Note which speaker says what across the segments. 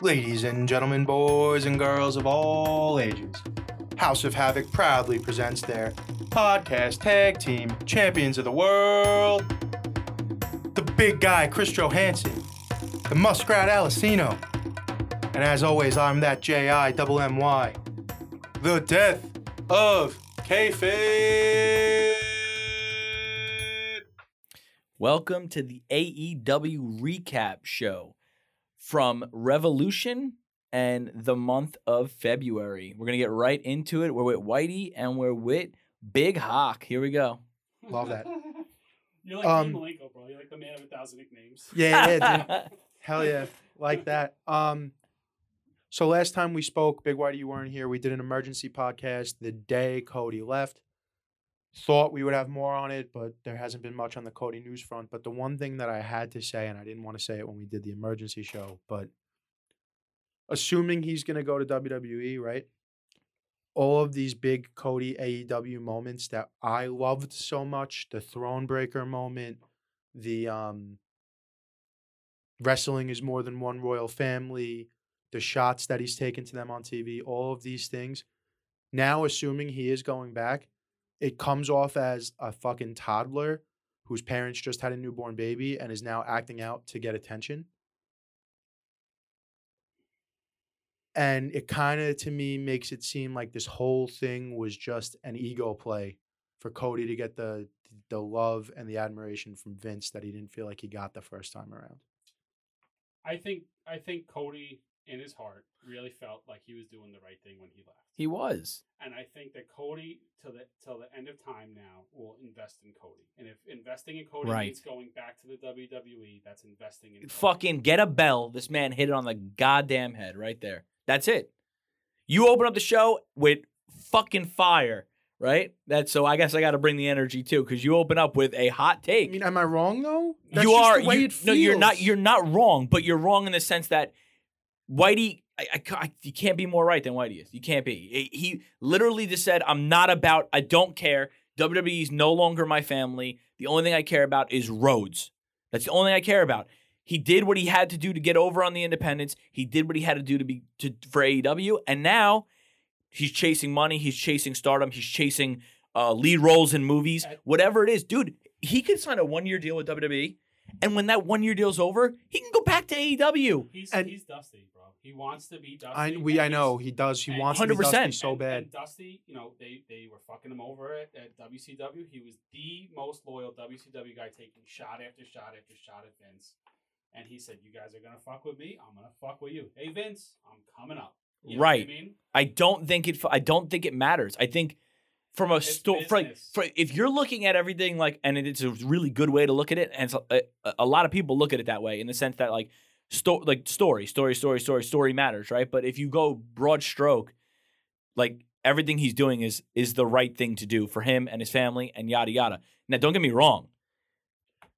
Speaker 1: Ladies and gentlemen, boys and girls of all ages, House of Havoc proudly presents their podcast tag team champions of the world. The big guy, Chris Johansson, the muskrat, Alicino, and as always, I'm that J.I. double M.Y. The death of kayfabe.
Speaker 2: Welcome to the AEW recap show from Revolution and the month of February. We're going to get right into it. We're with Whitey and we're with Big Hawk. Here we go.
Speaker 1: Love that.
Speaker 3: You're like
Speaker 1: Um,
Speaker 3: Dean Malenko, bro. You're like the man of a thousand nicknames.
Speaker 1: Yeah, yeah, dude. Hell yeah, like that. Um, so last time we spoke, Big Whitey, you weren't here. We did an emergency podcast the day Cody left. Thought we would have more on it, but there hasn't been much on the Cody news front. But the one thing that I had to say, and I didn't want to say it when we did the emergency show, but assuming he's going to go to WWE, right? All of these big Cody AEW moments that I loved so much, the throne breaker moment, the um, wrestling is more than one royal family, the shots that he's taken to them on TV, all of these things. Now, assuming he is going back, it comes off as a fucking toddler whose parents just had a newborn baby and is now acting out to get attention. And it kind of, to me, makes it seem like this whole thing was just an ego play for Cody to get the the love and the admiration from Vince that he didn't feel like he got the first time around.
Speaker 3: I think I think Cody in his heart really felt like he was doing the right thing when he left.
Speaker 2: He was.
Speaker 3: and I think that Cody till the till the end of time now will invest in Cody. And if investing in Cody
Speaker 2: Right.
Speaker 3: means going back to the WWE, that's investing in Cody.
Speaker 2: Fucking get a bell. This man hit it on the goddamn head right there. That's it. You open up the show with fucking fire, right? That's so I guess I got to bring the energy too cuz you open up with a hot
Speaker 1: I
Speaker 2: take.
Speaker 1: mean, am I wrong though?
Speaker 2: you
Speaker 1: just
Speaker 2: are
Speaker 1: the way
Speaker 2: you,
Speaker 1: it
Speaker 2: no you're not
Speaker 1: feels.
Speaker 2: you're not wrong but you're wrong in the sense that whitey I, I ca- I- you can't be more right than whitey is you can't be he he literally just said i'm not about i don't care wwe is no longer my family the only thing i care about is rhodes that's the only thing i care about he did what he had to do to get over on the independents he did what he had to do to be to, for aew and now he's chasing money he's chasing stardom he's chasing uh, lead roles in movies whatever it is dude he could sign a one-year deal with E. wwe and when that one year deal's over, he can go back to E AEW.
Speaker 3: He's
Speaker 1: And-
Speaker 3: he's Dusty, bro. He wants to be Dusty.
Speaker 1: I
Speaker 3: and
Speaker 1: we I
Speaker 3: he's-
Speaker 1: know he does. He
Speaker 3: and
Speaker 1: wants to be
Speaker 2: 100%.
Speaker 1: Dusty so
Speaker 3: and-
Speaker 1: bad.
Speaker 3: And Dusty, you know, they they were fucking him over at, at WCW. He was the most loyal WCW guy, taking shot after shot after shot at Vince. And he said, "You guys are gonna fuck with me. I'm gonna fuck with you. Hey Vince, I'm coming up." You know what
Speaker 2: Right.
Speaker 3: I mean,
Speaker 2: I don't think it. I don't think it matters. I think from
Speaker 1: Uh,
Speaker 2: a
Speaker 3: It's
Speaker 2: store, for,
Speaker 3: business.
Speaker 2: for if you're looking at everything like, and it's a really good way to look at it, and it's uh, a, a lot of people look at it that way in the sense that like, sto- like story, story, story, story, story matters, right? But if you go broad stroke, like everything he's doing is is the right thing to do for him and his family and yada yada. Now, don't get me wrong,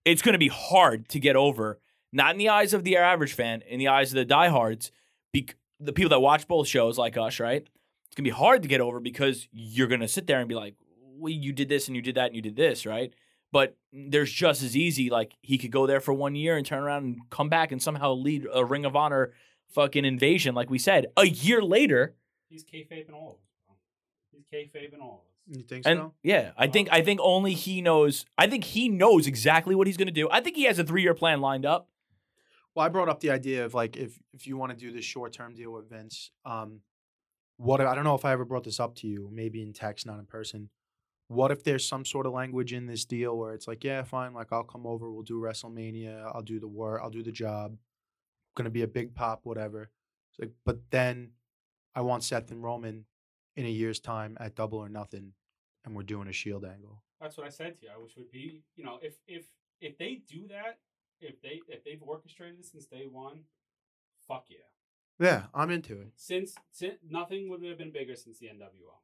Speaker 2: it's going to be hard to get over, not in the eyes of the average fan, in the eyes of the diehards, bec- the people that watch both shows like us, right? It's going to be hard to get over because you're going to sit there and be like, well, you did this and you did that and you did this, right? But there's just as easy, like, he could go there for one year and turn around and come back and somehow lead a Ring of Honor fucking invasion, like we said, a year later.
Speaker 3: he's kayfabe and all of us. Bro. He's kayfabe and all of us.
Speaker 1: You think
Speaker 2: And
Speaker 1: so?
Speaker 2: yeah, I think I think only he knows. I think he knows exactly what he's going to do. I think he has a three year plan lined up.
Speaker 1: Well, I brought up the idea of like if if you want to do this short term deal with Vince, um, what I don't know if I ever brought this up to you, maybe in text, not in person. What if there's some sort of language in this deal where it's like, yeah, fine, like I'll come over, we'll do WrestleMania, I'll do the work, I'll do the job, gonna be a big pop, whatever. It's like, but then I want Seth and Roman in a year's time at Double or Nothing, and we're doing a Shield angle.
Speaker 3: That's what I said to you. I wish would be, you know, if if if they do that, if they if they've orchestrated it since day one, fuck yeah.
Speaker 1: Yeah, I'm into it.
Speaker 3: Since, since nothing would have been bigger since the NWO.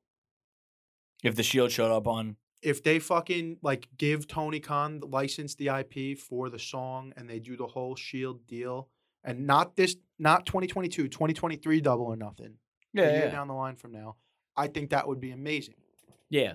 Speaker 2: If the Shield showed up on
Speaker 1: if they fucking like give Tony Khan the license the IP for the song and they do the whole Shield E deal and not this not 2022 2023 double or nothing a year down the line from now I think that would be amazing
Speaker 2: Yeah.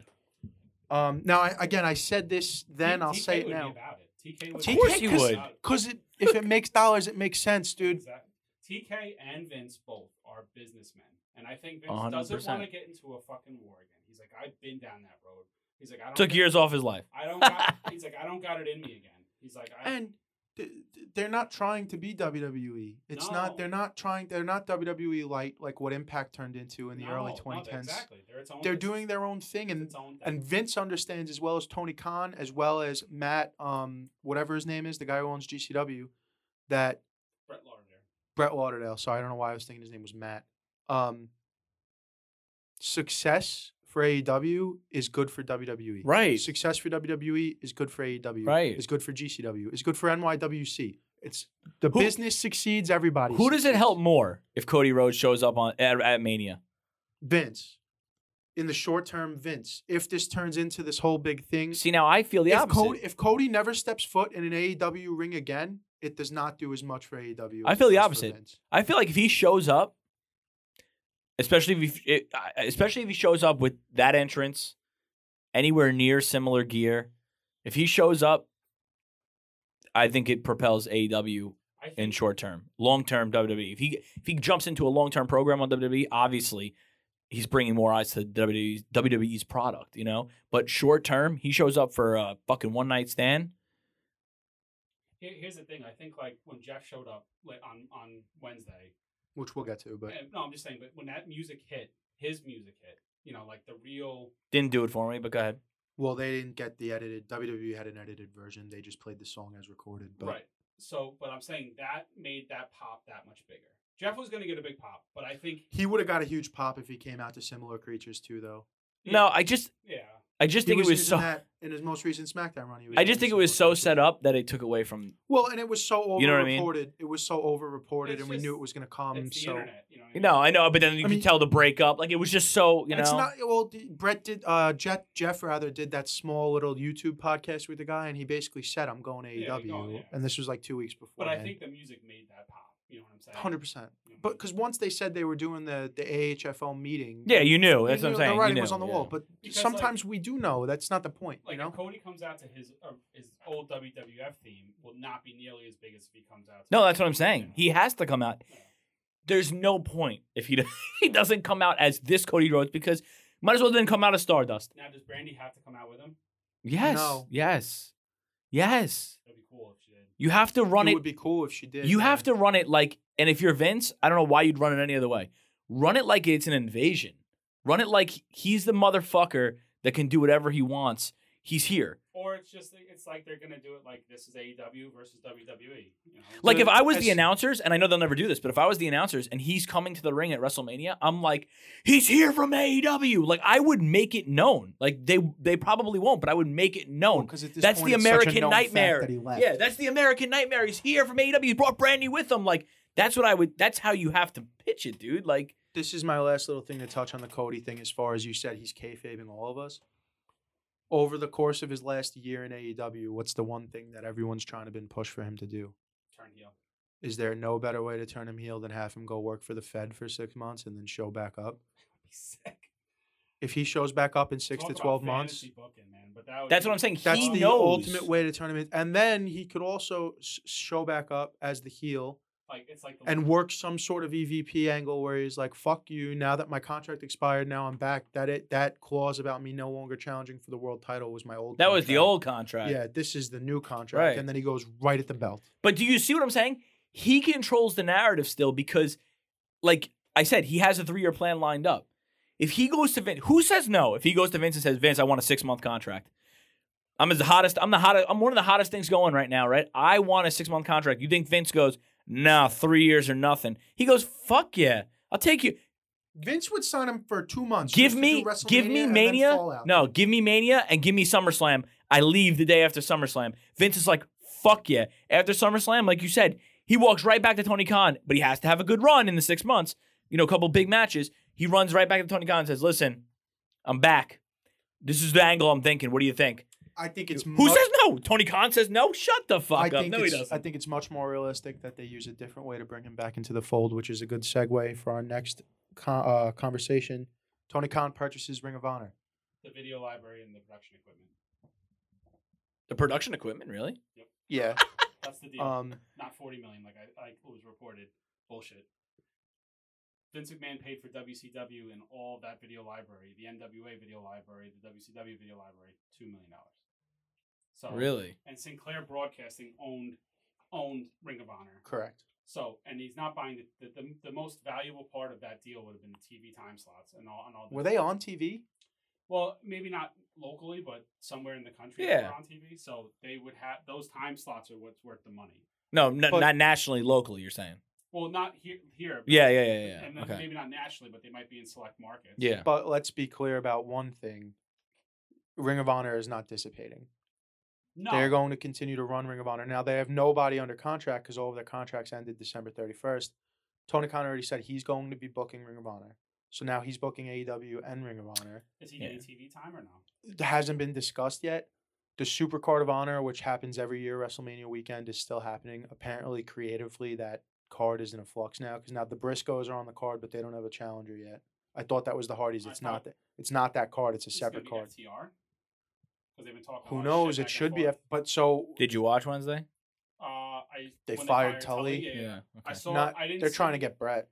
Speaker 1: um now I, again I said this then
Speaker 3: T-
Speaker 1: I'll
Speaker 3: TK
Speaker 1: say it
Speaker 3: would be
Speaker 1: now
Speaker 3: about it. TK would
Speaker 2: Of
Speaker 3: be
Speaker 2: course
Speaker 3: about
Speaker 2: he
Speaker 3: it.
Speaker 2: would.
Speaker 1: cuz if it makes dollars it makes sense dude
Speaker 3: Exactly. TK and Vince both are businessmen, and I
Speaker 2: A
Speaker 3: think Vince
Speaker 2: hundred
Speaker 3: doesn't
Speaker 2: percent.
Speaker 3: want to get into a fucking war again. He's like, I've been down that road. He's like, I don't
Speaker 2: Took
Speaker 3: got-
Speaker 2: years off his life.
Speaker 3: I don't. Got, he's like, I don't got it in me again. He's like, I,
Speaker 1: And th- th- they're not trying to be WWE. It's
Speaker 3: No.
Speaker 1: not. They're not trying. They're not WWE light like what Impact turned into in the
Speaker 3: No,
Speaker 1: early
Speaker 3: no,
Speaker 1: 2010s.
Speaker 3: exactly. They're its own.
Speaker 1: They're
Speaker 3: it's-
Speaker 1: doing their own thing,
Speaker 3: it's
Speaker 1: and
Speaker 3: its own thing.
Speaker 1: and Vince understands as well as Tony Khan, as well as Matt, um, whatever his name is, the guy who owns GCW, that
Speaker 3: Brett Lauderdale.
Speaker 1: Brett Lauderdale. Sorry, I don't know why I was thinking his name was Matt. Um, success for AEW is good for WWE.
Speaker 2: Right.
Speaker 1: Success for WWE is good for AEW.
Speaker 2: Right.
Speaker 1: It's good for GCW. It's good for NYWC. It's the
Speaker 2: Who-
Speaker 1: business succeeds. Everybody.
Speaker 2: Who does it
Speaker 1: succeeds.
Speaker 2: help more if Cody Rhodes shows up on at, at Mania?
Speaker 1: Vince. In the short term, Vince. If this turns into this whole big thing,
Speaker 2: See, now I feel the
Speaker 1: if
Speaker 2: opposite.
Speaker 1: Cody, if Cody never steps foot in an AEW ring again, it does not do as much for AEW.
Speaker 2: I
Speaker 1: as it
Speaker 2: feel the
Speaker 1: does for
Speaker 2: opposite.
Speaker 1: Vince.
Speaker 2: I feel like if he shows up, especially if he, it, I- especially if he shows up with that entrance, anywhere near similar gear, if he shows up, I think it propels AEW
Speaker 3: I think,
Speaker 2: in short term, long term WWE. If he if he jumps into a long term program on WWE, obviously he's bringing more eyes to E, WWE's, WWE's product, you know. But short term, he shows up for a fucking one night stand.
Speaker 3: here- here's the thing. I think like when Jeff showed up like, on on Wednesday.
Speaker 1: Which we'll get to, but
Speaker 3: eh, no, I'm just saying. But when that music hit, his music hit. You know, like the real.
Speaker 2: Didn't do it for me, but go ahead.
Speaker 1: Well, they didn't get the edited. WWE had an edited version. They just played the song as recorded. But
Speaker 3: Right. So, but I'm saying that made that pop that much bigger. Jeff was going to get a big pop, but I think
Speaker 1: he would have got a huge pop if he came out to similar creatures too, though.
Speaker 2: No, I just
Speaker 3: yeah,
Speaker 2: I just think
Speaker 1: he
Speaker 2: it was
Speaker 1: using
Speaker 2: so.
Speaker 1: that in his most recent SmackDown run. He was
Speaker 2: I
Speaker 1: using
Speaker 2: just think it
Speaker 1: similar
Speaker 2: was so
Speaker 1: creatures.
Speaker 2: set up that it took away from.
Speaker 1: Well, and it was so overreported.
Speaker 2: You know what I mean?
Speaker 1: It was so overreported,
Speaker 3: It's
Speaker 1: and we
Speaker 3: just-
Speaker 1: knew it was going to come.
Speaker 3: it's the
Speaker 1: so
Speaker 3: internet. You know, what I mean?
Speaker 2: Um, No, I know, but then you
Speaker 1: I
Speaker 2: can
Speaker 1: mean-
Speaker 2: tell the breakup. Like it was just so you know.
Speaker 1: it's not well. d- Brett did. Uh, Jeff Jeff rather did that small little YouTube podcast with the guy, and he basically said, "I'm going to
Speaker 3: Yeah,
Speaker 1: AEW,"
Speaker 3: you're going, yeah.
Speaker 1: and this was like two weeks before.
Speaker 3: But I think the music made that pop. You know what I'm saying?
Speaker 1: hundred percent. But because once they said they were doing the the AHFL meeting,
Speaker 2: yeah, you knew. That's
Speaker 1: You
Speaker 2: what I'm
Speaker 1: knew
Speaker 2: saying.
Speaker 1: The
Speaker 2: you
Speaker 1: writing
Speaker 2: knew,
Speaker 1: was on the
Speaker 2: yeah.
Speaker 1: wall, but
Speaker 3: Because, like-
Speaker 1: sometimes we do know. That's not the point,
Speaker 3: Like
Speaker 1: you know.
Speaker 3: if Cody comes out to his uh, his old WWF theme will not be nearly as big as if he comes out. To
Speaker 2: No, that's what I'm saying. He has to come out. There's no point if he he doesn't come out as this Cody Rhodes because might as well didn't come out as Stardust.
Speaker 3: now does Brandy have to come out with him?
Speaker 2: Yes,
Speaker 1: No.
Speaker 2: yes, yes.
Speaker 3: That'd be cool if she did.
Speaker 2: You have to run
Speaker 1: it
Speaker 2: it.
Speaker 1: would be cool if she did.
Speaker 2: you
Speaker 1: yeah.
Speaker 2: have to run it like, and if you're Vince, I don't know why you'd run it any other way. Run it like it's an invasion. Run it like he's the motherfucker that can do whatever he wants. He's here.
Speaker 3: Or it's just it's like they're gonna do it like this is AEW versus WWE. You know?
Speaker 2: Like if I was
Speaker 1: I
Speaker 2: the
Speaker 1: see.
Speaker 2: announcers, and I know they'll never do this, but if I was the announcers and he's coming to the ring at WrestleMania, I'm like, he's here from AEW. Like I would make it known. Like they they probably won't, but I would make it known.
Speaker 1: because at this
Speaker 2: That's
Speaker 1: point,
Speaker 2: the
Speaker 1: it's such a
Speaker 2: American
Speaker 1: known fact
Speaker 2: nightmare.
Speaker 1: that he left.
Speaker 2: Yeah, that's the American nightmare. He's here from AEW. He brought Brandy with him. Like that's what I would. That's how you have to pitch it, dude. Like
Speaker 1: This is my last little thing to touch on the Cody thing. As far as you said, he's kayfabing all of us. Over the course of his last year in AEW, what's the one thing that everyone's trying to been pushed for him to do?
Speaker 3: turn heel.
Speaker 1: Is there no better way to turn him heel than have him go work for the Fed for six months and then show back up?
Speaker 3: Be sick.
Speaker 1: If he shows back up in six
Speaker 3: Talk
Speaker 1: to
Speaker 3: about
Speaker 1: twelve months,
Speaker 3: fantasy Booking, man. But that would
Speaker 2: that's
Speaker 3: be-
Speaker 2: what I'm saying.
Speaker 1: That's
Speaker 2: he
Speaker 1: the
Speaker 2: knows.
Speaker 1: ultimate way to turn him in. And then he could also s- show back up as the heel
Speaker 3: Like it's like the
Speaker 1: and work some sort of EVP angle where he's like, fuck you, now that my contract expired, now I'm back. That it that clause about me no longer challenging for the world title was my old
Speaker 2: That was the
Speaker 1: contract.
Speaker 2: old contract.
Speaker 1: Yeah, this is the new contract.
Speaker 2: Right.
Speaker 1: And then he goes right at the belt.
Speaker 2: But do you see what I'm saying? He controls the narrative still because, like I said, he has a three year plan lined up. If he goes to Vince, who says no? If he goes to Vince and says, Vince, I want a six month contract. I'm as the hottest. I'm the hottest. I'm one of the hottest things going right now, right? I want a six month contract. You think Vince goes, nah, three years or nothing? He goes, fuck yeah, I'll take you.
Speaker 1: Vince would sign him for two months.
Speaker 2: Give
Speaker 1: just to
Speaker 2: me,
Speaker 1: do
Speaker 2: give
Speaker 1: WrestleMania
Speaker 2: me
Speaker 1: and then
Speaker 2: Mania.
Speaker 1: Fallout.
Speaker 2: No, give me Mania and give me SummerSlam. I leave the day after SummerSlam. Vince is like, fuck yeah. After SummerSlam, like you said, he walks right back to Tony Khan, but he has to have a good run in the six months, you know, a couple big matches. He runs right back to Tony Khan and says, listen, I'm back. This is the angle I'm thinking. What do you think?
Speaker 1: I think it's
Speaker 2: Who
Speaker 1: much-
Speaker 2: says no? Tony Khan says no? Shut the fuck
Speaker 1: I
Speaker 2: up.
Speaker 1: think,
Speaker 2: No, he
Speaker 1: it's,
Speaker 2: doesn't.
Speaker 1: I think it's much more realistic that they use a different way to bring him back into the fold, which is a good segue for our next con- uh, conversation. Tony Khan purchases Ring of Honor.
Speaker 3: the video library and the production equipment.
Speaker 2: the production equipment, really?
Speaker 1: Yeah.
Speaker 3: That's the deal.
Speaker 1: Um,
Speaker 3: Not forty million, like I like was reported. Bullshit. Vince McMahon paid for WCW and all of that video library, the NWA video library, the WCW video library, two million dollars. So
Speaker 2: Really?
Speaker 3: and Sinclair Broadcasting owned owned Ring of Honor.
Speaker 1: Correct.
Speaker 3: So and he's not buying the the, the, the most valuable part of that deal would have been the TV time slots and all and all. The,
Speaker 1: Were they on TV?
Speaker 3: well, maybe not locally, but somewhere in the country they
Speaker 2: Yeah.
Speaker 3: were on TV. So they would have those time slots are what's worth the money.
Speaker 2: No, n-
Speaker 1: But-
Speaker 2: not nationally, locally. You're saying.
Speaker 3: Well, not here here. but-
Speaker 2: Yeah, yeah, yeah, yeah.
Speaker 3: And then
Speaker 2: okay.
Speaker 3: maybe not nationally, but they might be in select markets.
Speaker 2: yeah.
Speaker 1: But let's be clear about one thing. Ring of Honor is not dissipating.
Speaker 3: no,
Speaker 1: They're going to continue to run Ring of Honor. Now they have nobody under contract because all of their contracts ended December 31st. Tony Khan already said he's going to be booking Ring of Honor. So now he's booking AEW and Ring of Honor.
Speaker 3: is he getting
Speaker 2: Yeah.
Speaker 3: TV time or no?
Speaker 1: It hasn't been discussed yet. The Super Card of Honor, which happens every year, WrestleMania weekend, is still happening. Apparently, creatively, that card is in a flux now because now the Briscoes are on the card, but they don't have a challenger yet. I thought that was the Hardys.
Speaker 3: I
Speaker 1: It's
Speaker 3: thought-
Speaker 1: not that. It's not that card. It's a
Speaker 3: It's gonna
Speaker 1: separate
Speaker 3: be
Speaker 1: card.
Speaker 3: FTR. Because they've been talking. a
Speaker 1: Who
Speaker 3: lot of
Speaker 1: knows? It
Speaker 3: shit back and
Speaker 1: should be.
Speaker 3: forth.
Speaker 1: F- but so
Speaker 2: Did you watch Wednesday?
Speaker 3: Uh, I
Speaker 1: They
Speaker 3: when
Speaker 1: fired Tully?
Speaker 3: yeah, yeah. I
Speaker 2: Okay.
Speaker 3: saw.
Speaker 1: not.
Speaker 3: I didn't.
Speaker 1: they're
Speaker 3: see-
Speaker 1: trying to get Brett.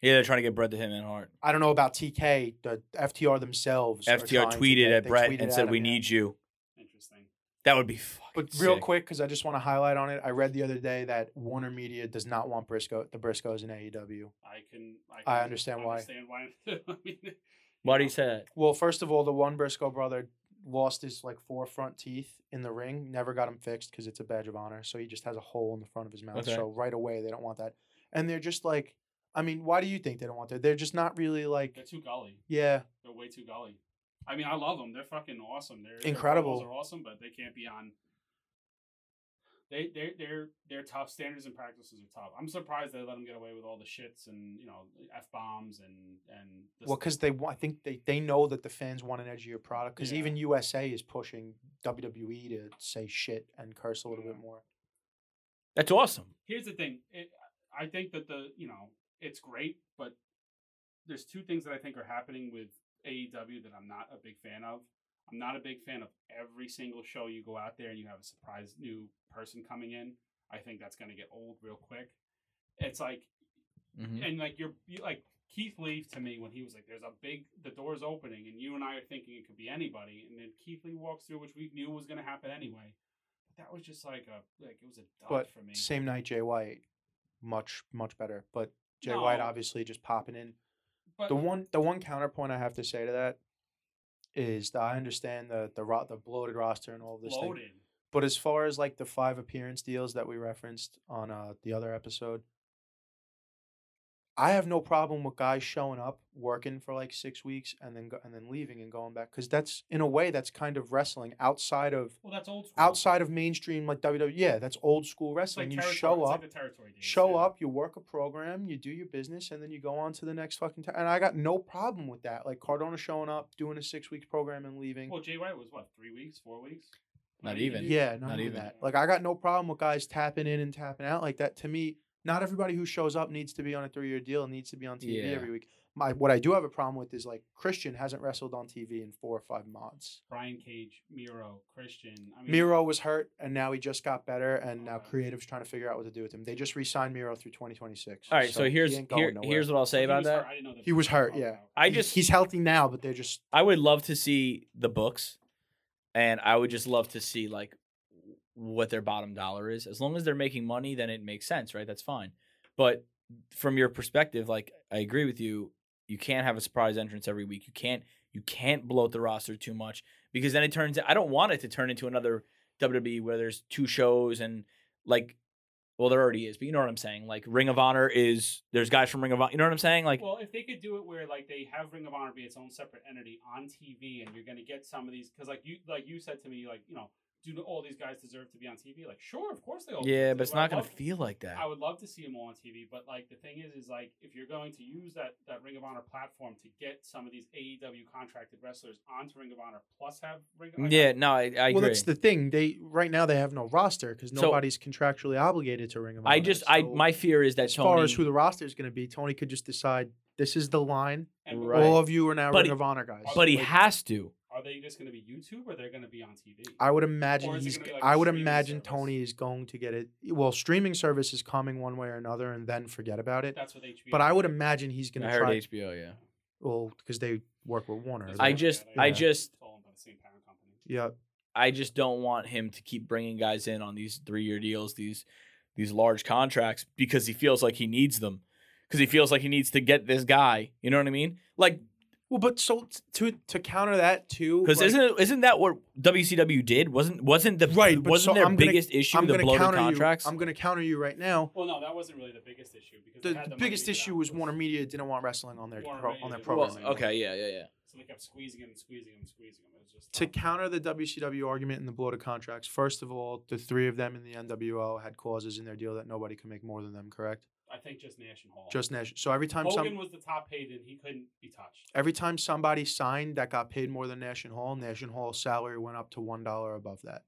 Speaker 2: Yeah, they're trying to get Brett to hit man hard.
Speaker 1: I don't know about TK. The FTR themselves. are
Speaker 2: FTR
Speaker 1: trying to
Speaker 2: tweeted
Speaker 1: get-
Speaker 2: at
Speaker 1: they
Speaker 2: Brett
Speaker 1: tweeted
Speaker 2: and
Speaker 1: at
Speaker 2: said, "We
Speaker 1: him, yeah.
Speaker 2: need you."
Speaker 3: Interesting.
Speaker 2: That would be fucking.
Speaker 1: But real
Speaker 2: sick.
Speaker 1: quick, because I just want to highlight on it. I read the other day that Warner Media does not want Briscoe, the Briscoes in E AEW.
Speaker 3: I can. I,
Speaker 1: I
Speaker 3: can
Speaker 1: understand why.
Speaker 3: Understand why. I mean,
Speaker 2: Why do you say that?
Speaker 1: Well, first of all, the one Briscoe brother lost his like four front teeth in the ring. Never got him fixed because it's a badge of honor. So he just has a hole in the front of his mouth.
Speaker 2: Okay.
Speaker 1: So right away, they don't want that. And they're just like, I mean, why do you think they don't want that? They're just not really
Speaker 3: They're
Speaker 1: like,
Speaker 3: too gully.
Speaker 1: yeah.
Speaker 3: They're way too gully. I mean, I love them. They're fucking awesome. They're
Speaker 1: Incredible.
Speaker 3: They're awesome, but they can't be on. They they they're they're tough. Standards and practices are tough. I'm surprised they let them get away with all the shits and you know f bombs and and. the
Speaker 1: Well, because they, wa- I think they, they know that the fans want an edgier product. Because
Speaker 3: Yeah.
Speaker 1: even USA is pushing WWE to say shit and curse a little bit
Speaker 3: Yeah.
Speaker 1: more.
Speaker 2: That's awesome.
Speaker 3: here's the thing. It, I think that the you know it's great, but there's two things that I think are happening with AEW that I'm not a big fan of. I'm not a big fan of every single show you go out there and you have a surprise new person coming in. I think that's going to get old real quick. It's like
Speaker 1: Mm-hmm.
Speaker 2: Mhm.
Speaker 3: and like you're you, like Keith Lee to me when he was like, "There's a big the door's opening," and you and I are thinking it could be anybody, and then Keith Lee walks through, which we knew was going to happen anyway. But that was just like a like it was a dud
Speaker 1: But
Speaker 3: for me.
Speaker 1: Same night, Jay White, much much better. But Jay White
Speaker 3: No.
Speaker 1: obviously just popping in.
Speaker 3: but
Speaker 1: The one the one counterpoint I have to say to that is that I understand the the ro- the bloated roster and all this thing.
Speaker 3: bloated.
Speaker 1: But as far as like the five appearance deals that we referenced on uh, the other episode, I have no problem with guys showing up, working for like six weeks, and then go- and then leaving and going back because that's in a way that's kind of wrestling outside of
Speaker 3: Well, that's old school.
Speaker 1: outside of mainstream like WWE. Yeah, that's old school
Speaker 3: It's
Speaker 1: wrestling. you
Speaker 3: territory-
Speaker 1: show
Speaker 3: it's
Speaker 1: up,
Speaker 3: Like the territory days,
Speaker 1: show
Speaker 3: yeah.
Speaker 1: up, you work a program, you do your business, and then you go on to the next fucking. T- and I got no problem with that. Like Cardona showing up, doing a six week program, and leaving.
Speaker 3: Well, Jay White was what three weeks, four weeks.
Speaker 2: Not
Speaker 3: What did he
Speaker 2: even.
Speaker 3: do?
Speaker 1: Yeah, not,
Speaker 2: Not
Speaker 1: even
Speaker 2: even.
Speaker 1: that. Like I got no problem with guys tapping in and tapping out like that. To me, not everybody who shows up needs to be on a three year deal and needs to be on TV
Speaker 2: Yeah.
Speaker 1: every week. My what I do have a problem with is like Christian hasn't wrestled on TV in four or five months.
Speaker 3: Brian Cage, Miro, Christian. I mean,
Speaker 1: Miro was hurt and now he just got better and now
Speaker 2: Uh-huh.
Speaker 3: Okay.
Speaker 1: creative's trying to figure out what to do with him. They just re-signed Miro through 2026.
Speaker 2: All right, so,
Speaker 1: he
Speaker 2: here's
Speaker 1: ain't
Speaker 2: here,
Speaker 1: nowhere.
Speaker 2: here's what I'll
Speaker 3: so
Speaker 2: say
Speaker 3: he
Speaker 2: about
Speaker 3: was hurt.
Speaker 2: that.
Speaker 3: I didn't know that
Speaker 1: He was hurt,
Speaker 3: Oh,
Speaker 1: yeah.
Speaker 3: okay.
Speaker 2: I
Speaker 1: He-
Speaker 2: just
Speaker 1: he's healthy now, but they're just
Speaker 2: I would love to see the books, and I would just love to see like what their bottom dollar is. As long as they're making money, then it makes sense, right? That's fine. But from your perspective, like I agree with you. You can't have a surprise entrance every week. You can't you can't bloat the roster too much because then it turns. I don't want it to turn into another WWE where there's two shows and like. Well, there already is, but you know what I'm saying. Like Ring of Honor is there's guys from Ring of Honor. You know what I'm saying? Like
Speaker 3: Well, if they could do it where like they have Ring of Honor be its own separate entity on TV, and you're going to get some of these because like you like you said to me like you know do all these guys deserve to be on TV? Like sure, of course they all.
Speaker 2: yeah,
Speaker 3: deserve
Speaker 2: but it's
Speaker 3: Would I
Speaker 2: not gonna
Speaker 3: love-
Speaker 2: feel like that.
Speaker 3: I would love to see them all on TV, but like the thing is, is like if you're going to use that that Ring of Honor platform to get some of these AEW contracted wrestlers onto Ring of Honor, plus have Ring. Like,
Speaker 2: yeah, no, I, I agree.
Speaker 1: well, that's the thing. They right now they have no roster because
Speaker 2: So-
Speaker 1: nobody's contractually obligated to Ring of Honor.
Speaker 2: I just I
Speaker 1: so-
Speaker 2: my fear is that
Speaker 1: as
Speaker 2: Tony,
Speaker 1: far as who the roster is going to be, Tony could just decide this is the line.
Speaker 3: and
Speaker 2: Right.
Speaker 1: All of you are now
Speaker 2: But
Speaker 1: Ring
Speaker 2: he-
Speaker 1: of Honor guys.
Speaker 2: but he
Speaker 1: Like,
Speaker 2: has to.
Speaker 3: are they just going to be YouTube or they're going to be on TV?
Speaker 1: I would imagine
Speaker 3: Or is it
Speaker 1: he's.
Speaker 3: gonna be like a
Speaker 1: I would
Speaker 3: streaming
Speaker 1: imagine
Speaker 3: service?
Speaker 1: Tony is going to get it. Well, streaming service is coming one way or another, and then forget about it.
Speaker 3: That's what HBO.
Speaker 1: But I would
Speaker 3: did.
Speaker 1: imagine he's going
Speaker 2: I
Speaker 1: to
Speaker 2: heard
Speaker 1: try.
Speaker 2: HBO. Yeah.
Speaker 1: well, because they work with Warner.
Speaker 3: That's
Speaker 1: they-
Speaker 3: what
Speaker 4: I
Speaker 3: I'm
Speaker 4: just-
Speaker 3: saying.
Speaker 1: I
Speaker 3: think
Speaker 4: just-
Speaker 3: it's owned by the same parent company.
Speaker 1: yeah.
Speaker 4: I just don't want him to keep bringing guys in on these three year deals, these these large contracts because he feels like he needs them, because he feels like he needs to get this guy. You know what I mean? Like,
Speaker 1: Well, but so t- to to counter that too,
Speaker 4: because
Speaker 1: like,
Speaker 4: isn't it, isn't that what WCW did? wasn't wasn't the
Speaker 1: Right, but
Speaker 4: Wasn't
Speaker 1: so
Speaker 4: their
Speaker 1: I'm gonna-
Speaker 4: biggest issue
Speaker 1: I'm
Speaker 4: the
Speaker 1: going to
Speaker 4: bloated
Speaker 1: counter
Speaker 4: contracts?
Speaker 1: you. I'm going to counter you right now.
Speaker 3: Well, no, that wasn't really the biggest issue because
Speaker 1: The,
Speaker 3: they had
Speaker 1: the
Speaker 3: money
Speaker 1: biggest
Speaker 3: to do
Speaker 1: issue
Speaker 3: that.
Speaker 1: was Warner Media didn't want wrestling on their
Speaker 3: Warner
Speaker 1: pro,
Speaker 3: Media
Speaker 1: on their
Speaker 3: didn't want
Speaker 1: program.
Speaker 2: Well,
Speaker 3: Programming.
Speaker 2: okay. Yeah. Yeah. Yeah.
Speaker 3: So they kept squeezing him and squeezing him and squeezing him. It was just
Speaker 1: to counter the WCW argument and the bloated contracts, first of all, the three of them in the NWO had clauses in their deal that nobody could make more than them, correct?
Speaker 3: I think just Nash and Hall.
Speaker 1: Just Nash. So every time
Speaker 3: Hogan
Speaker 1: some
Speaker 3: was the top paid and he couldn't be touched.
Speaker 1: every time somebody signed that got paid more than Nash and Hall, Nash and Hall's salary went up to one dollar above that.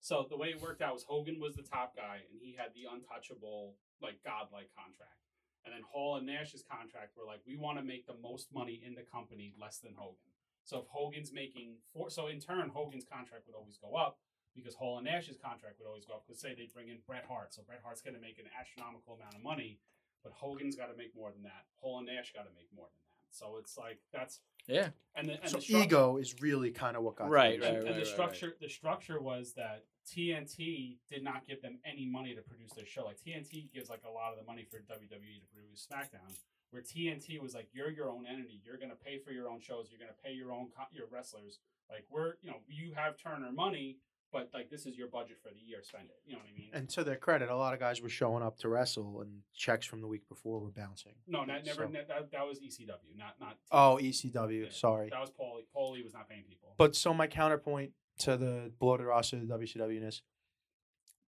Speaker 3: So the way it worked out was Hogan was the top guy and he had the untouchable, like godlike contract. And then Hall and Nash's contract were like, we want to make the most money in the company less than Hogan. So if Hogan's making four, so in turn Hogan's contract would always go up because Hall and Nash's contract would always go up. Because say they bring in Bret Hart, so Bret Hart's going to make an astronomical amount of money, but Hogan's got to make more than that. Hall and Nash got to make more than that. So it's like that's
Speaker 2: Yeah.
Speaker 3: and the, and
Speaker 1: so
Speaker 3: the structure-
Speaker 1: ego is really kind of what got to
Speaker 2: Right,
Speaker 1: them.
Speaker 3: and,
Speaker 2: right,
Speaker 3: and the
Speaker 2: right.
Speaker 3: structure the structure was that TNT did not give them any money to produce their show. Like TNT gives like a lot of the money for WWE to produce SmackDown, where TNT was like, "You're your own entity. You're gonna pay for your own shows. You're gonna pay your own co- your wrestlers. Like we're you know you have Turner money, but like this is your budget for the year. Spend it. You know what I mean?
Speaker 1: And to their credit, a lot of guys were showing up to wrestle, and checks from the week before were bouncing.
Speaker 3: no, that never
Speaker 1: So-
Speaker 3: ne- that, that was ECW, not not
Speaker 1: Oh, ECW.
Speaker 3: Yeah.
Speaker 1: Sorry.
Speaker 3: that was Paulie. Paulie was not paying people.
Speaker 1: But so my counterpoint to the bloated roster of the WCW is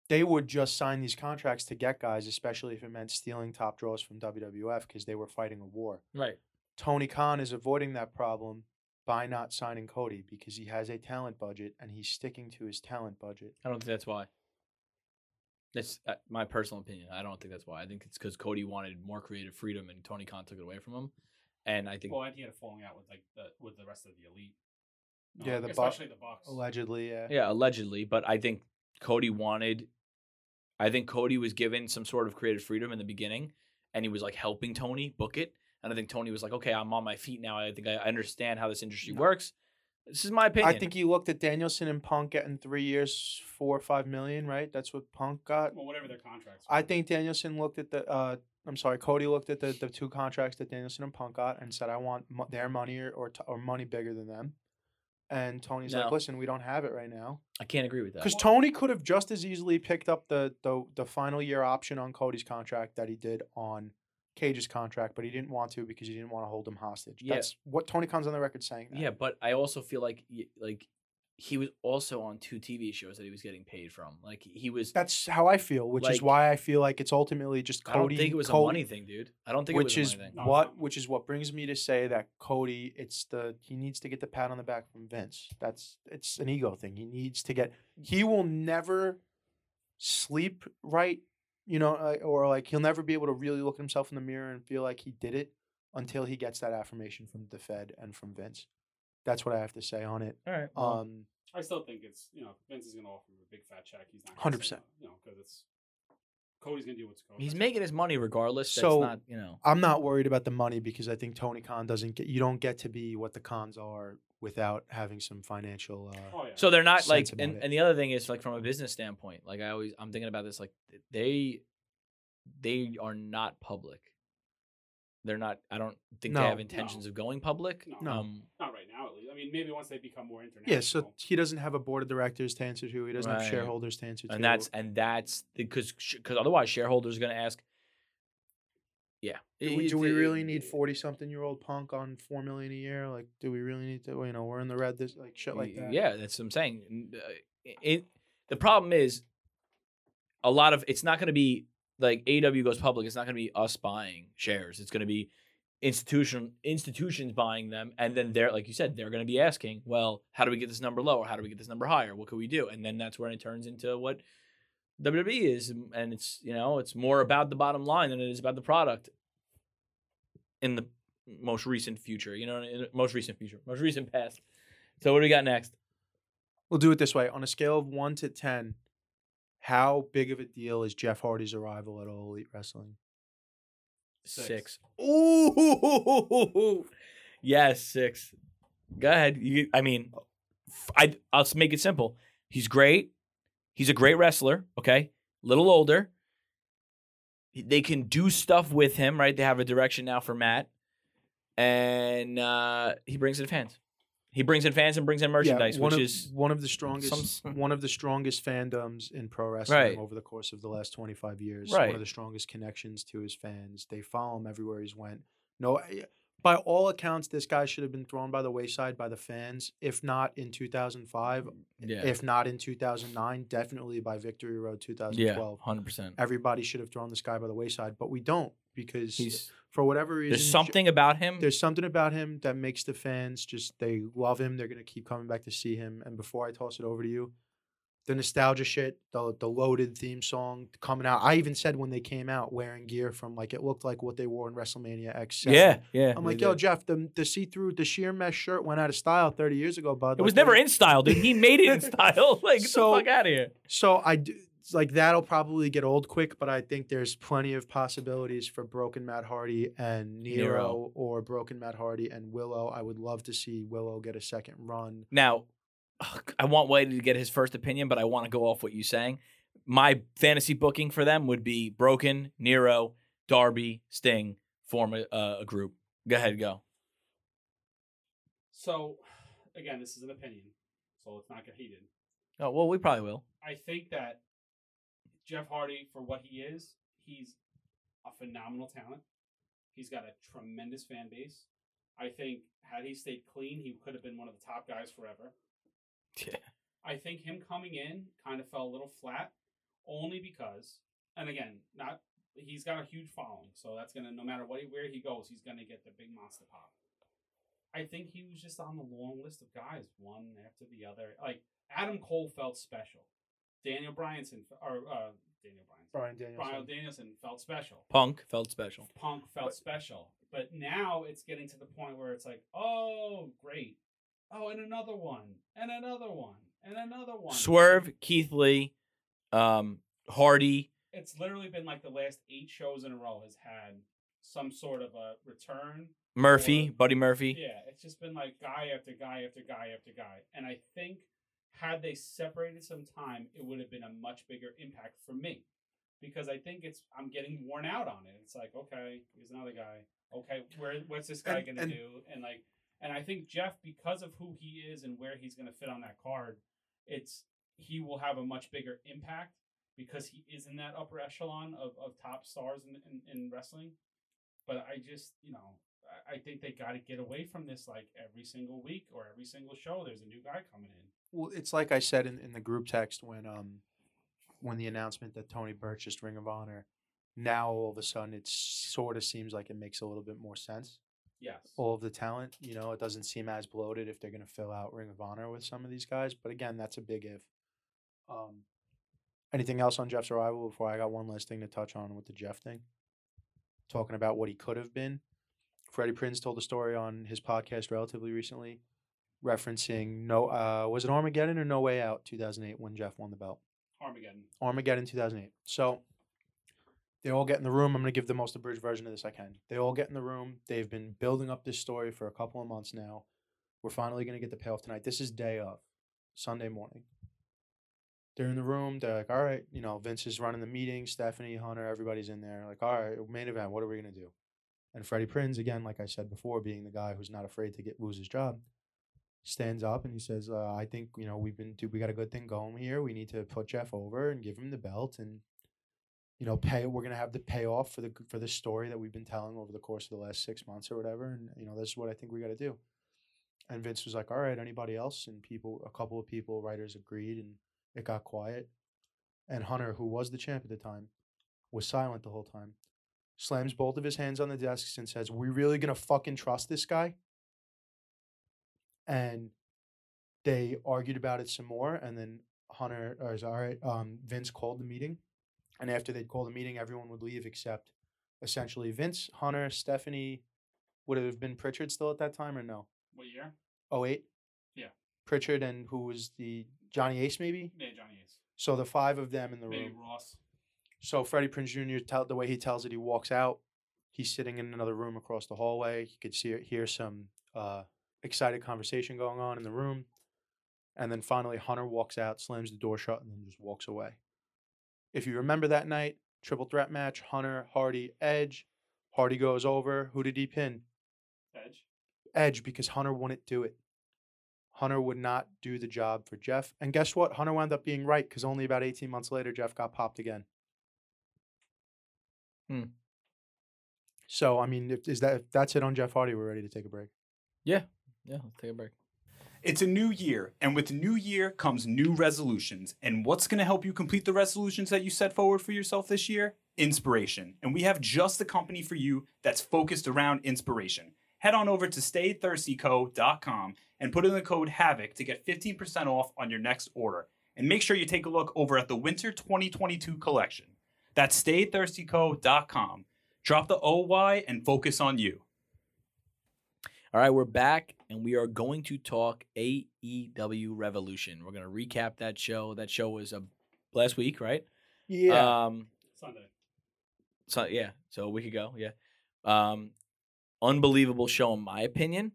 Speaker 1: they would just sign these contracts to get guys, especially if it meant stealing top draws from WWF because they were fighting a war.
Speaker 2: Right.
Speaker 1: Tony Khan is avoiding that problem by not signing Cody because he has a talent budget and he's sticking to his talent budget.
Speaker 2: I don't think that's why. That's uh, my personal opinion. I don't think that's why. I think it's because Cody wanted more creative freedom, and Tony Khan took it away from him. And I think
Speaker 3: well, and he had a falling out with like the with the rest of the elite. No,
Speaker 1: Yeah, the Bu-
Speaker 3: especially the Bucks.
Speaker 1: Allegedly, yeah.
Speaker 2: Yeah, allegedly, but I think Cody wanted I think Cody was given some sort of creative freedom in the beginning and he was like helping Tony book it. And I think Tony was like, "Okay, I'm on my feet now. I think I understand how this industry works." This is my opinion.
Speaker 1: I think he looked at Danielson and Punk getting three years, four or five million, right? That's what Punk got.
Speaker 3: Well, whatever their contracts.
Speaker 1: I
Speaker 3: were.
Speaker 1: think Danielson looked at the. Uh, I'm sorry, Cody looked at the, the two contracts that Danielson and Punk got and said, "I want mo- their money or or, t- or money bigger than them." And Tony's
Speaker 2: No.
Speaker 1: like, "Listen, we don't have it right now."
Speaker 2: I can't agree with that.
Speaker 1: Because Tony could have just as easily picked up the, the the final year option on Cody's contract that he did on Cage's contract, but he didn't want to because he didn't want to hold him hostage.
Speaker 2: Yeah.
Speaker 1: That's what Tony Khan's on the record saying. That.
Speaker 2: Yeah, but I also feel like y- like he was also on two TV shows that he was getting paid from. Like he was
Speaker 1: that's how I feel, which is
Speaker 2: Like-
Speaker 1: why I feel like it's ultimately just Cody.
Speaker 2: I don't think it was
Speaker 1: Cody-
Speaker 2: a money thing, dude. I don't think
Speaker 1: which
Speaker 2: it was
Speaker 1: is
Speaker 2: a money thing.
Speaker 3: No, it's
Speaker 1: what
Speaker 3: not.
Speaker 1: which is what brings me to say that Cody it's the he needs to get the pat on the back from Vince. That's it's an ego thing. He needs to get he will never sleep right, you know, uh, or like he'll never be able to really look at himself in the mirror and feel like he did it until he gets that affirmation from the Fed and from Vince. That's what I have to say on it.
Speaker 2: All right. well,
Speaker 1: Um
Speaker 3: I still think it's you know if Vince is going to offer him a big fat check. He's not
Speaker 1: 100%.
Speaker 3: percent. You know because it's Cody's going to do what's Cody.
Speaker 2: he's
Speaker 3: does.
Speaker 2: making his money regardless. That's
Speaker 1: So-
Speaker 2: not, you know.
Speaker 1: I'm not worried about the money because I think Tony Khan doesn't get you don't get to be what the cons are without having some financial uh,
Speaker 3: Oh yeah.
Speaker 2: So they're not like,
Speaker 1: sense about
Speaker 2: and,
Speaker 1: it.
Speaker 2: and the other thing is like from a business standpoint, like I always, I'm thinking about this, like th- they, they are not public. They're not. I don't think they have
Speaker 1: No.
Speaker 2: intentions
Speaker 3: No.
Speaker 2: of going public.
Speaker 3: No.
Speaker 1: No.
Speaker 2: Um,
Speaker 3: not right now at least. I mean, maybe once they become more international.
Speaker 1: Yeah, so he doesn't have a board of directors to answer to. He doesn't
Speaker 2: Right.
Speaker 1: have shareholders to answer to.
Speaker 2: and that's and that's because because otherwise shareholders are going to ask. Yeah.
Speaker 1: do
Speaker 2: it-
Speaker 1: we,
Speaker 2: it's-
Speaker 1: do we
Speaker 2: it-
Speaker 1: really need forty something year old punk on four million a year? Like, do we really need to? You know, we're in the red. This like shit like
Speaker 2: Y-
Speaker 1: that.
Speaker 2: E, Yeah, that's what I'm saying. N- uh, i- It, the problem is a lot of it's not going to be like AW goes public. It's not going to be us buying shares. It's going to be institution institutions buying them, and then they're like you said, they're going to be asking, well, how do we get this number lower? How do we get this number higher? What could we do? And then that's when it turns into what WWE is, m- and it's you know it's more about the bottom line than it is about the product. In the most recent future, you know, in the most recent future, most recent past.
Speaker 5: So what do we got next?
Speaker 1: We'll do it this way. On a scale of one to ten, how big of a deal is Jeff Hardy's arrival at All Elite Wrestling?
Speaker 3: Six.
Speaker 5: Ooh. Yes, six. Go ahead. You, I mean,
Speaker 2: I I'll s- make it simple. He's great. He's a great wrestler. Okay, little older. They can do stuff with him, right? They have a direction now for Matt, and uh, he brings in fans. He brings in fans and brings in merchandise,
Speaker 1: yeah, one
Speaker 2: which
Speaker 1: of,
Speaker 2: is
Speaker 1: one of the strongest
Speaker 2: some- hmm.
Speaker 1: one of the strongest fandoms in pro wrestling
Speaker 2: Right.
Speaker 1: over the course of the last 25 years. One
Speaker 2: Right.
Speaker 1: of the strongest connections to his fans. They follow him everywhere he's went. No, I- by all accounts, this guy should have been thrown by the wayside by the fans, if not in 2005,
Speaker 2: yeah,
Speaker 1: if uh, not in 2009, definitely by Victory Road 2012.
Speaker 2: hundred percent.
Speaker 1: Everybody should have thrown this guy by the wayside, but we don't because
Speaker 2: He's
Speaker 1: for whatever reason,
Speaker 2: there's
Speaker 1: J-
Speaker 2: something about him.
Speaker 1: there's something about him that makes the fans just they love him. They're gonna keep coming back to see him. And before I toss it over to you, the nostalgia shit, the the loaded theme song coming out. I even said when they came out wearing gear from like it looked like what they wore in WrestleMania X.
Speaker 2: yeah, yeah.
Speaker 1: I'm like, yo, Jeff, the the see through the sheer mesh shirt went out of style 30 years ago, bud.
Speaker 2: it was
Speaker 1: Like,
Speaker 2: never
Speaker 1: they-
Speaker 2: in style, dude. He made it in style. Like, get
Speaker 1: So-
Speaker 2: the fuck out of here.
Speaker 1: So I do, it's like that'll probably get old quick, but I think there's plenty of possibilities for broken Matt Hardy and Nero,
Speaker 2: Nero.
Speaker 1: or broken Matt Hardy and Willow. I would love to see Willow get a second run.
Speaker 2: Now, ugh, I want Whitey to get his first opinion, but I want to go off what you're saying. My fantasy booking for them would be Broken, Nero, Darby, Sting form a, uh, a group. Go ahead, go.
Speaker 3: So, again, this is an opinion, so it's not get heated.
Speaker 2: Oh well, we probably will.
Speaker 3: I think that Jeff Hardy, for what he is, he's a phenomenal talent. He's got a tremendous fan base. I think had he stayed clean, he could have been one of the top guys forever.
Speaker 2: Yeah.
Speaker 3: I think him coming in kind of fell a little flat, only because, and again, not he's got a huge following, so that's gonna no matter what where he goes, he's gonna get the big monster pop. I think he was just on the long list of guys, one after the other. Like Adam Cole felt special. Daniel Bryanson or uh, Daniel Bryanson,
Speaker 1: Brian Danielson.
Speaker 3: Brian Danielson felt special.
Speaker 2: Punk felt special.
Speaker 3: Punk felt special. But now it's getting to the point where it's like, oh, great. Oh, and another one, and another one, and another one.
Speaker 2: Swerve, Keith Lee, um, Hardy.
Speaker 3: It's literally been like the last eight shows in a row has had some sort of a return.
Speaker 2: Murphy,
Speaker 3: Or-
Speaker 2: Buddy Murphy.
Speaker 3: Yeah, it's just been like guy after guy after guy after guy. And I think had they separated some time, it would have been a much bigger impact for me. Because I think it's I'm getting worn out on it. It's like, okay, here's another guy. Okay, where what's this guy
Speaker 1: And-
Speaker 3: gonna
Speaker 1: and-
Speaker 3: do? And like and I think Jeff, because of who he is and where he's gonna fit on that card, it's he will have a much bigger impact because he is in that upper echelon of, of top stars in, in, in wrestling. But I just, you know, I- I think they got to get away from this like every single week or every single show. There's a new guy coming in.
Speaker 1: Well, it's like I said in, in the group text when um when the announcement that Tony Burch is Ring of Honor. Now all of a sudden, it sort of seems like it makes a little bit more sense.
Speaker 3: Yes.
Speaker 1: all of the talent. You know, it doesn't seem as bloated if they're going to fill out Ring of Honor with some of these guys. But again, that's a big if. Um, anything else on Jeff's arrival before I got one last thing to touch on with the Jeff thing? Talking about what he could have been. Freddie Prinz told a story on his podcast relatively recently, referencing no uh, was it Armageddon or No Way Out 2008 when Jeff won the belt.
Speaker 3: Armageddon.
Speaker 1: Armageddon 2008. So they all get in the room. I'm going to give the most abridged version of this I can. They all get in the room. They've been building up this story for a couple of months now. We're finally going to get the payoff tonight. This is day of, Sunday morning. They're in the room. They're like, all right, you know, Vince is running the meeting. Stephanie, Hunter, everybody's in there. Like, all right, main event. What are we going to do? And Freddie Prinz, again, like I said before, being the guy who's not afraid to get lose his job, stands up and he says, uh, "I think you know we've been do we got a good thing going here. We need to put Jeff over and give him the belt, and you know pay. We're gonna have the payoff for the for the story that we've been telling over the course of the last six months or whatever. And you know this is what I think we got to do." And Vince was like, "All right, anybody else?" And people, a couple of people, writers agreed, and it got quiet. And Hunter, who was the champ at the time, was silent the whole time. Slams both of his hands on the desks and says, "We really gonna fucking trust this guy?" and they argued about it some more and then hunter or is all right um, vince called the meeting and after they'd called the meeting everyone would leave except essentially vince hunter stephanie would it have been pritchard still at that time or no
Speaker 3: What year?
Speaker 1: Oh eight.
Speaker 3: Yeah.
Speaker 1: Pritchard and who was the Johnny Ace maybe.
Speaker 3: Yeah, Johnny Ace.
Speaker 1: So the five of them in the
Speaker 3: Maybe
Speaker 1: room.
Speaker 3: Ross.
Speaker 1: So Freddie Prinze Jr. Tell, the way he tells it, he walks out. He's sitting in another room across the hallway. He could see hear some uh, excited conversation going on in the room, and then finally Hunter walks out, slams the door shut, and then just walks away. If you remember that night, triple threat match: Hunter, Hardy, Edge. Hardy goes over. Who did he pin?
Speaker 3: Edge.
Speaker 1: Edge because Hunter wouldn't do it. Hunter would not do the job for Jeff. And guess what? Hunter wound up being right because only about 18 months later, Jeff got popped again.
Speaker 2: Hmm.
Speaker 1: So, I mean, if, is that, if that's it on Jeff Hardy, we're ready to take a
Speaker 2: Uh,
Speaker 1: break.
Speaker 2: Yeah, let's take a break.
Speaker 6: It's a new year, and with new year comes new resolutions. And what's going to help you complete the resolutions that you set forward for yourself this year? Inspiration. And we have just the company for you that's focused around inspiration. Head on over to staythirstyco.com and put in the code HAVOC to get 15% off on your next order. And make sure you take a look over at the Winter 2022 collection. That's staythirstyco.com. Drop the OY and focus on you.
Speaker 2: All right, we're back and we are going to talk AEW Revolution. We're going to recap that show. That show was uh, last week, right?
Speaker 1: Yeah.
Speaker 2: Um,
Speaker 3: Sunday.
Speaker 2: so yeah, so a week ago, yeah. Um, unbelievable show in my opinion.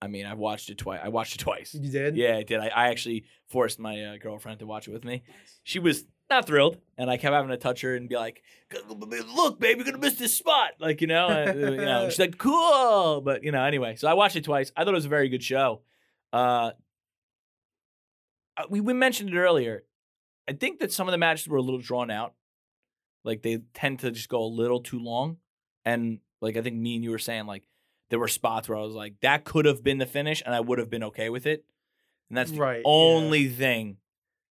Speaker 2: I mean, I watched it twice. I watched it twice.
Speaker 1: you did?
Speaker 2: Yeah, I did. I, I actually forced my uh, girlfriend to watch it with me.
Speaker 3: Nice.
Speaker 2: She was not thrilled, and I kept having to touch her and be like, "Look, babe, you're gonna miss this spot." Like you know, uh, you know. She's like, "Cool," but you know. Anyway, so I watched it twice. I thought it was a very good show. Uh, uh, we we mentioned it earlier. I think that some of the matches were a little drawn out. Like they tend to just go a little too long, and like I think me and you were saying, like there were spots where I was like, "That could have been the finish," and I would have been okay with it. And that's the
Speaker 1: Right, yeah.
Speaker 2: only thing.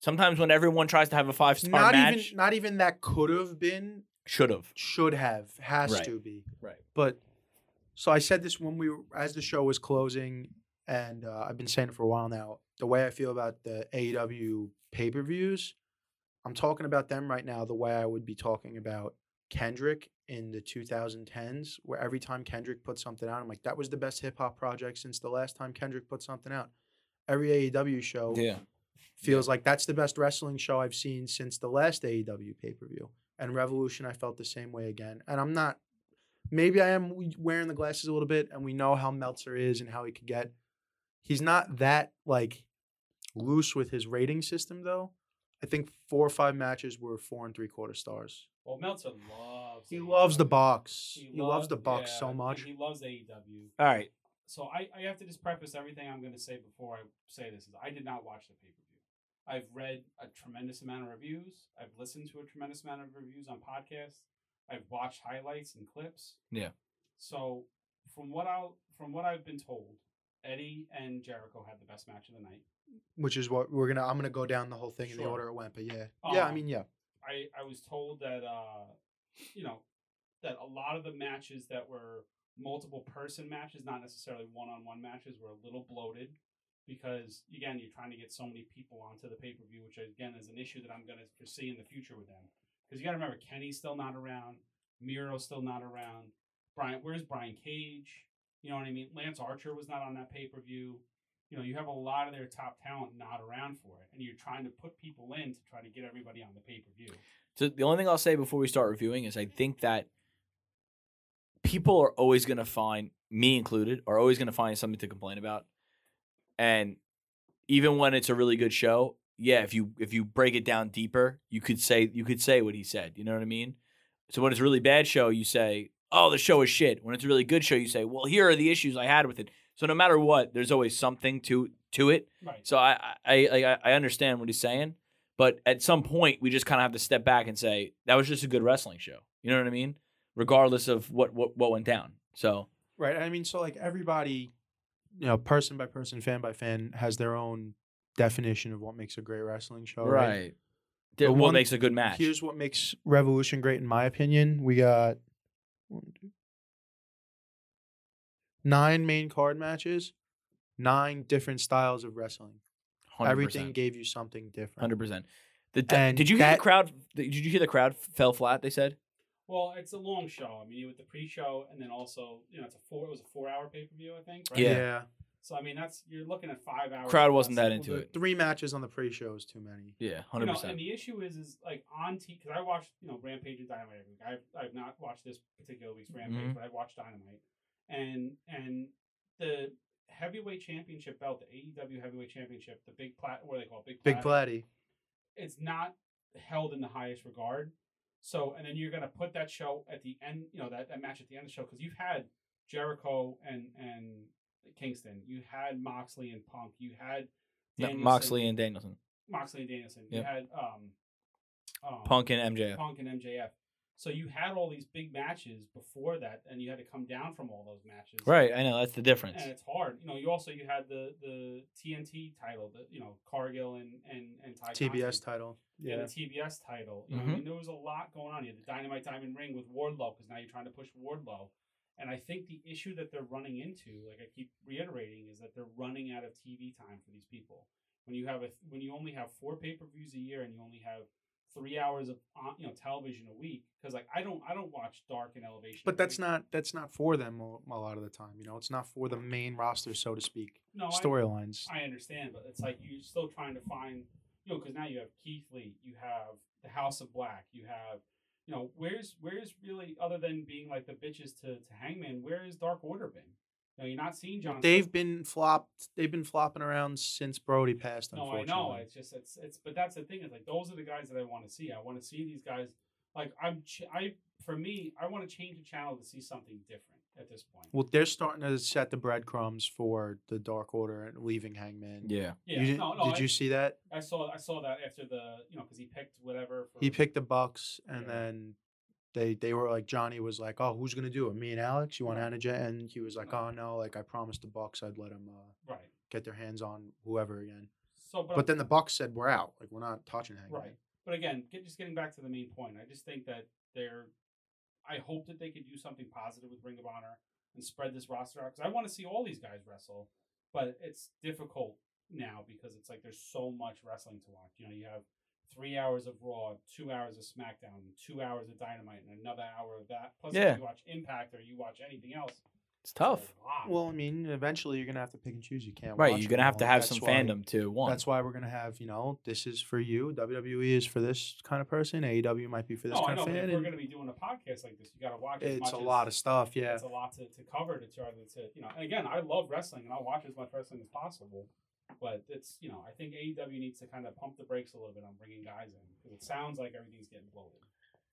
Speaker 2: Sometimes when everyone tries to have a five star
Speaker 1: Not
Speaker 2: match,
Speaker 1: even, not even that could have been,
Speaker 2: should have.
Speaker 1: should have, has
Speaker 2: Right.
Speaker 1: to be.
Speaker 2: Right.
Speaker 1: But so I said this when we were, as the show was closing, and uh, I've been saying it for a while now. The way I feel about the AEW pay per views, I'm talking about them right now the way I would be talking about Kendrick in the 2010s, where every time Kendrick put something out, I'm like, that was the best hip hop project since the last time Kendrick put something out. Every AEW show
Speaker 2: Yeah.
Speaker 1: feels like that's the best wrestling show I've seen since the last AEW pay per view. And Revolution, I felt the same way again. And I'm not, maybe I am w- wearing the glasses a little bit, and we know how Meltzer is and how he could get. He's not that like loose with his rating system, though. I think four or five matches were four and three quarter stars.
Speaker 3: Well, Meltzer loves. E
Speaker 1: He
Speaker 3: AEW.
Speaker 1: loves the box. He,
Speaker 3: lo-
Speaker 1: loves the box
Speaker 3: yeah,
Speaker 1: so
Speaker 3: and
Speaker 1: much.
Speaker 3: He loves AEW.
Speaker 2: All right.
Speaker 3: So I, I have to just preface everything I'm going to say before I say this is I did not watch the pay per view. I've read a tremendous amount of reviews. I've listened to a tremendous amount of reviews on podcasts. I've watched highlights and clips.
Speaker 2: Yeah.
Speaker 3: So from what I'll from what I've been told, Eddie and Jericho had the best match of the night.
Speaker 1: which is what we're gonna. I'm gonna go down the whole thing in the
Speaker 3: Sure.
Speaker 1: order it went, but yeah, yeah. I
Speaker 3: Um,
Speaker 1: mean, yeah,
Speaker 3: I, I was told that uh, you know that a lot of the matches that were multiple person matches, not necessarily one on one matches, were a little bloated because again you're trying to get so many people onto the pay per view, which again is an issue that I'm going to foresee in the future with them because you got to remember Kenny's still not around, Miro's still not around, Brian where's Brian Cage? You know what I mean? Lance Archer was not on that pay per view. You know, you have a lot of their top talent not around for it, and you're trying to put people in to try to get everybody on the pay per view.
Speaker 2: So the only thing I'll say before we start reviewing is I think that people are always going to find me included are always going to find something to complain about. And even when it's a really good show, yeah, if you if you break it down deeper, you could say you could say what he said, you know what I mean? So when it's a really bad show, you say, "Oh, the show is shit." When it's a really good show, you say, "Well, here are the issues I had with it." So no matter what, there's always something to to it.
Speaker 3: Right.
Speaker 2: So I I I, I understand what he's saying, but at some point we just kind of have to step back and say that was just a good wrestling show. You know what I mean? Regardless of what what, what went down. So
Speaker 1: Right. I mean, so like everybody, you know, person by person, fan by fan, has their own definition of what makes a great wrestling show.
Speaker 2: Th-
Speaker 1: The
Speaker 2: what
Speaker 1: one-
Speaker 2: makes a good match?
Speaker 1: Here's what makes Revolution great, in my opinion. We got one, two, nine main card matches, nine different styles of wrestling.
Speaker 2: 100%,
Speaker 1: Everything gave you something different.
Speaker 2: hundred percent. The,
Speaker 1: And
Speaker 2: did you hear
Speaker 1: that-
Speaker 2: the crowd? Did you hear the crowd fell flat? They said
Speaker 3: Well, it's a long show. I mean, with the pre-show and then also, you know, it's a four. It was a four-hour pay-per-view, I think.
Speaker 2: Yeah.
Speaker 1: yeah.
Speaker 3: So I mean, that's you're looking at five hours.
Speaker 5: Crowd
Speaker 3: of
Speaker 5: wasn't that
Speaker 3: wrestling.
Speaker 5: into
Speaker 1: the
Speaker 5: it.
Speaker 1: Three matches on the pre-show is too many.
Speaker 5: Yeah,
Speaker 3: You
Speaker 5: hundred
Speaker 3: know, and
Speaker 5: percent.
Speaker 3: the issue is, is like on TV because I watched you know Rampage and Dynamite every week. I've I've not watched this particular week's Rampage,
Speaker 5: Mhm.
Speaker 3: but I watched Dynamite, and and the heavyweight championship belt, the AEW heavyweight championship, the big plat, what do they call it? Big
Speaker 1: Big
Speaker 3: platter.
Speaker 1: Platty.
Speaker 3: it's not held in the highest regard. So, and then you're going to put that show at the end, you know, that, that match at the end of the show, because you've had Jericho and, and Kingston, you had Moxley and Punk, you had Danielson-
Speaker 5: Moxley and Danielson,
Speaker 3: Moxley and Danielson, you
Speaker 5: Yep.
Speaker 3: had um, um,
Speaker 5: Punk and MJF.
Speaker 3: Punk and MJF. So you had all these big matches before that, and you had to come down from all those matches,
Speaker 5: Right, I know that's the difference.
Speaker 3: and it's hard. You know, you also you had the the TNT title, the you know Cargill and and and Ty Conti.
Speaker 1: TBS title.
Speaker 3: Yeah,
Speaker 1: Yeah. Mm-hmm.
Speaker 3: the TBS title. You know, I mean, there was a lot going on. You had the Dynamite Diamond Ring with Wardlow because now you're trying to push Wardlow. And I think the issue that they're running into, like I keep reiterating, is that they're running out of TV time for these people. When you have a when you only have four pay per views a year and you only have three hours of on, you know television a week, because like I don't I don't watch Dark and Elevation.
Speaker 1: But
Speaker 3: every
Speaker 1: that's
Speaker 3: week.
Speaker 1: not that's not for them a a lot of the time. You know, it's not for the main roster, so to speak.
Speaker 3: no I-
Speaker 1: Storylines.
Speaker 3: I understand, but it's like you're still trying to find, you know, because now you have Keith Lee, you have the House of Black, you have, you know, where's where's really other than being like the bitches to to Hangman, where has Dark Order been? You know, you're not seeing John.
Speaker 1: They've been flopped. They've been flopping around since Brody passed.
Speaker 3: No, I
Speaker 1: Unfortunately,
Speaker 3: know. It's just it's it's. But that's the thing. Is like those are the guys that I want to see. I want to see these guys. Like I'm ch- I for me, I want to change the channel to see something different at this point.
Speaker 1: Well, they're starting to set the breadcrumbs for the Dark Order and leaving Hangman.
Speaker 5: yeah,
Speaker 1: You
Speaker 3: yeah.
Speaker 1: didn't-
Speaker 3: no, no.
Speaker 1: did
Speaker 3: I,
Speaker 1: you see that?
Speaker 3: I saw I saw that after the you know because he picked whatever. For,
Speaker 1: He picked the Bucks, and
Speaker 3: Yeah.
Speaker 1: then they they were like Johnny was like, "Oh, who's gonna do it? Me and Alex? You want Anna J?" And he was like, "Oh no, like I promised the Bucks I'd let them uh,
Speaker 3: right.
Speaker 1: get their hands on whoever again."
Speaker 3: So, but,
Speaker 1: But then the Bucks said, "We're out. Like we're not touching Hangman."
Speaker 3: Right. But again, get, just getting back to the main point, I just think that they're. I hope that they could do something positive with Ring of Honor and spread this roster out because I want to see all these guys wrestle, but it's difficult now because it's like there's so much wrestling to watch. You know, you have three hours of Raw, two hours of SmackDown, two hours of Dynamite, and another hour of that. Plus,
Speaker 5: Yeah.
Speaker 3: if you watch Impact or you watch anything else, it's
Speaker 5: it's
Speaker 3: a
Speaker 5: tough.
Speaker 3: lot.
Speaker 1: Well, I mean, eventually you're gonna have to pick and choose. You can't.
Speaker 5: Right,
Speaker 1: watch
Speaker 5: you're
Speaker 1: them
Speaker 5: gonna have to
Speaker 1: all.
Speaker 5: have
Speaker 1: That's
Speaker 5: some
Speaker 1: why-
Speaker 5: fandom to one.
Speaker 1: That's why we're gonna have you know this is for you. WWE is for this kind of person. AEW might be for this
Speaker 3: no, Oh, I
Speaker 1: kind
Speaker 3: know.
Speaker 1: of
Speaker 3: But
Speaker 1: fan.
Speaker 3: if we're
Speaker 1: and
Speaker 3: going to be doing a podcast like this, you got to watch. as
Speaker 1: it's
Speaker 3: much
Speaker 1: a
Speaker 3: as-
Speaker 1: lot of stuff. Yeah.
Speaker 3: It's a lot to, to cover to try to, to you know. And again, I love wrestling and I'll watch as much wrestling as possible. But it's you know, I think AEW needs to kind of pump the brakes a little bit on bringing guys in because it sounds like everything's getting bloated.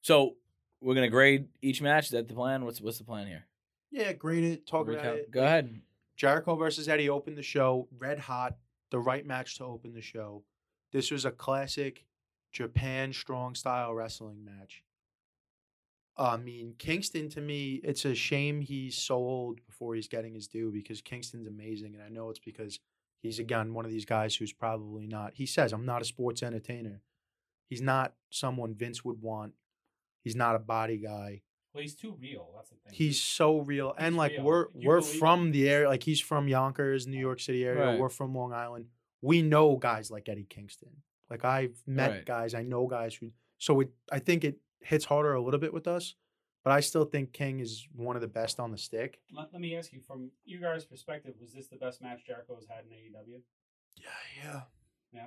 Speaker 5: So we're gonna grade each match. Is that the plan? What's what's the plan here?
Speaker 1: Yeah, grade it. Talk
Speaker 5: Recount-
Speaker 1: about it.
Speaker 5: Go ahead.
Speaker 1: Jericho versus Eddie opened the show. Red hot. The right match to open the show. This was a classic Japan strong style wrestling match. I mean, Kingston to me, it's a shame he's so old before he's getting his due because Kingston's amazing. And I know it's because he's, again, one of these guys who's probably not, he says, I'm not a sports entertainer. He's not someone Vince would want. He's not a body guy.
Speaker 3: Well, he's too real. That's the thing.
Speaker 1: He's so real, and
Speaker 3: He's
Speaker 1: like
Speaker 3: real.
Speaker 1: we're
Speaker 3: You
Speaker 1: we're
Speaker 3: believe him.
Speaker 1: from the area. Like he's from Yonkers, New York City area.
Speaker 5: Right.
Speaker 1: We're from Long Island. We know guys like Eddie Kingston. Like I've met
Speaker 5: Right.
Speaker 1: guys. I know guys who. So it, I think it hits harder a little bit with us, but I still think King is one of the best on the stick.
Speaker 3: Let, let me ask you from your guys' perspective: Was this the best match Jericho has had in E AEW?
Speaker 1: Yeah, yeah.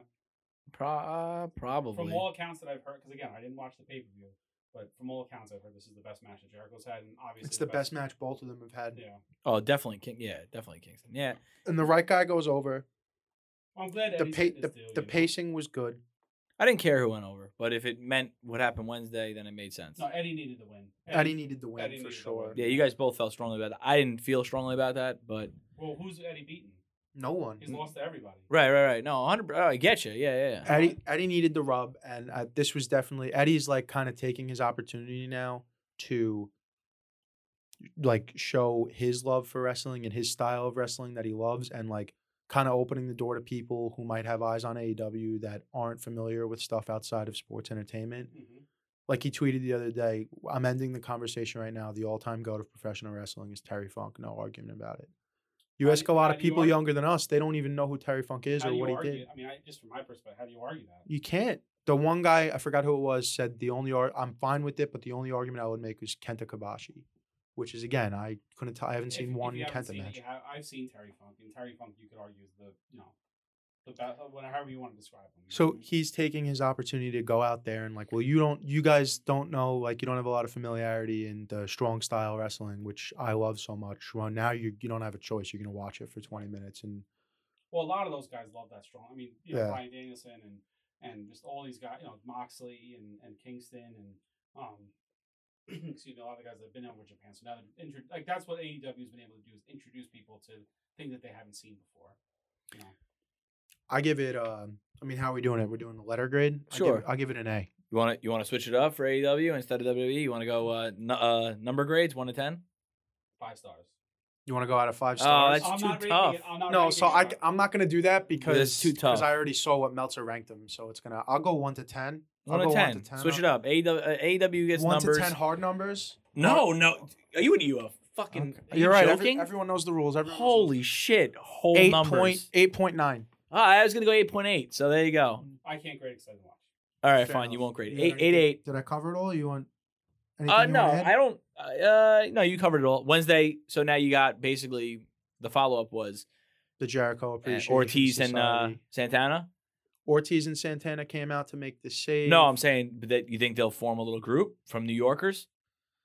Speaker 5: Pro- probably.
Speaker 3: From all accounts that I've heard, because again, I didn't watch the pay per view, but from all accounts I've heard, this is the best match that Jericho's had, and obviously
Speaker 1: It's the best match both of them have had.
Speaker 3: Yeah,
Speaker 5: oh, definitely King. Yeah, definitely Kingston. Yeah,
Speaker 1: And the right guy goes over.
Speaker 3: well, I'm glad
Speaker 1: The
Speaker 3: Eddie's
Speaker 1: pa-
Speaker 3: getting
Speaker 1: the,
Speaker 3: his due,
Speaker 1: the
Speaker 3: you know.
Speaker 1: pacing was good.
Speaker 5: I didn't care who went over, but if it meant what happened Wednesday, then it made sense.
Speaker 3: No, Eddie needed the win.
Speaker 1: Eddie needed the win
Speaker 3: Eddie
Speaker 1: for
Speaker 3: needed the
Speaker 1: sure.
Speaker 3: win.
Speaker 5: yeah, you guys both felt strongly about that. I didn't feel strongly about that, but
Speaker 3: Well, who's Eddie beaten?
Speaker 1: No one.
Speaker 3: He's lost to everybody.
Speaker 5: right, right, right. No, hundred. Oh, I get you. Yeah, yeah, yeah.
Speaker 1: Eddie, Eddie needed the rub, and uh, this was definitely Eddie's like kind of taking his opportunity now to like show his love for wrestling and his style of wrestling that he loves, and like kind of opening the door to people who might have eyes on AEW that aren't familiar with stuff outside of sports entertainment.
Speaker 3: hmm
Speaker 1: Like he tweeted the other day, I'm ending the conversation right now. The all-time goat of professional wrestling is Terry Funk. No argument about it. You
Speaker 3: How
Speaker 1: ask
Speaker 3: do-
Speaker 1: a lot
Speaker 3: how
Speaker 1: of
Speaker 3: do you
Speaker 1: people
Speaker 3: argue-
Speaker 1: younger than us, they don't even know who Terry Funk is
Speaker 3: How
Speaker 1: or
Speaker 3: do you
Speaker 1: what he
Speaker 3: argue?
Speaker 1: did.
Speaker 3: I mean, I, just from my perspective, how do you argue that?
Speaker 1: You can't. The one guy I forgot who it was said the only ar- I'm fine with it, but the only argument I would make was Kenta Kobashi. which is again I couldn't tell. I haven't
Speaker 3: If-
Speaker 1: seen
Speaker 3: if
Speaker 1: one
Speaker 3: you haven't
Speaker 1: Kenta
Speaker 3: seen it,
Speaker 1: match.
Speaker 3: you have- I've seen Terry Funk, and Terry Funk, you could argue is the you know the best, uh, however you want to describe him. you know what
Speaker 1: So
Speaker 3: I mean?
Speaker 1: he's taking his opportunity to go out there and like, well, you don't, you guys don't know, like, you don't have a lot of familiarity in the strong style wrestling, which I love so much. Well, now you you don't have a choice. You're gonna watch it for 20 minutes, and
Speaker 3: well, a lot of those guys love that strong. I mean, you know,
Speaker 1: Yeah.
Speaker 3: Brian Danielson and and just all these guys, you know, Moxley and, and Kingston and um, excuse me, a lot of the guys that have been over Japan. So now they're intro- like that's what AEW's been able to do is introduce people to things that they haven't seen before. You know,
Speaker 1: I give it. Um, I mean, how are we doing it? We're doing a letter grade. I give-
Speaker 2: Sure.
Speaker 1: I'll give it an A.
Speaker 2: You want to you want to switch it up for
Speaker 5: E
Speaker 2: AEW instead of WWE? You want to go uh, n- uh number grades one to ten?
Speaker 3: five stars.
Speaker 1: You want to go out of five
Speaker 2: Oh,
Speaker 1: stars?
Speaker 2: that's
Speaker 3: I'm
Speaker 2: too
Speaker 3: not rating
Speaker 2: tough.
Speaker 3: it- I'm not
Speaker 1: no,
Speaker 3: rating
Speaker 1: so
Speaker 3: it,
Speaker 1: I
Speaker 3: but-
Speaker 1: am not gonna do that because
Speaker 2: too
Speaker 1: because
Speaker 2: tough.
Speaker 1: I already saw what Meltzer ranked him, so it's gonna. I'll go one to ten. I'll
Speaker 2: One to,
Speaker 1: go
Speaker 2: 10. Switch it up.
Speaker 5: E
Speaker 2: AEW, uh, AEW gets
Speaker 1: One
Speaker 2: numbers.
Speaker 1: to ten hard numbers.
Speaker 2: No, no. Are you are you a fucking?
Speaker 1: Okay.
Speaker 2: Are you
Speaker 1: You're right. every-
Speaker 2: Joking?
Speaker 1: everyone knows the rules. Everyone knows the rules.
Speaker 2: Holy shit! Whole
Speaker 1: Eight
Speaker 2: numbers.
Speaker 1: point eight point nine.
Speaker 2: Ah, I was gonna go eight point eight. So there you go.
Speaker 3: Mm, I can't grade because I didn't watch.
Speaker 2: All right,
Speaker 1: Fair
Speaker 2: fine.
Speaker 1: enough.
Speaker 2: You won't grade
Speaker 1: You
Speaker 2: it.
Speaker 1: got
Speaker 2: eight eight
Speaker 1: anything-
Speaker 2: eight.
Speaker 1: Did I cover it all? You want? anything
Speaker 2: Uh,
Speaker 1: you
Speaker 2: no,
Speaker 1: wanna add?
Speaker 2: I don't. Uh, no, you covered it all. Wednesday. So now you got basically the follow up was
Speaker 1: The Jericho
Speaker 2: uh,
Speaker 1: appreciation.
Speaker 2: Ortiz and uh,
Speaker 1: Society.
Speaker 2: Santana.
Speaker 1: Ortiz and Santana came out to make the save.
Speaker 2: No, I'm saying that you think they'll form a little group from New Yorkers.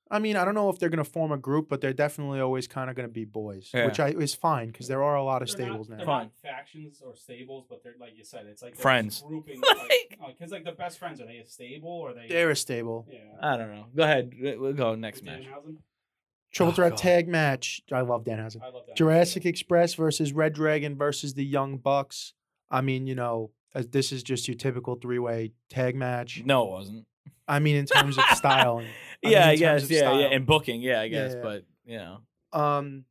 Speaker 1: I mean, I don't know if they're going to form a group, but they're definitely always kind of going to be boys,
Speaker 2: Yeah.
Speaker 1: which I is fine because there are a lot of
Speaker 3: They're not-
Speaker 1: stables
Speaker 3: they're
Speaker 1: now.
Speaker 3: not
Speaker 2: Fine.
Speaker 3: factions or stables, but they're like you said, it's like they're just
Speaker 2: Friends.
Speaker 3: grouping like because like the best friends are they a stable or are they?
Speaker 1: They're a stable.
Speaker 3: yeah.
Speaker 2: I don't know. Go ahead. We- We'll go next match.
Speaker 3: Danhausen?
Speaker 1: Triple
Speaker 2: Oh,
Speaker 1: threat
Speaker 2: God.
Speaker 1: tag match. I love Danhausen.
Speaker 3: I love that.
Speaker 1: Jurassic Express versus Red Dragon versus the Young Bucks. I mean, you know, as this is just your typical three way tag match.
Speaker 2: No, it wasn't.
Speaker 1: I mean, in terms of styling. I
Speaker 2: yeah,
Speaker 1: mean,
Speaker 2: I
Speaker 1: in terms
Speaker 2: guess.
Speaker 1: of
Speaker 2: Yeah, yeah,
Speaker 1: style.
Speaker 2: and booking. Yeah, I guess.
Speaker 1: Yeah.
Speaker 2: But you know,
Speaker 1: Um,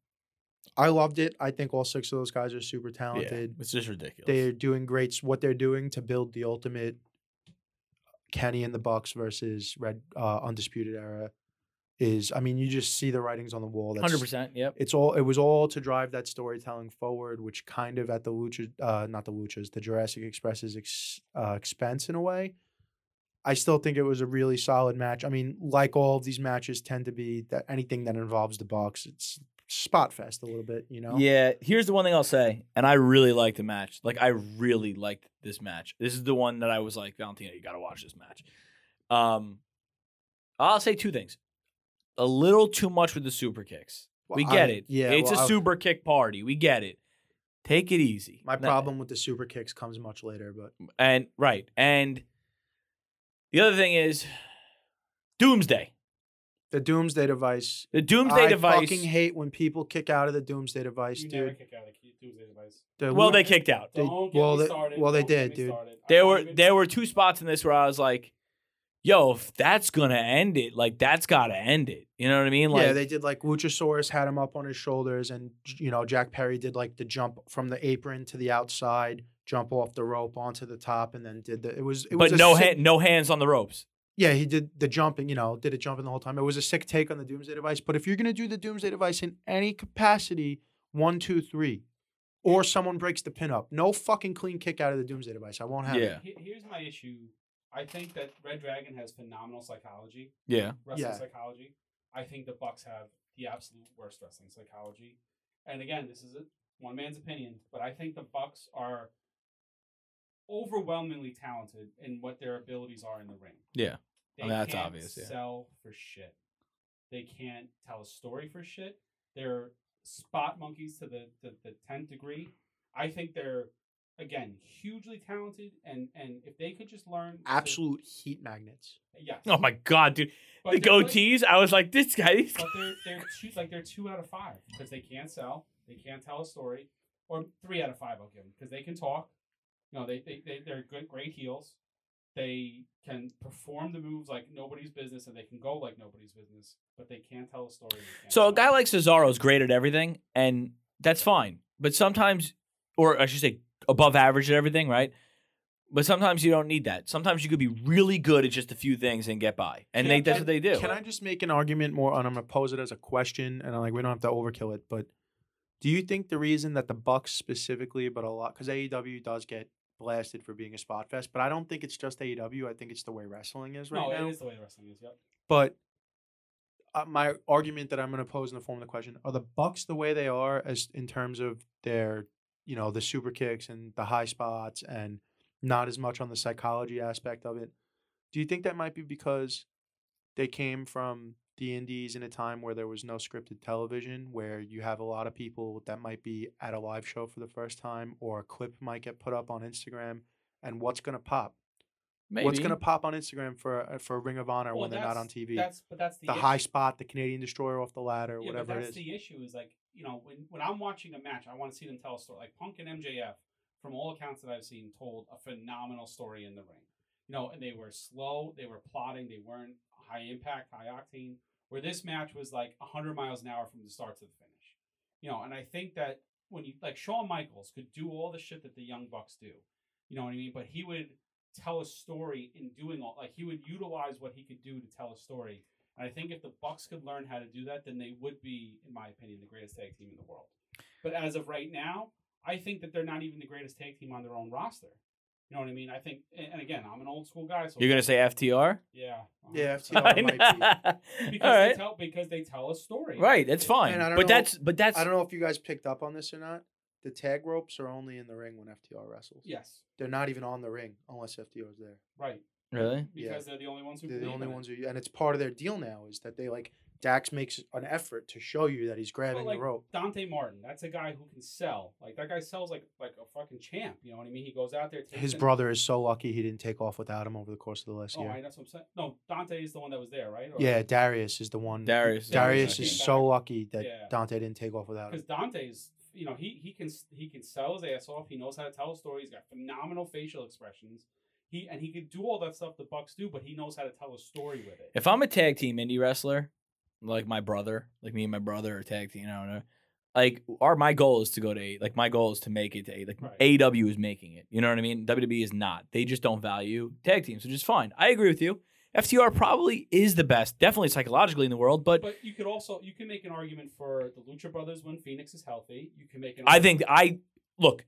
Speaker 1: I loved it. I think all six of those guys are super
Speaker 2: yeah,
Speaker 1: talented.
Speaker 2: it's just ridiculous.
Speaker 1: They're doing great. s- What they're doing to build the ultimate uh, Kenny and the Bucks versus Red uh, Undisputed Era is. I mean, you just see the writings on the wall. That's
Speaker 2: hundred percent. Yep.
Speaker 1: it's all it was all to drive that storytelling forward, which kind of at the lucha, uh, not the luchas, the Jurassic Express's ex, uh, expense in a way. I still think it was a really solid match. I mean, like all of these matches tend to be that anything that involves the box, it's spot fest a little bit, you know.
Speaker 2: Yeah. Here's the one thing I'll say, and I really liked the match. Like I really liked this match. This is the one that I was like, Valentina, you got to watch this match. Um, I'll say two things. A little too much with the super kicks.
Speaker 1: Well,
Speaker 2: We
Speaker 1: I-
Speaker 2: get it.
Speaker 1: Yeah,
Speaker 2: It's
Speaker 1: well,
Speaker 2: a
Speaker 1: I-
Speaker 2: super kick party. We get it. Take it easy.
Speaker 1: My
Speaker 2: No-
Speaker 1: problem with the super kicks comes much later, but
Speaker 2: And right. And the other thing is Doomsday.
Speaker 1: the Doomsday device.
Speaker 2: The Doomsday
Speaker 1: I
Speaker 2: device.
Speaker 1: fucking hate when people kick out of the Doomsday device,
Speaker 3: You never
Speaker 1: dude.
Speaker 3: kick out of the Tuesday advice.
Speaker 1: The
Speaker 2: well,
Speaker 1: Lu-
Speaker 2: they kicked out.
Speaker 1: They-
Speaker 3: Don't get
Speaker 1: well,
Speaker 3: me
Speaker 1: they-
Speaker 3: started.
Speaker 1: well, they
Speaker 3: Don't get
Speaker 1: did,
Speaker 3: me
Speaker 1: dude.
Speaker 3: started. I
Speaker 2: There
Speaker 3: don't
Speaker 2: were
Speaker 3: even-
Speaker 2: there were two spots in this where I was like, "Yo, if that's gonna end it, like that's gotta end it." You know what I mean? Like,
Speaker 1: yeah, they did like Luchasaurus had him up on his shoulders, and you know Jack Perry did like the jump from the apron to the outside, jump off the rope onto the top, and then did the it was it
Speaker 2: but
Speaker 1: was a
Speaker 2: no
Speaker 1: sick-
Speaker 2: hand, no hands on the ropes.
Speaker 1: Yeah, he did the jumping, you know, did a jumping the whole time. It was a sick take on the Doomsday device. But if you're gonna do the Doomsday device in any capacity, one, two, three, or someone breaks the pin up, no fucking clean kick out of the Doomsday device. I won't have it.
Speaker 2: Yeah,
Speaker 3: He- Here's my issue. I think that Red Dragon has phenomenal psychology,
Speaker 2: yeah.
Speaker 3: wrestling
Speaker 1: Yeah.
Speaker 3: psychology. I think the Bucks have the absolute worst wrestling psychology. And again, this is a, one man's opinion, but I think the Bucks are overwhelmingly talented in what their abilities are in the ring.
Speaker 2: Yeah.
Speaker 3: They
Speaker 2: I mean, that's
Speaker 3: can't
Speaker 2: obvious, yeah.
Speaker 3: Sell for shit. They can't tell a story for shit. They're spot monkeys to the the, the tenth degree. I think they're again hugely talented, and and if they could just learn to-
Speaker 1: Absolute heat magnets.
Speaker 3: yes.
Speaker 2: Oh my god, dude,
Speaker 3: But
Speaker 2: the
Speaker 3: they're really-
Speaker 2: goatees. I was like, this guy. This
Speaker 3: but they're they're two like they're two out of five because they can't sell, they can't tell a story, or three out of five I'll give them because they can talk. You know they they they they're good great heels. They can perform the moves like nobody's business, and they can go like nobody's business, but they can't tell a story. they can't
Speaker 2: So a
Speaker 3: sell.
Speaker 2: guy like Cesaro is great at everything, and that's fine. But sometimes, or I should say, above average at everything, right? But sometimes you don't need that. Sometimes you could be really good at just a few things and get by, and they,
Speaker 3: Can-
Speaker 2: that's what they do.
Speaker 1: Can I just make an argument more? And I'm gonna pose it as a question, and I'm like, we don't have to overkill it. But do you think the reason that the Bucks specifically, but a lot, because AEW does get blasted for being a spot fest, but I don't E think it's just AEW. I think it's the way wrestling is right
Speaker 3: no,
Speaker 1: now.
Speaker 3: it is the way wrestling is. Yep.
Speaker 1: But uh, my argument that I'm going to pose in the form of the question are the Bucks the way they are as in terms of their you know the super kicks and the high spots and not as much on the psychology aspect of it. Do you think that might be because they came from the indies in a time where there was no scripted television where you have a lot of people that might be at a live show for the first time or a clip might get put up on Instagram and what's going to pop? What's going to pop on Instagram for uh, for Ring of Honor
Speaker 3: Well,
Speaker 1: when they're not
Speaker 3: that's-
Speaker 1: on TV?
Speaker 3: That's but that's the,
Speaker 1: the
Speaker 3: issue.
Speaker 1: high spot, the Canadian destroyer off the ladder,
Speaker 3: Yeah,
Speaker 1: whatever
Speaker 3: but
Speaker 1: it
Speaker 3: that's
Speaker 1: is.
Speaker 3: the issue. Is like you know when when I'm watching a match, I want to see them tell a story. Like Punk and MJF, from all accounts that I've seen, told a phenomenal story in the ring. You know, and they were slow, they were plotting, they weren't high impact, high octane. Where this match was like 100 miles an hour from the start to the finish. You know, and I think that when you like Shawn Michaels could do all the shit that the Young Bucks do. You know what I mean? But he would tell a story in doing all like he would utilize what he could do to tell a story. And I think if the Bucks could learn how to do that, then they would be, in my opinion, the greatest tag team in the world. But as of right now, I think that they're not even the greatest tag team on their own roster. You know what I mean? I think, and and again, I'm an old school guy, so
Speaker 2: You're gonna say FTR?
Speaker 3: yeah,
Speaker 1: Yeah,
Speaker 3: 100%.
Speaker 1: FTR. might be.
Speaker 2: All
Speaker 3: because they
Speaker 2: right,
Speaker 3: tell because they tell a story,
Speaker 2: right. That's fine.
Speaker 1: And I
Speaker 2: But
Speaker 1: don't know-
Speaker 2: that's but that's
Speaker 1: I don't know if you guys picked up on this or not. The tag ropes are only in the ring when FTR wrestles.
Speaker 3: Yes,
Speaker 1: They're not even on the ring unless FTR is there.
Speaker 3: right,
Speaker 2: really.
Speaker 1: Yeah.
Speaker 3: because they're the only ones who
Speaker 1: They're the
Speaker 3: believe
Speaker 1: only
Speaker 3: in it.
Speaker 1: ones who, and it's part of their deal now is that they like Dax makes an effort to show you that he's grabbing
Speaker 3: like,
Speaker 1: the rope.
Speaker 3: Dante Martin, that's a guy who can sell. Like that guy sells like like a fucking champ. You know what I mean? He goes out there. Takes
Speaker 1: His
Speaker 3: it-
Speaker 1: brother is so lucky he didn't take off without him over the course of the last
Speaker 3: Oh,
Speaker 1: year.
Speaker 3: I, that's what I'm saying. No, Dante is the one that was there, right? Or-
Speaker 1: Yeah, Darius is the one. Darius
Speaker 2: Darius.
Speaker 3: Darius
Speaker 1: is
Speaker 3: came
Speaker 1: so
Speaker 3: back.
Speaker 1: lucky that
Speaker 3: Yeah.
Speaker 1: Dante didn't take off without him.
Speaker 3: because Dante's you know he he can he can sell his ass off. He knows how to tell a story. He's got phenomenal facial expressions. He and he can do all that stuff the Bucks do, but he knows how to tell a story with it.
Speaker 2: If I'm a tag team indie wrestler, like my brother, like me and my brother are tag team, I don't know. Like, our my goal is to go to eight. Like, my goal is to make it to eight. Like,
Speaker 3: Right.
Speaker 2: AEW is making it. You know what I mean? WWE is not. They just don't value tag teams, which is fine. I agree with you. FTR probably is the best, definitely psychologically in the world, but
Speaker 3: But you could also you can make an argument for the Lucha Brothers when Phoenix is healthy. You can make an
Speaker 2: I think I look.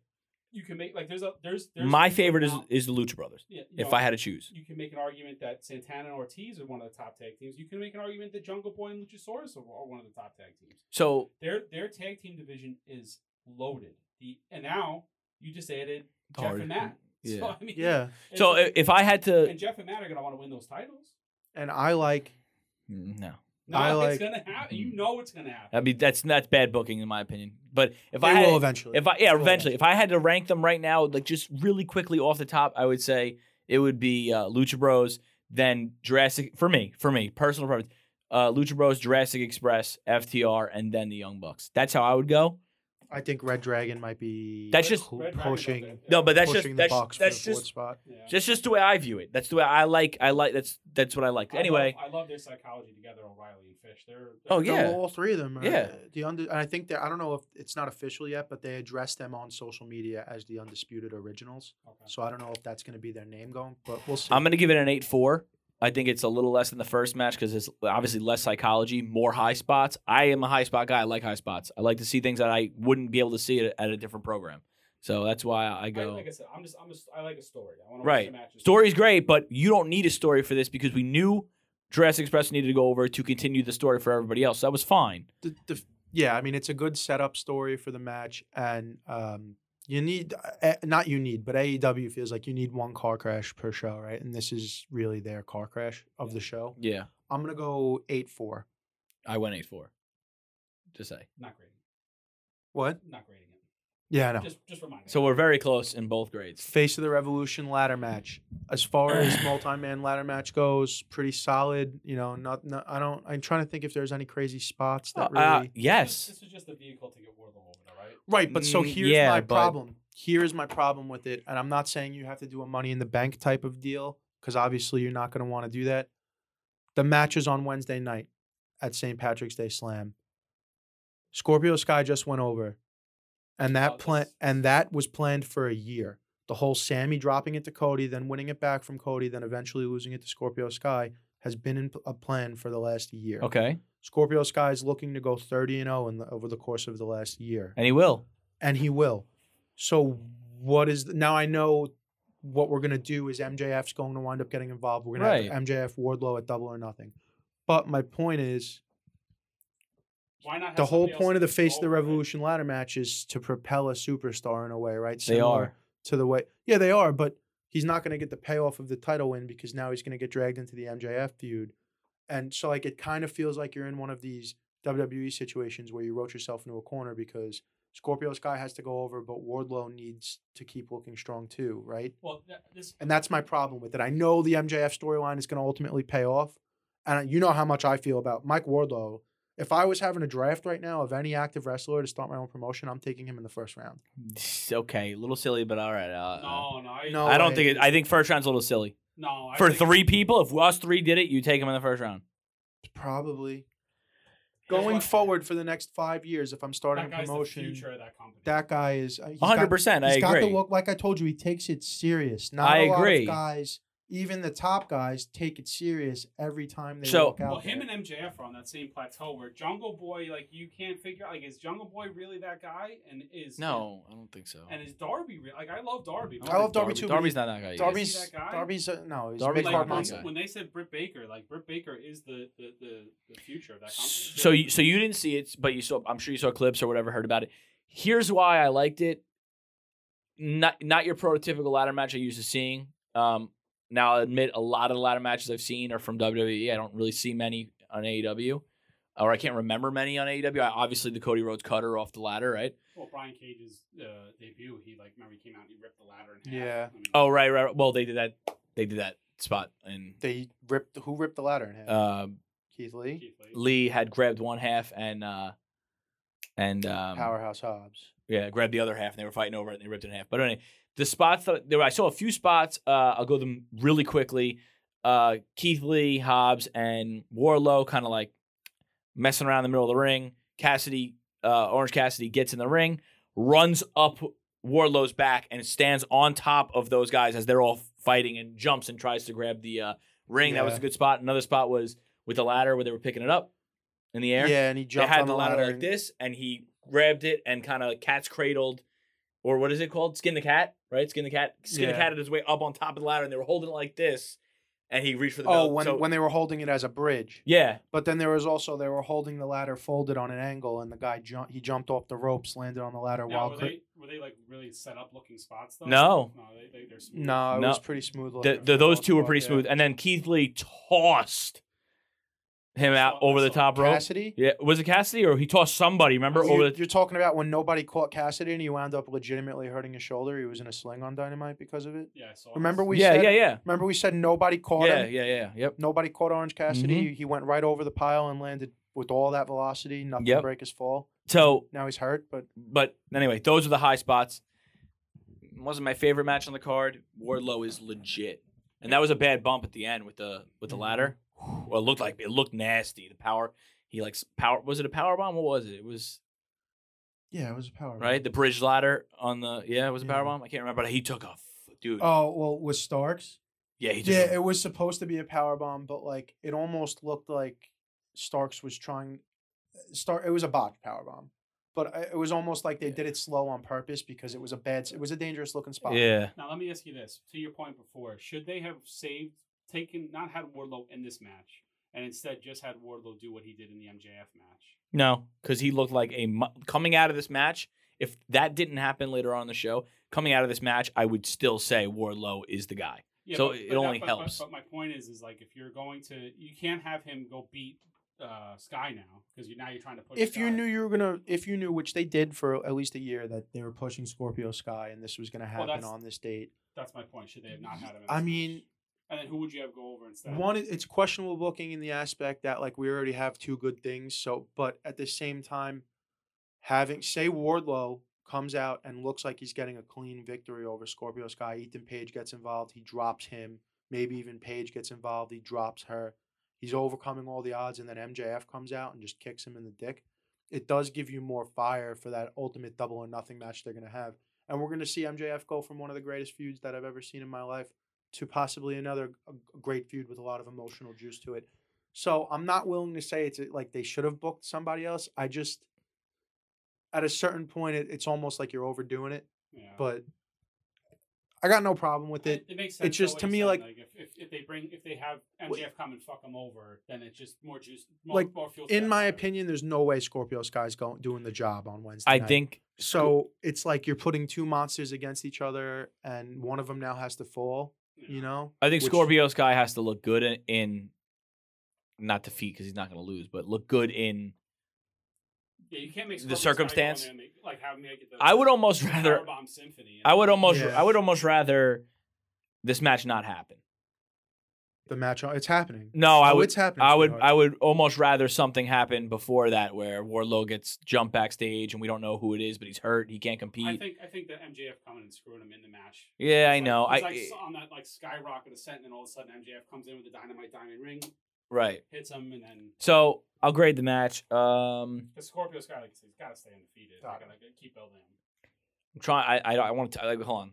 Speaker 3: you can make like there's a there's, there's
Speaker 2: My favorite is
Speaker 3: now-
Speaker 2: is the Lucha Brothers.
Speaker 3: yeah, you
Speaker 2: If
Speaker 3: know,
Speaker 2: I had to choose,
Speaker 3: you can make an argument that Santana and Ortiz are one of the top tag teams. You can make an argument that Jungle Boy and Luchasaurus are, are one of the top tag teams.
Speaker 2: so
Speaker 3: Their their tag team division is loaded. The and now you just added Jeff
Speaker 2: Hard.
Speaker 3: and Matt.
Speaker 2: Yeah.
Speaker 3: So, I mean,
Speaker 1: yeah,
Speaker 3: it's
Speaker 2: so i-
Speaker 3: like-
Speaker 2: if I had to,
Speaker 3: and Jeff and Matt are gonna want to win those titles.
Speaker 1: and I like
Speaker 2: Mm, no,
Speaker 3: No,
Speaker 1: I like-
Speaker 3: it's gonna happen. You know it's gonna happen.
Speaker 2: that'd be that's that's bad booking in my opinion. But if
Speaker 1: they
Speaker 2: I had,
Speaker 1: will eventually.
Speaker 2: If I yeah,
Speaker 1: Sure.
Speaker 2: eventually, if I had to rank them right now, like just really quickly off the top, I would say it would be uh, Lucha Bros, then Jurassic for me, for me, personal preference. Uh, Lucha Bros, Jurassic Express, FTR, and then the Young Bucks. That's how I would go.
Speaker 1: I think Red Dragon might be
Speaker 2: That's just-
Speaker 1: pu-
Speaker 3: Red Dragon's up
Speaker 1: pushing
Speaker 3: there.
Speaker 2: No, but that's
Speaker 1: pushing
Speaker 2: just
Speaker 1: the
Speaker 2: that's,
Speaker 1: Bucks
Speaker 2: that's
Speaker 1: for the fourth
Speaker 2: just
Speaker 1: spot.
Speaker 3: Yeah.
Speaker 2: that's just the way I view it. That's the way I like. I like that's that's what I like.
Speaker 3: I love-
Speaker 2: Anyway,
Speaker 3: I love their psychology together, O'Reilly and Fish. They're, they're
Speaker 2: Oh,
Speaker 1: No,
Speaker 2: yeah.
Speaker 1: well, all three of them. Are,
Speaker 2: Yeah.
Speaker 1: The under, and I think that I don't know if it's not official yet, but they address them on social media as the Undisputed Originals.
Speaker 3: Okay.
Speaker 1: So I don't know if that's going to be their name going, but we'll see.
Speaker 2: I'm gonna give it an eight four. I think it's a little less than the first match because it's obviously less psychology, more high spots. I am a high spot guy. I like high spots. I like to see things that I wouldn't be able to see at, at a different program. So that's why I
Speaker 3: I,
Speaker 2: go.
Speaker 3: like I said, I'm just I'm just I like a story. I want to
Speaker 2: Right.
Speaker 3: watch the matches.
Speaker 2: Story's great, but you don't need a story for this because we knew Jurassic Express needed to go over to continue the story for everybody else. that was fine.
Speaker 1: the, the, yeah, I mean it's a good setup story for the match, and um, you need uh, not you need, but AEW feels like you need one car crash per show, right? And this is really their car crash of the show.
Speaker 2: Yeah,
Speaker 1: I'm gonna go eight four.
Speaker 2: I went eight four. To say
Speaker 3: Not grading.
Speaker 1: What?
Speaker 3: Not grading it.
Speaker 1: Yeah, I know.
Speaker 3: Just just remind me.
Speaker 2: so. We're very close in both grades.
Speaker 1: Face of the Revolution ladder match. As far as multi-man ladder match goes, pretty solid. You know, not, not I don't. I'm trying to think if there's any crazy spots that really.
Speaker 2: Uh,
Speaker 3: This,
Speaker 2: yes.
Speaker 3: this was just the vehicle to get Wardlow over, though, right?
Speaker 1: right, but so
Speaker 2: mm,
Speaker 1: here's
Speaker 2: yeah,
Speaker 1: my
Speaker 2: but-
Speaker 1: problem. Here is my problem with it, and I'm not saying you have to do a Money in the Bank type of deal because obviously you're not going to want to do that. The match is on Wednesday night at St. Patrick's Day Slam. Scorpio Sky just went over, and
Speaker 3: Oh,
Speaker 1: that plan
Speaker 3: that's-
Speaker 1: and that was planned for a year. The whole Sammy dropping it to Cody, then winning it back from Cody, then eventually losing it to Scorpio Sky has been in p- a plan for the last year.
Speaker 2: Okay,
Speaker 1: Scorpio Sky is looking to go 30 and 0 in the, over the course of the last year,
Speaker 2: and he will.
Speaker 1: and he will. So what is now? I know what we're gonna do is MJF's going to wind up getting involved. We're gonna
Speaker 2: Right.
Speaker 1: have MJF Wardlow at Double or Nothing. But my point is,
Speaker 3: Why not? Have
Speaker 1: the whole
Speaker 3: somebody else
Speaker 1: point of the
Speaker 3: take
Speaker 1: face of the
Speaker 3: over it?
Speaker 1: revolution ladder match is to propel a superstar in a way, right?
Speaker 7: They
Speaker 1: Similar
Speaker 7: are.
Speaker 1: to the way, yeah, they are, but he's not going to get the payoff of the title win because now he's going to get dragged into the MJF feud, and so like it kind of feels like you're in one of these WWE situations where you wrote yourself into a corner because Scorpio Sky has to go over, but Wardlow needs to keep looking strong too, right?
Speaker 3: Well, th- this
Speaker 1: And that's my problem with it. I know the MJF storyline is going to ultimately pay off. And you know how much I feel about Mike Wardlow. If I was having a draft right now of any active wrestler to start my own promotion, I'm taking him in the first round.
Speaker 7: okay, a little silly, but all right. Uh, uh,
Speaker 3: no, no, I,
Speaker 1: No.
Speaker 7: I don't
Speaker 1: way.
Speaker 7: think it. I think first round's a little silly
Speaker 3: no. I
Speaker 7: for
Speaker 3: think-
Speaker 7: three people. If us three did it, you take him in the first round.
Speaker 1: Probably.
Speaker 3: Here's
Speaker 1: Going
Speaker 3: what-
Speaker 1: forward for the next five years, if I'm starting
Speaker 3: that
Speaker 1: a
Speaker 3: guy's the
Speaker 1: promotion,
Speaker 3: future of that company.
Speaker 1: that guy is. uh, he's got-
Speaker 7: 100. percent I
Speaker 1: He's got
Speaker 7: agree.
Speaker 1: the look. Like I told you, he takes it serious. Not
Speaker 7: I
Speaker 1: a lot
Speaker 7: agree.
Speaker 1: of guys, even the top guys, take it serious every time they
Speaker 7: So-
Speaker 1: walk out.
Speaker 3: well, him
Speaker 1: there.
Speaker 3: and MJF are on that same plateau where Jungle Boy, like, you can't figure out, like, is Jungle Boy really that guy? And is
Speaker 2: No, I don't think so.
Speaker 3: and is Darby real? Like, I love Darby. but
Speaker 1: I love Darby,
Speaker 2: Darby-
Speaker 1: too. but
Speaker 7: Darby's not that guy.
Speaker 3: Darby-
Speaker 7: Darby.
Speaker 1: Darby's
Speaker 3: that guy?
Speaker 1: Darby's uh, no, he's
Speaker 2: Darby's
Speaker 1: Darby's
Speaker 3: like,
Speaker 2: Darby
Speaker 3: when,
Speaker 2: Darby's guy.
Speaker 3: when they said Britt Baker, like Britt Baker is the the, the, the future of that company.
Speaker 2: So you so you didn't see it, but you saw. I'm sure you saw clips or whatever, heard about it. Here's why I liked it. Not not your prototypical ladder match I used to seeing. Um, now I'll admit a lot of the ladder matches I've seen are from WWE. I don't really see many on AEW, or I can't remember many on AEW. I, obviously, the Cody Rhodes cutter off the ladder, right?
Speaker 3: well, Brian Cage's uh, debut, he like remember he came out and he ripped the ladder in half.
Speaker 1: Yeah.
Speaker 3: I mean,
Speaker 2: Oh, right, right. right. Well, they did that. They did that spot, and
Speaker 1: They ripped who ripped the ladder in half?
Speaker 2: uh,
Speaker 1: Keith Lee,
Speaker 3: Keith Lee.
Speaker 2: Lee had grabbed one half and uh, and um,
Speaker 1: Powerhouse Hobbs.
Speaker 2: Yeah, grabbed the other half and they were fighting over it and they ripped it in half. But anyway, the spots that there, were- I saw a few spots. Uh, I'll go them really quickly. Uh, Keith Lee, Hobbs, and Warlow kind of like messing around in the middle of the ring. Cassidy, uh, Orange Cassidy gets in the ring, runs up Warlow's back and stands on top of those guys as they're all fighting and jumps and tries to grab the uh, ring. That was
Speaker 1: Yeah.
Speaker 2: a good spot. Another spot was with the ladder where they were picking it up in the air
Speaker 1: Yeah, and he
Speaker 2: they
Speaker 1: jumped
Speaker 2: had
Speaker 1: on
Speaker 2: the
Speaker 1: the
Speaker 2: ladder, like
Speaker 1: and-
Speaker 2: this, and he grabbed it and kind of cat's cradled, or what is it called? Skin the cat, right? Skin the cat. Skin the
Speaker 1: Yeah.
Speaker 2: cat his way up on top of the ladder, and they were holding it like this, and he reached for the
Speaker 1: Oh,
Speaker 2: belt.
Speaker 1: when
Speaker 2: so,
Speaker 1: when they were holding it as a bridge,
Speaker 2: yeah,
Speaker 1: but then there was also they were holding the ladder folded on an angle, and the guy jumped. He jumped off the ropes, landed on the ladder
Speaker 3: Now,
Speaker 1: while.
Speaker 3: were
Speaker 1: cri-
Speaker 3: they were they like really set up looking spots though?
Speaker 2: No.
Speaker 3: no, they, they they're smooth.
Speaker 1: no, it
Speaker 2: No.
Speaker 1: was pretty smooth.
Speaker 2: the,
Speaker 1: looking
Speaker 2: the,
Speaker 1: for
Speaker 2: those
Speaker 1: the
Speaker 2: two were
Speaker 1: most
Speaker 2: pretty
Speaker 1: part,
Speaker 2: smooth, and then Keith Lee tossed him out
Speaker 3: saw- I
Speaker 2: over the
Speaker 3: saw
Speaker 2: top
Speaker 1: yeah.
Speaker 2: rope.
Speaker 1: Cassidy.
Speaker 2: Yeah, was it Cassidy or he tossed somebody? Remember
Speaker 1: You,
Speaker 2: over the
Speaker 1: are talking about when nobody caught Cassidy and he wound up legitimately hurting his shoulder. He was in a sling on Dynamite because of it.
Speaker 3: Yeah, so
Speaker 1: Remember we
Speaker 2: yeah,
Speaker 1: said
Speaker 2: yeah, yeah,
Speaker 1: remember we said nobody caught
Speaker 2: yeah, Mm-hmm.
Speaker 1: him.
Speaker 2: yeah, yeah, yep.
Speaker 1: Nobody caught Orange Cassidy. He went right over the pile and landed with all that velocity. Nothing to
Speaker 2: Yep.
Speaker 1: break his fall.
Speaker 2: So
Speaker 1: Now he's hurt, but
Speaker 2: but anyway, those are the high spots. Wasn't my favorite match on the card. Wardlow is legit, and that was a bad bump at the end with the with the
Speaker 1: Mhm.
Speaker 2: ladder. Well, it looked like it looked nasty. The power he likes power was it a power bomb? What was it? It was
Speaker 1: yeah, it was a power. move.
Speaker 2: right the bridge ladder on the yeah it was a
Speaker 1: Yeah.
Speaker 2: power bomb. I can't remember, but he took off, dude.
Speaker 1: Oh well, with Starks.
Speaker 2: yeah, he took
Speaker 1: Yeah,
Speaker 2: yeah,
Speaker 1: it was supposed to be a power bomb, but like it almost looked like Starks was trying. Stark. It was a botched power bomb, but I- it was almost like they did it slow on purpose because it was a bad. It was a dangerous looking spot.
Speaker 2: yeah.
Speaker 3: Now let me ask you this: to your point before, should they have saved, taken, not had Wardlow in this match, and instead just had Wardlow do what he did in the MJF match?
Speaker 2: No, because he looked like a mu- coming out of this match. If that didn't happen later on in the show, coming out of this match, I would still say Wardlow is the guy.
Speaker 3: Yeah,
Speaker 2: So it only
Speaker 3: but,
Speaker 2: helps.
Speaker 3: But, my point is, is like if you're going to, you can't have him go beat uh, Sky now because you now you're trying to push.
Speaker 1: If you
Speaker 3: Sky.
Speaker 1: knew you were gonna, if you knew which they did for at least a year that they were pushing Scorpio Sky and this was gonna happen
Speaker 3: that's-
Speaker 1: on this date,
Speaker 3: that's my point. Should they have not had him? in
Speaker 1: I
Speaker 3: this
Speaker 1: mean,
Speaker 3: match? and then who would you have go over instead?
Speaker 1: One, it- it's questionable booking in the aspect that like we already have two good things. So, but at the same time, having say Wardlow comes out and looks like he's getting a clean victory over Scorpio Sky. Ethan Page gets involved. He drops him. Maybe even Page gets involved. He drops her. He's overcoming all the odds, and then MJF comes out and just kicks him in the dick. It does give you more fire for that ultimate double or nothing match they're gonna have, and we're gonna see MJF go from one of the greatest feuds that I've ever seen in my life to possibly another a g- great feud with a lot of emotional juice to it. So I'm not willing to say it's uh, like they should have booked somebody else. I just at a certain point it, it's almost like you're overdoing it.
Speaker 3: Yeah.
Speaker 1: But I got no problem with it.
Speaker 3: It, makes sense.
Speaker 1: it's just
Speaker 3: though,
Speaker 1: to
Speaker 3: what
Speaker 1: me,
Speaker 3: you're saying,
Speaker 1: like-
Speaker 3: if, if, if they bring if they have MJF come and fuck them over, then it's just more juice, more,
Speaker 1: Like,
Speaker 3: more fuel. to
Speaker 1: In
Speaker 3: that
Speaker 1: my
Speaker 3: fire.
Speaker 1: opinion, there's no way Scorpio Sky's going doing the job on Wednesday.
Speaker 2: I
Speaker 1: night.
Speaker 2: think
Speaker 1: so. It's like you're putting two monsters against each other, and one of them now has to fall. You know,
Speaker 2: I think
Speaker 1: Which-
Speaker 2: Scorpio Sky has to look good in, in not defeat because he's not going to lose, but look good in.
Speaker 3: yeah, you can't make
Speaker 2: the
Speaker 3: Scorpio Sky go in
Speaker 2: circumstance-
Speaker 3: there and make- like have me get the,
Speaker 2: I would almost rather.
Speaker 3: Bomb Symphony.
Speaker 2: I would almost.
Speaker 1: Yeah.
Speaker 2: I would almost rather this match not happen.
Speaker 1: the match it's happening.
Speaker 2: No, I
Speaker 1: Oh,
Speaker 2: would.
Speaker 1: It's happening.
Speaker 2: I would.
Speaker 1: sweetheart.
Speaker 2: I would almost rather something happen before that, where Warlow gets jumped backstage and we don't know who it is, but he's hurt. He can't compete.
Speaker 3: I think I think that MJF coming and screwing him in the match.
Speaker 2: yeah, I
Speaker 3: It's like-
Speaker 2: know. I eh
Speaker 3: it's like on that like skyrocket ascent, and all of a sudden MJF comes in with the dynamite diamond ring,
Speaker 2: right.
Speaker 3: hits him, and then
Speaker 2: So I'll grade the match. Um,
Speaker 3: the Scorpio Sky like he's got to stay undefeated. He's
Speaker 1: Got
Speaker 3: gotta keep building him.
Speaker 2: I'm trying. I. I, I want to. Like, hold on.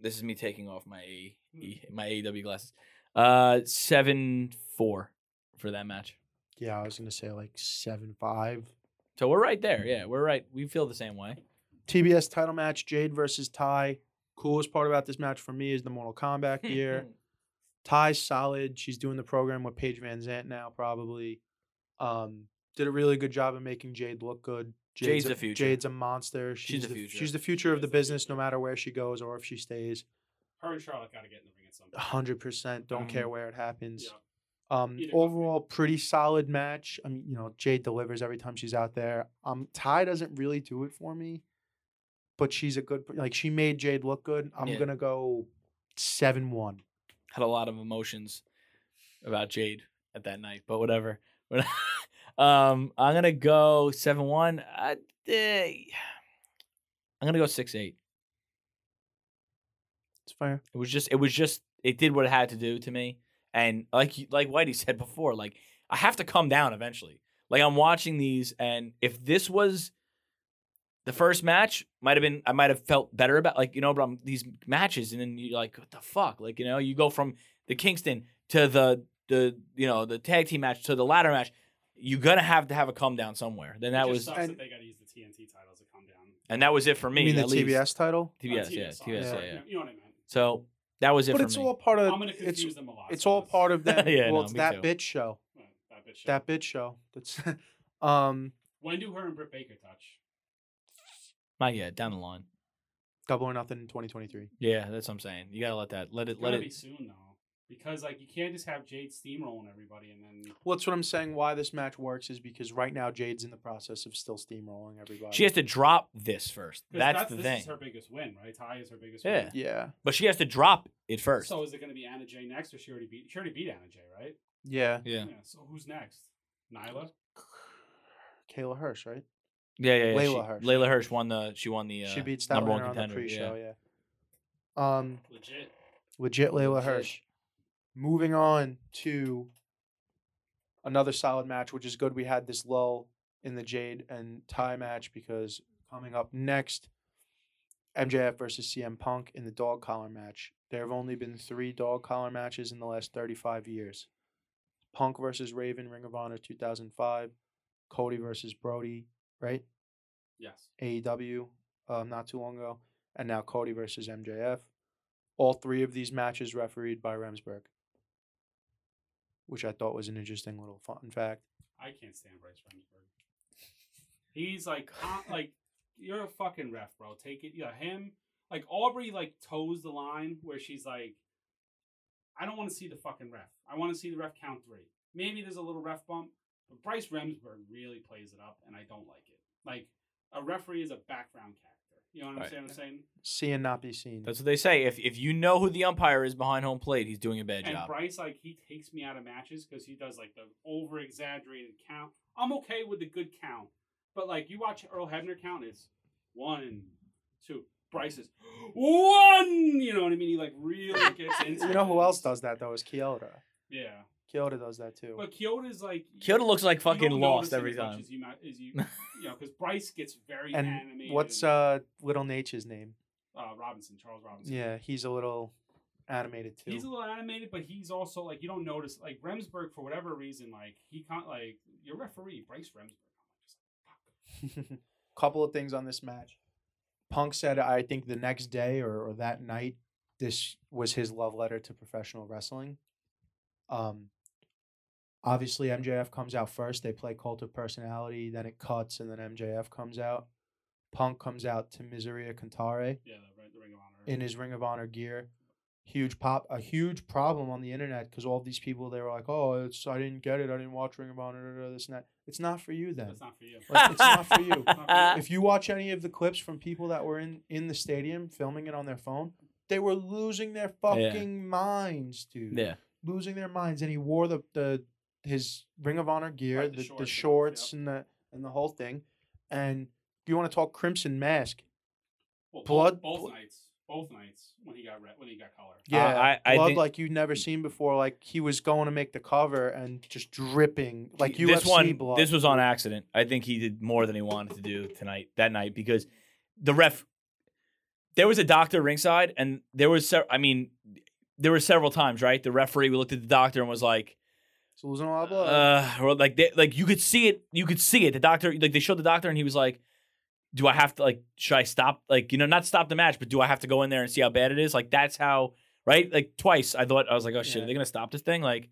Speaker 2: This is me taking off my AE my AEW glasses. Uh, seven four for that match.
Speaker 1: Yeah, I was gonna say like seven five.
Speaker 2: So we're right there. Yeah, we're right. We feel the same way.
Speaker 1: TBS title match: Jade versus Ty. Coolest part about this match for me is the Mortal Kombat gear. Ty's solid. She's doing the program with Paige Van Zant now, probably. Um, did a really good job of making Jade look good.
Speaker 2: Jade's the future.
Speaker 1: Jade's a monster. She's,
Speaker 2: the
Speaker 1: the
Speaker 2: future.
Speaker 1: She's the future of
Speaker 3: She
Speaker 1: the
Speaker 3: is the
Speaker 1: business, no
Speaker 3: future.
Speaker 1: matter where she goes or if she stays.
Speaker 3: Her and Charlotte got to get in the ring at some point.
Speaker 1: hundred percent. Don't care where it happens.
Speaker 3: Yeah.
Speaker 1: Um,
Speaker 3: Either way.
Speaker 1: overall, pretty solid match. I mean, you know, Jade delivers every time she's out there. Um, Ty doesn't really do it for me, but she's a good. Like she made Jade look good. I'm
Speaker 2: Yeah.
Speaker 1: gonna go seven one.
Speaker 2: Had a lot of emotions about Jade at that night, but whatever. But, um, I'm gonna go seven one. I, eh, I'm gonna go six eight.
Speaker 1: It's fair.
Speaker 2: It was just. It was just. It did what it had to do to me. And like you- like Whitey said before, like I have to come down eventually. Like I'm watching these, and if this was the first match, might have been I might have felt better about like you know, but I'm these matches, and then you're like, what the fuck? Like you know, you go from the Kingston to the the you know the tag team match to the ladder match. You're gonna have to have a come down somewhere. Then that
Speaker 3: It just
Speaker 2: was
Speaker 3: sucks
Speaker 1: and-
Speaker 3: that they got to use the TNT titles to come down.
Speaker 2: and that was it for me.
Speaker 1: You mean the
Speaker 2: at least.
Speaker 1: TBS title?
Speaker 3: Uh,
Speaker 2: TBS, yeah,
Speaker 3: sorry.
Speaker 2: TBS, yeah,
Speaker 1: Yeah.
Speaker 2: yeah.
Speaker 3: You know what I meant.
Speaker 2: So that was it
Speaker 1: But
Speaker 2: for
Speaker 1: it's
Speaker 2: me.
Speaker 1: all part of.
Speaker 3: I'm gonna confuse
Speaker 1: it's
Speaker 3: them a lot.
Speaker 1: it's all part of that.
Speaker 2: Yeah,
Speaker 1: well,
Speaker 2: no,
Speaker 1: it's
Speaker 2: me
Speaker 1: that
Speaker 2: too.
Speaker 1: bitch show.
Speaker 3: That bitch.
Speaker 1: That bitch show. That's. um,
Speaker 3: When do her and Britt Baker touch?
Speaker 2: Not yet, down the line.
Speaker 1: double or nothing in 2023.
Speaker 2: Yeah, that's what I'm saying. You gotta let that let it
Speaker 3: It's
Speaker 2: let
Speaker 3: gotta be
Speaker 2: it.
Speaker 3: soon though, because like you can't just have Jade steamrolling everybody and then.
Speaker 1: Well, that's what I'm saying. Why this match works is because right now Jade's in the process of still steamrolling everybody.
Speaker 2: She has to drop this first.
Speaker 3: 'cause
Speaker 2: That's, the
Speaker 3: this
Speaker 2: thing.
Speaker 3: is her biggest win, right? Ty is her biggest
Speaker 2: Yeah.
Speaker 3: win.
Speaker 1: Yeah.
Speaker 2: But she has to drop it first.
Speaker 3: So is it going to be Anna Jay next, or she already beat? She already beat Anna Jay, right?
Speaker 1: Yeah.
Speaker 2: yeah.
Speaker 3: So who's next? Nyla.
Speaker 1: Kayla Hirsch, right?
Speaker 2: yeah, yeah, yeah.
Speaker 1: Layla
Speaker 2: she-
Speaker 1: Hirsch.
Speaker 2: Layla Hirsch won the. She won the. Uh,
Speaker 1: she beats that
Speaker 2: number
Speaker 1: one
Speaker 2: one
Speaker 1: on the
Speaker 2: contender.
Speaker 1: pre-show.
Speaker 2: yeah.
Speaker 1: Yeah. Um,
Speaker 3: Legit.
Speaker 1: legit Layla
Speaker 2: Legit.
Speaker 1: Hirsch. Moving on to another solid match, which is good. We had this lull in the Jade and Ty match because coming up next, MJF versus CM Punk in the dog collar match. There have only been three dog collar matches in the last 35 years. Punk versus Raven, Ring of Honor 2005. Cody versus Brody, right?
Speaker 3: Yes.
Speaker 1: AEW um, E not too long ago, and now Cody versus MJF. All three of these matches refereed by Remsburg, which I thought was an interesting little fun fact.
Speaker 3: I can't stand Bryce Remsburg. He's like, con- like you're a fucking ref, bro. Take it. Yeah, him. Like Aubrey, like toes the line where she's like, I don't want to see the fucking ref. I want to see the ref count three. Maybe there's a little ref bump, but Bryce Remsburg really plays it up, and I don't like it. Like a referee is a background character. You know what I'm
Speaker 2: Right.
Speaker 3: saying? I'm saying.
Speaker 1: See and not be seen.
Speaker 2: That's what they say. If if you know who the umpire is behind home plate, he's doing a bad
Speaker 3: And
Speaker 2: job.
Speaker 3: Bryce, like, he takes me out of matches because he does like the over exaggerated count. I'm okay with the good count, but like you watch Earl Hebner count, it's one, two. Bryce is one. You know what I mean? He like really gets into.
Speaker 1: you know who
Speaker 3: it.
Speaker 1: else does that though is Kyoto.
Speaker 3: Yeah,
Speaker 1: Kyoto does that too.
Speaker 3: but Kyoto's like
Speaker 2: Kyoto looks like
Speaker 3: you
Speaker 2: fucking
Speaker 3: don't
Speaker 2: lost
Speaker 3: notice it
Speaker 2: every
Speaker 3: as much
Speaker 2: time.
Speaker 3: As you, ma- as you, you know, because Bryce gets very
Speaker 1: and
Speaker 3: animated.
Speaker 1: what's
Speaker 3: and,
Speaker 1: uh little Nature's name?
Speaker 3: uh, Robinson, Charles Robinson?
Speaker 1: Yeah, he's a little animated too.
Speaker 3: He's a little animated, but he's also like you don't notice like Remsburg for whatever reason like he can't like your referee Bryce Remsburg.
Speaker 1: couple of things on this match. Punk said, I think the next day or, or that night, this was his love letter to professional wrestling. Um, obviously MJF comes out first. They play Cult of Personality, then it cuts, and then MJF comes out. Punk comes out to Miseria Cantare
Speaker 3: Yeah, the, Ring- the Ring of Honor.
Speaker 1: in his Ring of Honor gear. Huge pop, a huge problem on the internet because all these people they were like, "Oh, it's I didn't get it. I didn't watch Ring of Honor. da, da, da, This and that. It's not for you then.
Speaker 3: That's not for you.
Speaker 1: Like, it's not for you.
Speaker 3: not
Speaker 1: if you watch any of the clips from people that were in in the stadium filming it on their phone, they were losing their fucking minds, dude.
Speaker 2: Yeah.
Speaker 1: Losing their minds, and he wore the the his Ring of Honor gear,
Speaker 3: Right,
Speaker 1: the,
Speaker 3: the
Speaker 1: the shorts,
Speaker 3: shorts and stuff,
Speaker 1: and the and the whole thing. And you want to talk Crimson
Speaker 2: Uh,
Speaker 1: Mask?
Speaker 3: Well, both-
Speaker 1: Blood-
Speaker 3: Both,
Speaker 1: bl-
Speaker 3: nights. Both nights when he got red, when he got color.
Speaker 1: Yeah,
Speaker 2: I- I
Speaker 1: blood
Speaker 2: think-
Speaker 1: like you've never seen before. Like he was going to make the cover and just dripping like UFC
Speaker 2: this one,
Speaker 1: blood.
Speaker 2: this was on accident. I think he did more than he wanted to do tonight, that night, because the ref, there was a doctor ringside, and there was, se- I mean, there were several times, right? The referee, we looked at the doctor and was like,
Speaker 1: He's losing a lot of blood.
Speaker 2: uh, or like, they, like you could see it, you could see it. The doctor, like they showed the doctor, and he was like, do I have to like, should I stop, like you know, not stop the match, but do I have to go in there and see how bad it is? Like that's how, right? Like twice, I thought I was like, oh shit,
Speaker 1: Yeah.
Speaker 2: are they gonna stop this thing? Like.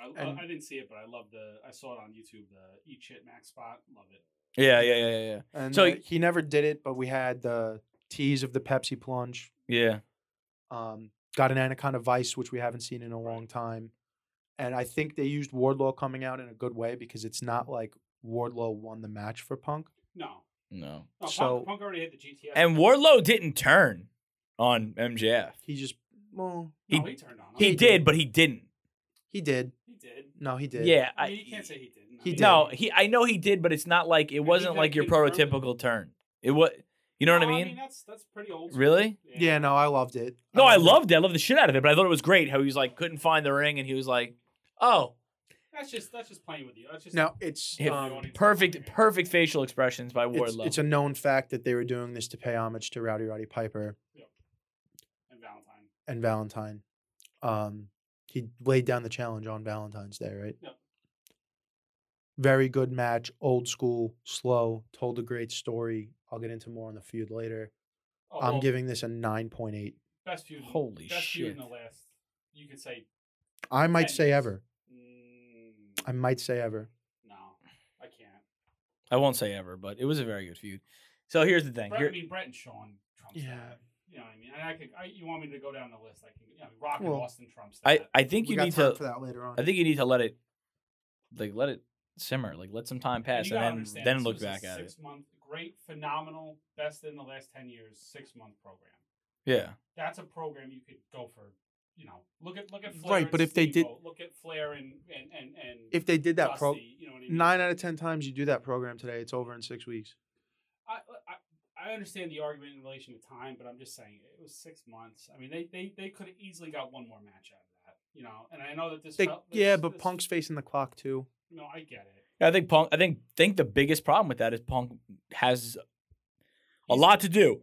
Speaker 3: I, I-
Speaker 1: And-
Speaker 3: I didn't see it, but I love the. I saw it on YouTube. The eat shit max spot. Love it.
Speaker 2: Yeah, yeah, yeah, yeah,
Speaker 1: and
Speaker 2: so-
Speaker 1: uh, he never did it, but we had the tease of the Pepsi plunge.
Speaker 2: yeah.
Speaker 1: um, got an Anaconda Vice, which we haven't seen in a long time. And I think they used Wardlow coming out in a good way because it's not like Wardlow won the match for Punk.
Speaker 3: No.
Speaker 2: No.
Speaker 3: no
Speaker 1: So-
Speaker 3: Punk, Punk already hit the GTS.
Speaker 2: And Warlow didn't turn on MJF.
Speaker 1: He just, well,
Speaker 3: no,
Speaker 2: he-
Speaker 3: he, turned on. him.
Speaker 2: He did, but he didn't.
Speaker 1: he did.
Speaker 3: He did.
Speaker 1: No, he did.
Speaker 2: Yeah,
Speaker 3: I
Speaker 2: I,
Speaker 3: mean, you can't say he didn't. I
Speaker 1: he
Speaker 3: mean,
Speaker 1: did.
Speaker 2: no, he. I know he did, but it's not like it
Speaker 3: he
Speaker 2: wasn't
Speaker 3: could-
Speaker 2: like your
Speaker 3: he confirmed it.
Speaker 2: prototypical turn. It was. You know what I
Speaker 3: No,
Speaker 2: mean?
Speaker 3: that's that's pretty old. school.
Speaker 2: really?
Speaker 1: Yeah. no, I loved it.
Speaker 2: No, I
Speaker 1: loved it.
Speaker 2: loved it. I loved the shit out of it, but I thought it was great how he was like couldn't find the ring, and he was like, "Oh,
Speaker 3: That's just that's just playing with you. That's just
Speaker 1: Now it's
Speaker 2: Yeah,
Speaker 1: um,
Speaker 2: perfect, perfect facial expressions by
Speaker 1: it's,
Speaker 2: Wardlow."
Speaker 1: it's a known fact that they were doing this to pay homage to Rowdy Roddy Piper
Speaker 3: And Valentine.
Speaker 1: and Valentine. Um, he laid down the challenge on Valentine's Day, right?
Speaker 3: Yep.
Speaker 1: Very good match, old school, slow, told a great story. I'll get into more on the feud later.
Speaker 3: Oh,
Speaker 1: I'm
Speaker 3: well,
Speaker 1: giving this a 9.8.
Speaker 3: best feud.
Speaker 2: Holy
Speaker 3: best feud in the
Speaker 2: shit.
Speaker 3: last. You could say.
Speaker 1: I might
Speaker 3: Yeah,
Speaker 1: say
Speaker 3: yes.
Speaker 1: ever.
Speaker 3: Mm,
Speaker 1: I might say ever.
Speaker 3: no, I can't.
Speaker 2: I won't say ever, but it was a very good feud. So here's the thing.
Speaker 3: Brett, I
Speaker 2: Here,
Speaker 3: mean, Brett and Sean trumps
Speaker 1: Yeah.
Speaker 3: that. You know what I mean? And I could. I, you want me to go down the list? I can. You know, Rock and
Speaker 1: Well,
Speaker 3: Austin trumps that.
Speaker 2: I, I think
Speaker 1: we
Speaker 2: you
Speaker 1: got
Speaker 2: need
Speaker 1: time
Speaker 2: to.
Speaker 1: for that later on.
Speaker 2: I think you need to let it, like let it simmer, like let some time
Speaker 3: And
Speaker 2: pass,
Speaker 3: you
Speaker 2: and,
Speaker 3: gotta
Speaker 2: then
Speaker 3: understand,
Speaker 2: then
Speaker 3: this
Speaker 2: look
Speaker 3: was a
Speaker 2: back at it.
Speaker 3: six month, great, phenomenal, best in the last ten years, six month program.
Speaker 2: Yeah,
Speaker 3: That's a program you could go for. You know, look at look at Flair
Speaker 1: Right,
Speaker 3: and
Speaker 1: but if they did-
Speaker 3: Steamboat, look at Flair and and and, and
Speaker 1: if they did that pro,
Speaker 3: Dusty, you know what I mean?
Speaker 1: nine out of 10 times you do that program today, it's over in six weeks.
Speaker 3: I, I I understand the argument in relation to time, but I'm just saying it was six months. I mean, they they, they could have easily got one more match out of that, you know. And I know that this,
Speaker 1: They,
Speaker 3: felt- this
Speaker 1: yeah, but
Speaker 3: this-
Speaker 1: Punk's facing the clock too.
Speaker 3: No, I get it.
Speaker 2: I think Punk. I think think the biggest problem with that is Punk has a
Speaker 3: He's-
Speaker 2: lot to do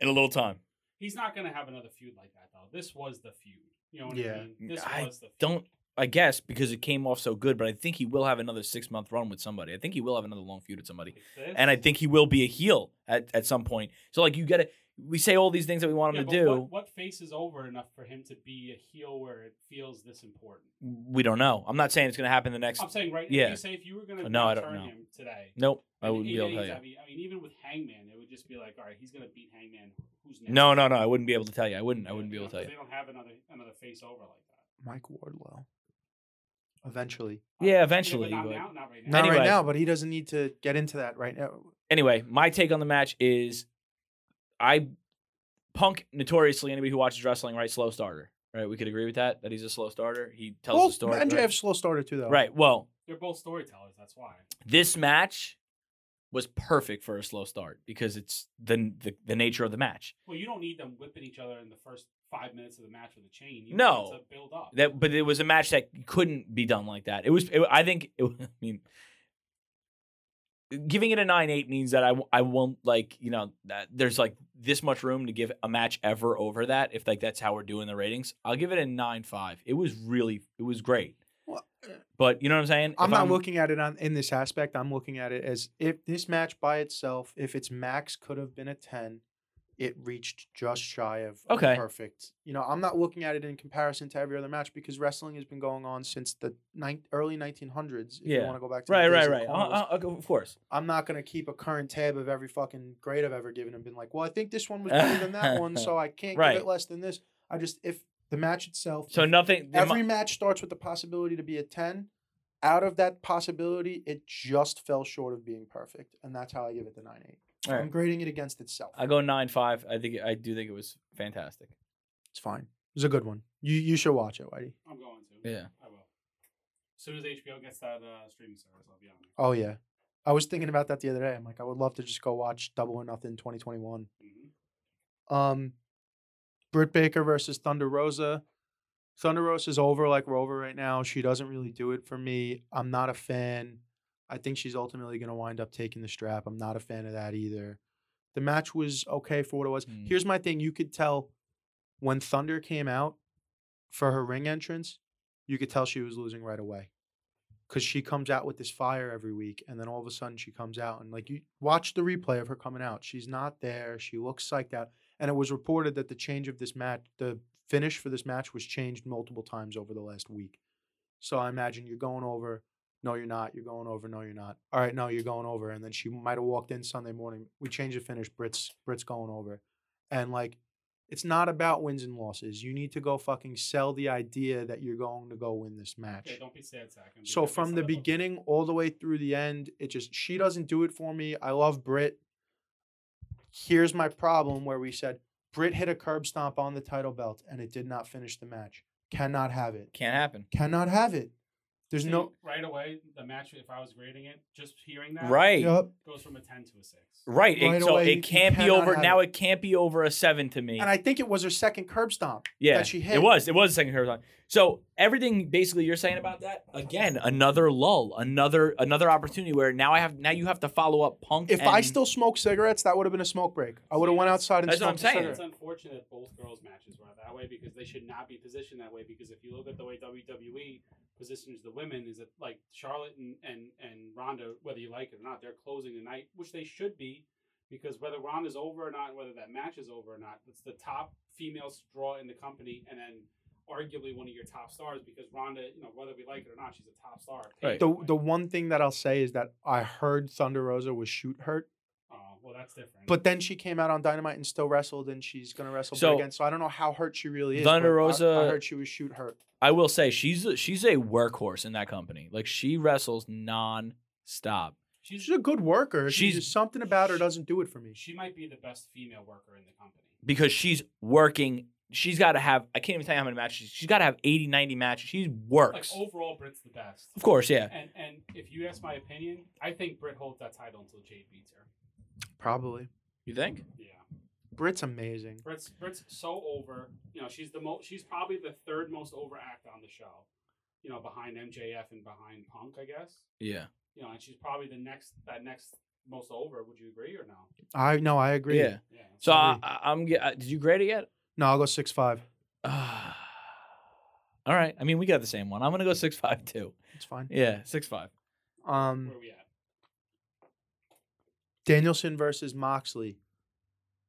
Speaker 2: in a little time.
Speaker 3: He's not going to have another feud like that though. This was the feud, you know what
Speaker 1: Yeah.
Speaker 3: I mean? This
Speaker 2: I
Speaker 3: was the feud.
Speaker 2: Don't I guess because it came off so good, but I think he will have another six month run with somebody. I think he will have another long feud with somebody,
Speaker 3: Like this.
Speaker 2: and I think he will be a heel at at some point. So like you got to. We say all these things that we want
Speaker 3: Yeah,
Speaker 2: him
Speaker 3: but
Speaker 2: to do.
Speaker 3: What, what face is over enough for him to be a heel where it feels this important?
Speaker 2: We don't know. I'm not saying it's going to happen the next.
Speaker 3: I'm saying right. If
Speaker 2: yeah.
Speaker 3: you say if you were going to
Speaker 2: No, I don't
Speaker 3: turn
Speaker 2: know.
Speaker 3: him today.
Speaker 2: Nope, I
Speaker 3: in
Speaker 2: wouldn't be able to tell you.
Speaker 3: AEW, I mean, even with Hangman, it would just be like, all right, he's going to beat Hangman. Who's next?
Speaker 2: No, no, no. I wouldn't be able to tell you. I wouldn't. I
Speaker 3: Yeah,
Speaker 2: wouldn't be
Speaker 3: you
Speaker 2: able
Speaker 3: know,
Speaker 2: to tell
Speaker 3: 'cause
Speaker 2: you.
Speaker 3: They don't have another another face over like that.
Speaker 1: Mike Wardlow. Eventually.
Speaker 2: Yeah,
Speaker 3: but
Speaker 2: eventually,
Speaker 3: not
Speaker 2: but-
Speaker 3: now, not right now.
Speaker 1: Not
Speaker 2: Anyway.
Speaker 1: right now, but he doesn't need to get into that right now.
Speaker 2: Anyway, my take on the match is, I, Punk notoriously anybody who watches wrestling right slow starter right we could agree with that that he's a slow starter he tells
Speaker 1: well,
Speaker 2: the story
Speaker 1: MJF
Speaker 2: right?
Speaker 1: slow starter too, though.
Speaker 2: right well
Speaker 3: They're both storytellers. That's why.
Speaker 2: this match was perfect for a slow start because it's the the, the nature of the match
Speaker 3: Well, you don't need them whipping each other in the first five minutes of the match with a chain. You
Speaker 2: No.
Speaker 3: need to build up.
Speaker 2: that but it was a match that couldn't be done like that it was it, I think it, I mean giving it a 9-8 means that I, w- I won't like you know that there's like this much room to give a match ever over that if like that's how we're doing the ratings i'll give it a 9-5 it was really it was great
Speaker 1: Well, uh,
Speaker 2: but you know what i'm saying
Speaker 1: I'm
Speaker 2: If
Speaker 1: not looking at it on in this aspect. I'm looking at it as if this match by itself, if its max could have been a 10, it reached just shy of of
Speaker 2: Okay.
Speaker 1: perfect. You know, I'm not looking at it in comparison to every other match because wrestling has been going on since the nine early 1900s. If you
Speaker 2: Yeah.
Speaker 1: want to go back to the
Speaker 2: Right,
Speaker 1: days
Speaker 2: right,
Speaker 1: of
Speaker 2: right. Uh,
Speaker 1: carnivals.
Speaker 2: uh, okay, of course.
Speaker 1: I'm not gonna keep a current tab of every fucking grade I've ever given and been like, well, I think this one was better than that one, so I can't
Speaker 2: Right.
Speaker 1: give it less than this. I just if the match itself,
Speaker 2: So nothing. there
Speaker 1: every
Speaker 2: mi-
Speaker 1: match starts with the possibility to be a ten. Out of that possibility, it just fell short of being perfect, and that's how I give it the nine eight.
Speaker 2: All right.
Speaker 1: I'm grading it against itself.
Speaker 2: I go nine five. I think I do think it was fantastic.
Speaker 1: It's fine. It's a good one. You you should watch it, Whitey.
Speaker 3: I'm going to.
Speaker 2: Yeah.
Speaker 3: I will. As soon as HBO gets that uh, streaming service, I'll be on it.
Speaker 1: Oh yeah. I was thinking about that the other day. I'm like, I would love to just go watch Double or Nothing 2021.
Speaker 3: Mhm.
Speaker 1: Um, Britt Baker versus Thunder Rosa. Thunder Rosa's over like Rover right now. She doesn't really do it for me. I'm not a fan. I think she's ultimately going to wind up taking the strap. I'm not a fan of that either. The match was okay for what it was.
Speaker 2: Mm.
Speaker 1: Here's my thing you could tell when Thunder came out for her ring entrance, you could tell she was losing right away. Cause she comes out with this fire every week, and then all of a sudden she comes out and like you watch the replay of her coming out. She's not there. She looks psyched out and it was reported that the change of this match, the finish for this match, was changed multiple times over the last week. So I imagine you're going over. No, you're not. You're going over. No, you're not. All right, no, you're going over. And then she might have walked in Sunday morning. We changed the finish. Brit's Brit's going over, and like, it's not about wins and losses. You need to go fucking sell the idea that you're going to go win this match.
Speaker 3: Okay, don't be sad, Zach. I'm
Speaker 1: So
Speaker 3: gonna get
Speaker 1: from
Speaker 3: this
Speaker 1: the
Speaker 3: out of-
Speaker 1: beginning all the way through the end, it just she doesn't do it for me. I love Brit. Here's my problem where we said Brit hit a curb stomp on the title belt and it did not finish the match. Cannot have it.
Speaker 2: Can't happen.
Speaker 1: Cannot have it. There's
Speaker 3: See,
Speaker 1: no
Speaker 3: right away. The match, if I was grading it, just hearing that,
Speaker 2: Right.
Speaker 1: Yup.
Speaker 3: goes from a ten to a six.
Speaker 2: Right. It-
Speaker 1: Right
Speaker 2: so
Speaker 1: away, you
Speaker 2: it can't be
Speaker 1: cannot
Speaker 2: over
Speaker 1: have
Speaker 2: now.
Speaker 1: it.
Speaker 2: It can't be over a seven to me.
Speaker 1: And I think it was her second curb stomp.
Speaker 2: yeah,
Speaker 1: that she hit.
Speaker 2: it was. It was a second curve line. So everything basically you're saying about that again, another lull, another another opportunity where now I have now you have to follow up Punk.
Speaker 1: If I
Speaker 2: and-
Speaker 1: still smoked cigarettes, that would have been a smoke break. I would have went outside and
Speaker 2: That's what I'm
Speaker 1: smoked
Speaker 2: saying.
Speaker 1: a
Speaker 3: It's
Speaker 1: cigarette.
Speaker 3: unfortunate that both girls' matches were that way because they should not be positioned that way. Because if you look at the way WWE positions the women, is that like Charlotte and, and, and Ronda, whether you like it or not, they're closing the night, which they should be. Because whether Ronda's over or not, whether that match is over or not, it's the top female straw in the company, and then arguably one of your top stars. Because Ronda, you know, whether we like it or not, she's a top star.
Speaker 2: Right.
Speaker 1: The the one thing that I'll say is that I heard Thunder Rosa was shoot hurt.
Speaker 3: Uh, well, that's different.
Speaker 1: But then she came out on Dynamite and still wrestled, and she's gonna wrestle
Speaker 2: So-
Speaker 1: again. So I don't know how hurt she really is.
Speaker 2: Thunder
Speaker 1: but I- I,
Speaker 2: Rosa-
Speaker 1: heard she was shoot hurt.
Speaker 2: I will say she's a, she's a workhorse in that company. Like she wrestles non-stop.
Speaker 1: She's a good worker. She's,
Speaker 2: She's-
Speaker 1: just something about her doesn't do it for me.
Speaker 3: she might be the best female worker in the company.
Speaker 2: because she's working. She's got to have, I can't even tell you how many matches. She's got to have 80, 90 matches. She
Speaker 3: Like
Speaker 1: oh.
Speaker 2: works.
Speaker 3: overall, Brit's the best.
Speaker 2: of course, yeah.
Speaker 3: And and if you ask my opinion, I think Britt holds that title until Jade beats her.
Speaker 1: Probably.
Speaker 2: You think?
Speaker 3: Yeah,
Speaker 1: Brit's amazing.
Speaker 3: Britt's Britt's so over. You know, she's the most. She's probably the third most over act on the show. You know, behind MJF and behind Punk, I guess.
Speaker 2: Yeah.
Speaker 3: You know, and she's probably the next that next most over. Would you agree or no?
Speaker 1: I no, I agree.
Speaker 2: Yeah.
Speaker 3: Yeah.
Speaker 2: So I, I- I'm, ge- uh, did you grade it yet?
Speaker 1: No, I'll go six five.
Speaker 2: Ah. all right. I mean, we got the same one. I'm going to go six five two.
Speaker 1: It's fine.
Speaker 2: Yeah, six five.
Speaker 1: Um,
Speaker 3: Where we at?
Speaker 1: Danielson versus Moxley.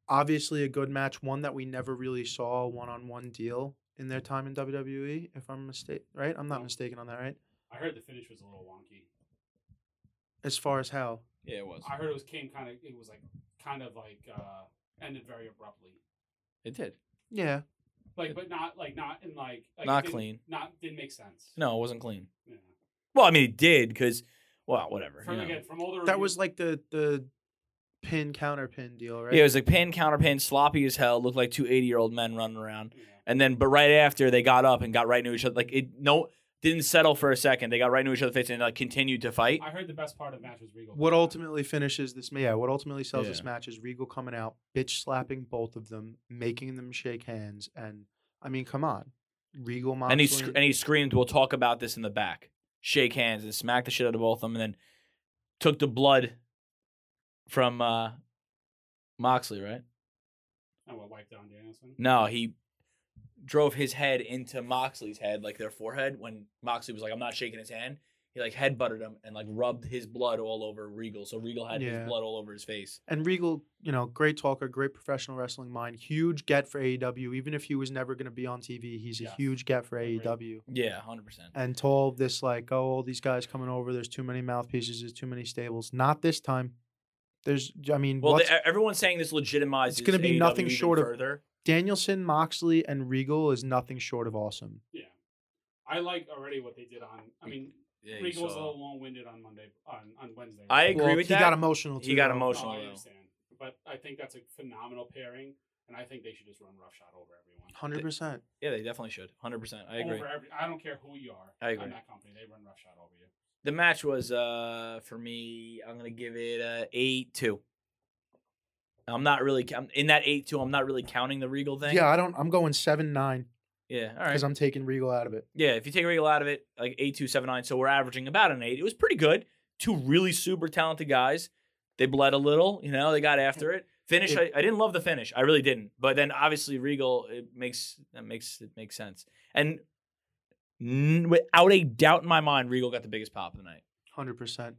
Speaker 1: Obviously, a good match. One that we never really saw one on one deal in their time in WWE. If I'm mistaken, right? I'm not
Speaker 3: No.
Speaker 1: mistaken on that, right?
Speaker 3: I heard the finish was a little wonky.
Speaker 1: As far as how
Speaker 2: Yeah, it was.
Speaker 3: I heard it was came kind of. It was like kind of like uh ended very abruptly.
Speaker 2: It did.
Speaker 1: Yeah,
Speaker 3: Like, but not like not in like, like it
Speaker 2: Not
Speaker 3: didn't-
Speaker 2: clean.
Speaker 3: Not didn't make sense.
Speaker 2: No, it wasn't clean.
Speaker 3: Yeah.
Speaker 2: Well, I mean, it did because, well, whatever.
Speaker 3: From
Speaker 2: you know.
Speaker 3: again, from all the
Speaker 1: that
Speaker 3: reviews-
Speaker 1: was like the the pin counter pin deal, right?
Speaker 2: Yeah, Mm-hmm. it was like pin, counter pin, sloppy as hell. Looked like two 80 year old men running around.
Speaker 3: Yeah.
Speaker 2: And then, but right after they got up and got right into each other, like it no didn't settle for a second. They got right into each other's face and like continued to fight.
Speaker 3: I heard the best part of the match was Regal.
Speaker 1: What
Speaker 3: coming out.
Speaker 1: ultimately finishes this? Yeah, what ultimately sells this
Speaker 2: Yeah.
Speaker 1: match is Regal coming out, bitch slapping both of them, making them shake hands, and I mean, come on, Regal Moxley.
Speaker 2: and he sc- and he screamed, "We'll talk about this in the back." Shake hands and smack the shit out of both of them, and then took the blood from uh, Moxley. Right?
Speaker 3: And what wiped down Danielson?
Speaker 2: No, he drove his head into Moxley's head, like their forehead, when Moxley was like, "I'm not shaking his hand." He like headbutted him and like rubbed his blood all over Regal. So Regal had
Speaker 1: Yeah.
Speaker 2: his blood all over his face.
Speaker 1: And Regal, you know, great talker, great professional wrestling mind, huge get for AEW. Even if he was never going to be on TV, he's a
Speaker 3: Yes.
Speaker 1: huge get for
Speaker 3: Agreed.
Speaker 1: AEW.
Speaker 2: Yeah, hundred percent.
Speaker 1: And told this like, oh, all these guys coming over. There's too many mouthpieces. There's too many stables. Not this time. There's, I mean,
Speaker 2: Well,
Speaker 1: what's-
Speaker 2: the, everyone's saying this legitimizes.
Speaker 1: It's gonna be
Speaker 2: AEW
Speaker 1: nothing
Speaker 2: even
Speaker 1: short of-
Speaker 2: further.
Speaker 1: Danielson, Moxley, and Regal is nothing short of awesome.
Speaker 3: I like already what they did on. I mean,
Speaker 2: Yeah, you
Speaker 3: Regal was a
Speaker 2: saw.
Speaker 3: little long-winded on Monday on, on Wednesday.
Speaker 2: I agree
Speaker 1: Well,
Speaker 2: with
Speaker 1: he
Speaker 2: that.
Speaker 1: got emotional. Too,
Speaker 2: He got
Speaker 1: though.
Speaker 2: emotional.
Speaker 3: No, I
Speaker 2: though.
Speaker 3: understand, but I think that's a phenomenal pairing, and I think they should just run roughshod over everyone.
Speaker 1: Hundred percent.
Speaker 2: yeah, they definitely should. Hundred percent. I agree.
Speaker 3: Over every, I don't care who you are.
Speaker 2: I agree.
Speaker 3: In that company, they run roughshod over you.
Speaker 2: The match was uh for me. I'm gonna give it a eight two. I'm not really I'm, in that eight two. I'm not really counting the Regal thing.
Speaker 1: Yeah, I don't. I'm going seven nine
Speaker 2: Yeah. All right.
Speaker 1: because I'm taking Regal out of it.
Speaker 2: Yeah, if you take Regal out of it, like eight two seven nine, so we're averaging about an eight. It was pretty good. Two really super talented guys. They bled a little, you know. They got after it. Finish. I, I didn't love the finish. I really didn't. But then obviously Regal, it makes that makes it makes sense. And n- without a doubt in my mind, Regal got the biggest pop of the night.
Speaker 1: Hundred percent.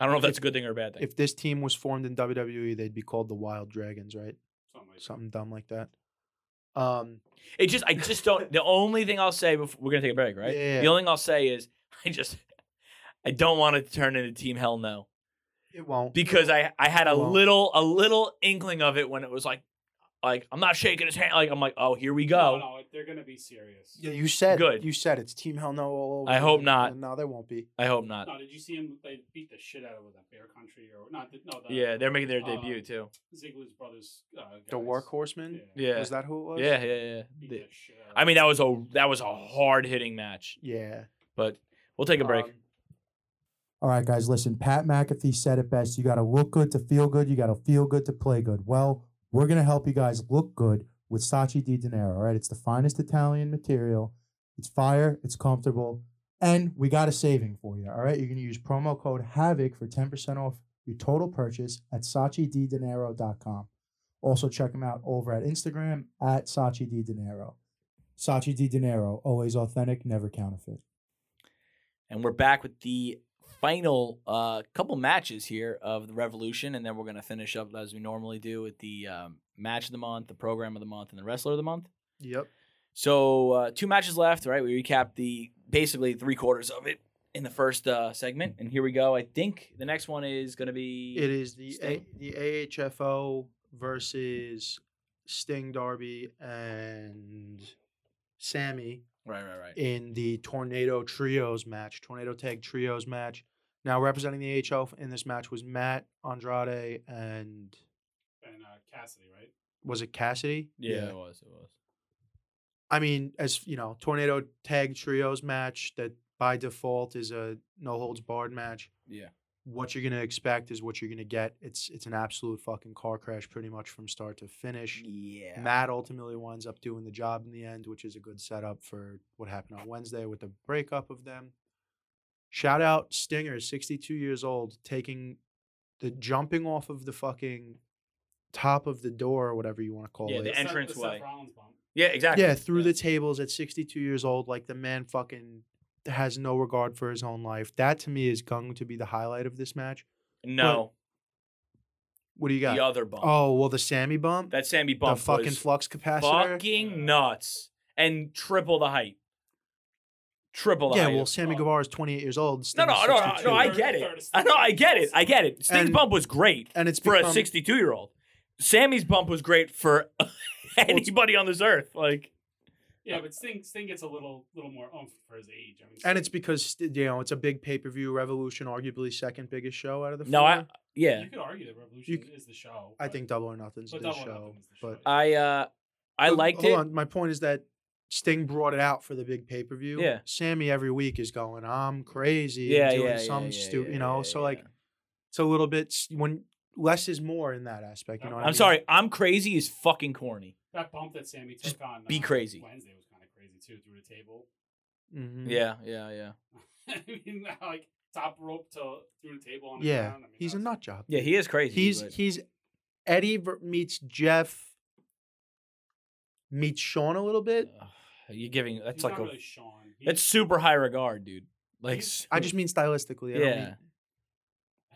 Speaker 2: I don't know if that's a good thing or a bad thing.
Speaker 1: If this team was formed in WWE, they'd be called the Wild Dragons, right?
Speaker 3: Something like
Speaker 1: Something dumb like that. Um,
Speaker 2: It just, I just don't. the only thing I'll say before we're gonna take a break, right?
Speaker 1: Yeah.
Speaker 2: The only thing I'll say is I just, I don't want it to turn into Team Hell No
Speaker 1: it won't.
Speaker 2: because I, I had a
Speaker 1: Well-
Speaker 2: little, a little inkling of it when it was like, like I'm not shaking his hand. Like I'm like, oh, here we
Speaker 3: that.
Speaker 2: go.
Speaker 3: No, no, they're gonna be serious.
Speaker 1: Yeah, you said
Speaker 2: Good.
Speaker 1: You said it's Team Hell No all over.
Speaker 2: I hope
Speaker 1: again.
Speaker 2: not.
Speaker 1: No, there won't be.
Speaker 2: I hope not.
Speaker 3: No, did you see him? They beat the shit out of with that Bear Country or not? The, no, the
Speaker 2: yeah, they're making their
Speaker 3: uh,
Speaker 2: debut too.
Speaker 3: Ziggler's brothers. Uh, guys.
Speaker 1: The War Horsemen.
Speaker 3: Yeah.
Speaker 2: Yeah,
Speaker 1: Was that who it was?
Speaker 2: yeah, yeah, yeah.
Speaker 3: Beat
Speaker 2: The-
Speaker 3: the shit uh, out of
Speaker 2: I mean,
Speaker 3: them.
Speaker 2: that was a that was a hard hitting match,
Speaker 1: Yeah.
Speaker 2: but we'll take a break.
Speaker 1: Um, all right, guys, listen. Pat McAfee said it best. You got to look good to feel good. You got to feel good to play good. Well, we're going to help you guys look good with Sachi Di Dinero. All right, it's the finest Italian material. It's fire, it's comfortable, and we got a saving for you. All right, you're going to use promo code HAVOC for 10% off your total purchase at SachiDiDinero.com. Also, check them out over at Instagram at Sachi Di Dinero. Sachi Di Dinero, always authentic, never counterfeit.
Speaker 2: And we're back with the final uh, couple matches here of the Revolution, and then we're going to finish up as we normally do with the um, match of the month, the program of the month, and the wrestler of the month.
Speaker 1: Yep.
Speaker 2: So uh, two matches left, right? We recapped the basically three quarters of it in the first uh, segment, and here we go. I think the next one is going to be
Speaker 1: It is the A-
Speaker 2: Sting?
Speaker 1: the AHFO versus Sting Darby and Sammy
Speaker 2: right, right, right.
Speaker 1: in the Tornado Trios match, Tornado Tag Trios match. Now representing the AHL in this match was Matt Andrade and
Speaker 3: and uh, Cassidy, right?
Speaker 1: was it Cassidy?
Speaker 2: Yeah, it was, it was.
Speaker 1: I mean, as you know, Tornado Tag Trios match that by default is a no holds barred match.
Speaker 2: Yeah.
Speaker 1: What you're gonna expect is what you're gonna get. It's it's an absolute fucking car crash pretty much from start to finish.
Speaker 2: Yeah,
Speaker 1: Matt ultimately winds up doing the job in the end, which is a good setup for what happened on Wednesday with the breakup of them. Shout out Stinger, 62 years old, taking the jumping off of the fucking top of the door or whatever you want to call
Speaker 2: Yeah,
Speaker 1: it.
Speaker 2: the
Speaker 3: Seth-
Speaker 2: entrance
Speaker 3: Seth
Speaker 2: way.
Speaker 3: Rollins bump.
Speaker 1: Uh,
Speaker 2: yeah, exactly.
Speaker 1: Yeah, through the tables at 62 years old, like the man fucking has no regard for his own life. That to me is going to be the highlight of this match.
Speaker 2: no,
Speaker 1: What do you got?
Speaker 2: the other bump.
Speaker 1: Oh, well, the Sammy bump,
Speaker 2: that Sammy bump
Speaker 1: the fucking
Speaker 2: was
Speaker 1: flux capacitor.
Speaker 2: fucking nuts and triple the height. Triple the
Speaker 1: yeah,
Speaker 2: height.
Speaker 1: well, Sammy
Speaker 3: Oh.
Speaker 1: Guevara is 28 years old.
Speaker 2: no,
Speaker 1: Sting is
Speaker 2: no, no, no,
Speaker 1: 62.
Speaker 2: no, I
Speaker 3: Third-
Speaker 2: get it.
Speaker 3: third is
Speaker 2: I know, I get it. I get it. Sting's
Speaker 1: And-
Speaker 2: bump was great
Speaker 1: and it's
Speaker 2: for
Speaker 1: become,
Speaker 2: a 62 year old. Sammy's bump was great for anybody on this earth. Like,
Speaker 3: Yeah, but Sting Sting gets a little little more oomph for his age. I mean,
Speaker 1: and it's because st- you know it's a big pay per view. Revolution, arguably second biggest show out of the.
Speaker 2: no, I,
Speaker 1: four.
Speaker 2: yeah,
Speaker 3: you could argue that Revolution
Speaker 1: You c-
Speaker 3: is the show.
Speaker 1: I
Speaker 3: but-
Speaker 1: think Double or Nothing's the
Speaker 3: But Double or
Speaker 1: show,
Speaker 3: Nothing is the show,
Speaker 1: but
Speaker 3: yeah.
Speaker 2: I, uh, I
Speaker 1: But
Speaker 2: liked
Speaker 1: hold
Speaker 2: it.
Speaker 1: On. My point is that Sting brought it out for the big pay per view.
Speaker 2: Yeah.
Speaker 1: Sammy every week is going, I'm crazy. and
Speaker 2: Yeah,
Speaker 1: doing
Speaker 2: yeah,
Speaker 1: some
Speaker 2: yeah, yeah,
Speaker 1: stu-
Speaker 2: yeah,
Speaker 1: you know.
Speaker 2: yeah,
Speaker 1: so
Speaker 2: yeah.
Speaker 1: like, it's a little bit s- when less is more in that aspect. You know. What I
Speaker 2: I'm
Speaker 1: mean?
Speaker 2: sorry, I'm crazy is fucking corny.
Speaker 3: that bump that Sammy took
Speaker 2: Just
Speaker 3: on uh,
Speaker 2: be crazy.
Speaker 3: Wednesday was kind of crazy too through the table.
Speaker 1: Mhm.
Speaker 2: Yeah, Mm-hmm. yeah, yeah.
Speaker 3: I mean, like top rope to through the table on the
Speaker 1: Yeah.
Speaker 3: ground. I mean,
Speaker 1: He's a
Speaker 3: that's-
Speaker 1: nut job.
Speaker 2: Yeah, he is crazy.
Speaker 1: He's
Speaker 2: but-
Speaker 1: he's Eddie ver- meets Jeff meets Sean a little bit.
Speaker 2: Ugh, you're giving
Speaker 3: He's
Speaker 2: that's
Speaker 3: not
Speaker 2: like a
Speaker 3: really Sean. He-
Speaker 2: that's super high regard, dude. Like,
Speaker 3: He's-
Speaker 2: I
Speaker 1: I just mean stylistically. I Don't
Speaker 2: yeah,
Speaker 1: mean,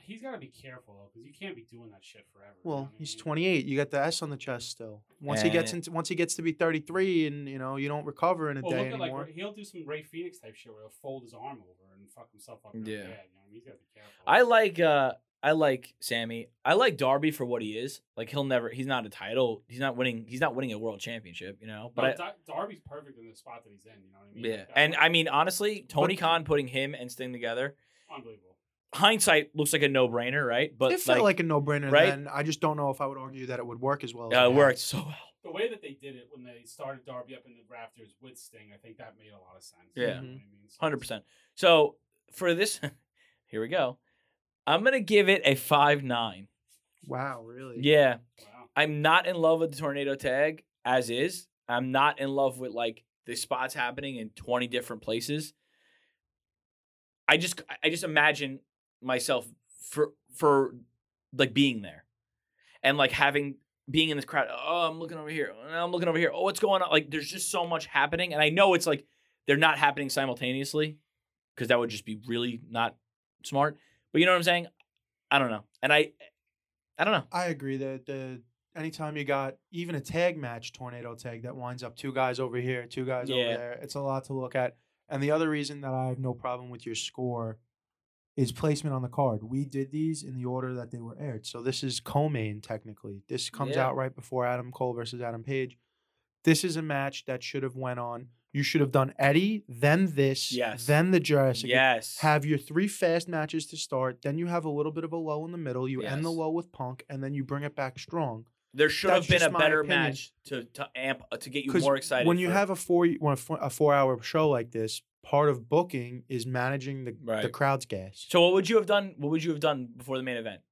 Speaker 3: He's got to be careful though, because you can't be doing that shit forever. you know
Speaker 1: well,
Speaker 3: what I
Speaker 1: he's
Speaker 3: mean?
Speaker 1: 28. You got the S on the chest still. Once he gets
Speaker 2: And-
Speaker 1: into, once he gets to be 33, and you know you don't recover in a
Speaker 3: Well,
Speaker 1: day
Speaker 3: look at
Speaker 1: anymore.
Speaker 3: like he'll do some Ray Phoenix type shit where he'll fold his arm over and fuck himself up. Really
Speaker 2: Yeah.
Speaker 3: bad, you know? what I mean? he's got to be careful.
Speaker 2: I like uh I like Sammy. I like Darby for what he is. Like he'll never. He's not a title. He's not winning. He's not winning a world championship. You know.
Speaker 3: but
Speaker 2: But I,
Speaker 3: Dar- Darby's perfect in the spot that he's in. You know what I mean?
Speaker 2: yeah,
Speaker 3: Like, that's
Speaker 2: and I mean honestly, Tony
Speaker 1: But-
Speaker 2: Khan putting him and Sting together.
Speaker 3: unbelievable.
Speaker 2: Hindsight looks like a no brainer, right? But
Speaker 1: it felt like, a no-brainer.
Speaker 2: right?
Speaker 1: Then I just don't know if I would argue that it would work as well. As
Speaker 2: uh, it
Speaker 1: has.
Speaker 2: worked so well.
Speaker 3: The way that they did it when they started Darby up in the rafters with Sting, I think that made a lot of sense.
Speaker 2: Yeah.
Speaker 3: you know
Speaker 1: Mm-hmm.
Speaker 3: what I mean? So
Speaker 2: Hundred percent. So for this, here we go. I'm gonna give it a five nine.
Speaker 1: Wow, really?
Speaker 2: Yeah,
Speaker 3: it's- Wow.
Speaker 2: I'm not in love with the tornado tag as is. I'm not in love with like the spots happening in 20 different places. I just I just imagine myself for for like being there and like having being in this crowd. Oh, I'm looking over here. Oh, I'm looking over here. Oh, what's going on? Like there's just so much happening and I know it's like they're not happening simultaneously cuz that would just be really not smart. But you know what I'm saying? I don't know. And I I don't know.
Speaker 1: I agree that the anytime you got even a tag match tornado tag that winds up two guys over here, two guys over
Speaker 2: Yeah.
Speaker 1: there, it's a lot to look at. And the other reason that I have no problem with your score is placement on the card. We did these in the order that they were aired. So this is co-main technically. This comes
Speaker 2: Yeah.
Speaker 1: out right before Adam Cole versus Adam Page. This is a match that should have went on. You should have done Eddie, then this,
Speaker 2: Yes.
Speaker 1: then the Jurassic
Speaker 2: Yes.
Speaker 1: have your three fast matches to start. Then you have a little bit of a low in the middle. You end the
Speaker 2: Yes.
Speaker 1: low with Punk, and then you bring it back strong.
Speaker 2: There should
Speaker 1: That's
Speaker 2: have been
Speaker 1: just
Speaker 2: a
Speaker 1: my
Speaker 2: better
Speaker 1: opinion.
Speaker 2: match to, to amp to get you
Speaker 1: 'Cause
Speaker 2: more excited.
Speaker 1: when you
Speaker 2: for-
Speaker 1: have a four, when a four, a four hour show like this, part of booking is managing the the
Speaker 2: Right.
Speaker 1: crowd's gas.
Speaker 2: so what would you have done? What would you have done before the main event?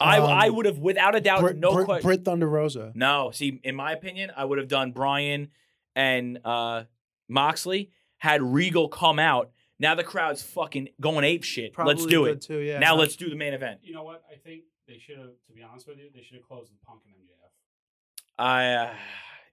Speaker 2: I
Speaker 1: Um,
Speaker 2: I would have without a doubt
Speaker 1: Britt,
Speaker 2: no
Speaker 1: Britt,
Speaker 2: question.
Speaker 1: Britt Thunder Rosa.
Speaker 2: no, see, in my opinion, I would have done Brian and uh, Moxley had Regal come out. Now the crowd's fucking going ape shit. let's do
Speaker 1: good
Speaker 2: it.
Speaker 1: Too, yeah.
Speaker 2: now let's do the main event.
Speaker 3: You know what? I think they should have. To be honest with you, they should have closed with Punk and MJF.
Speaker 2: I uh,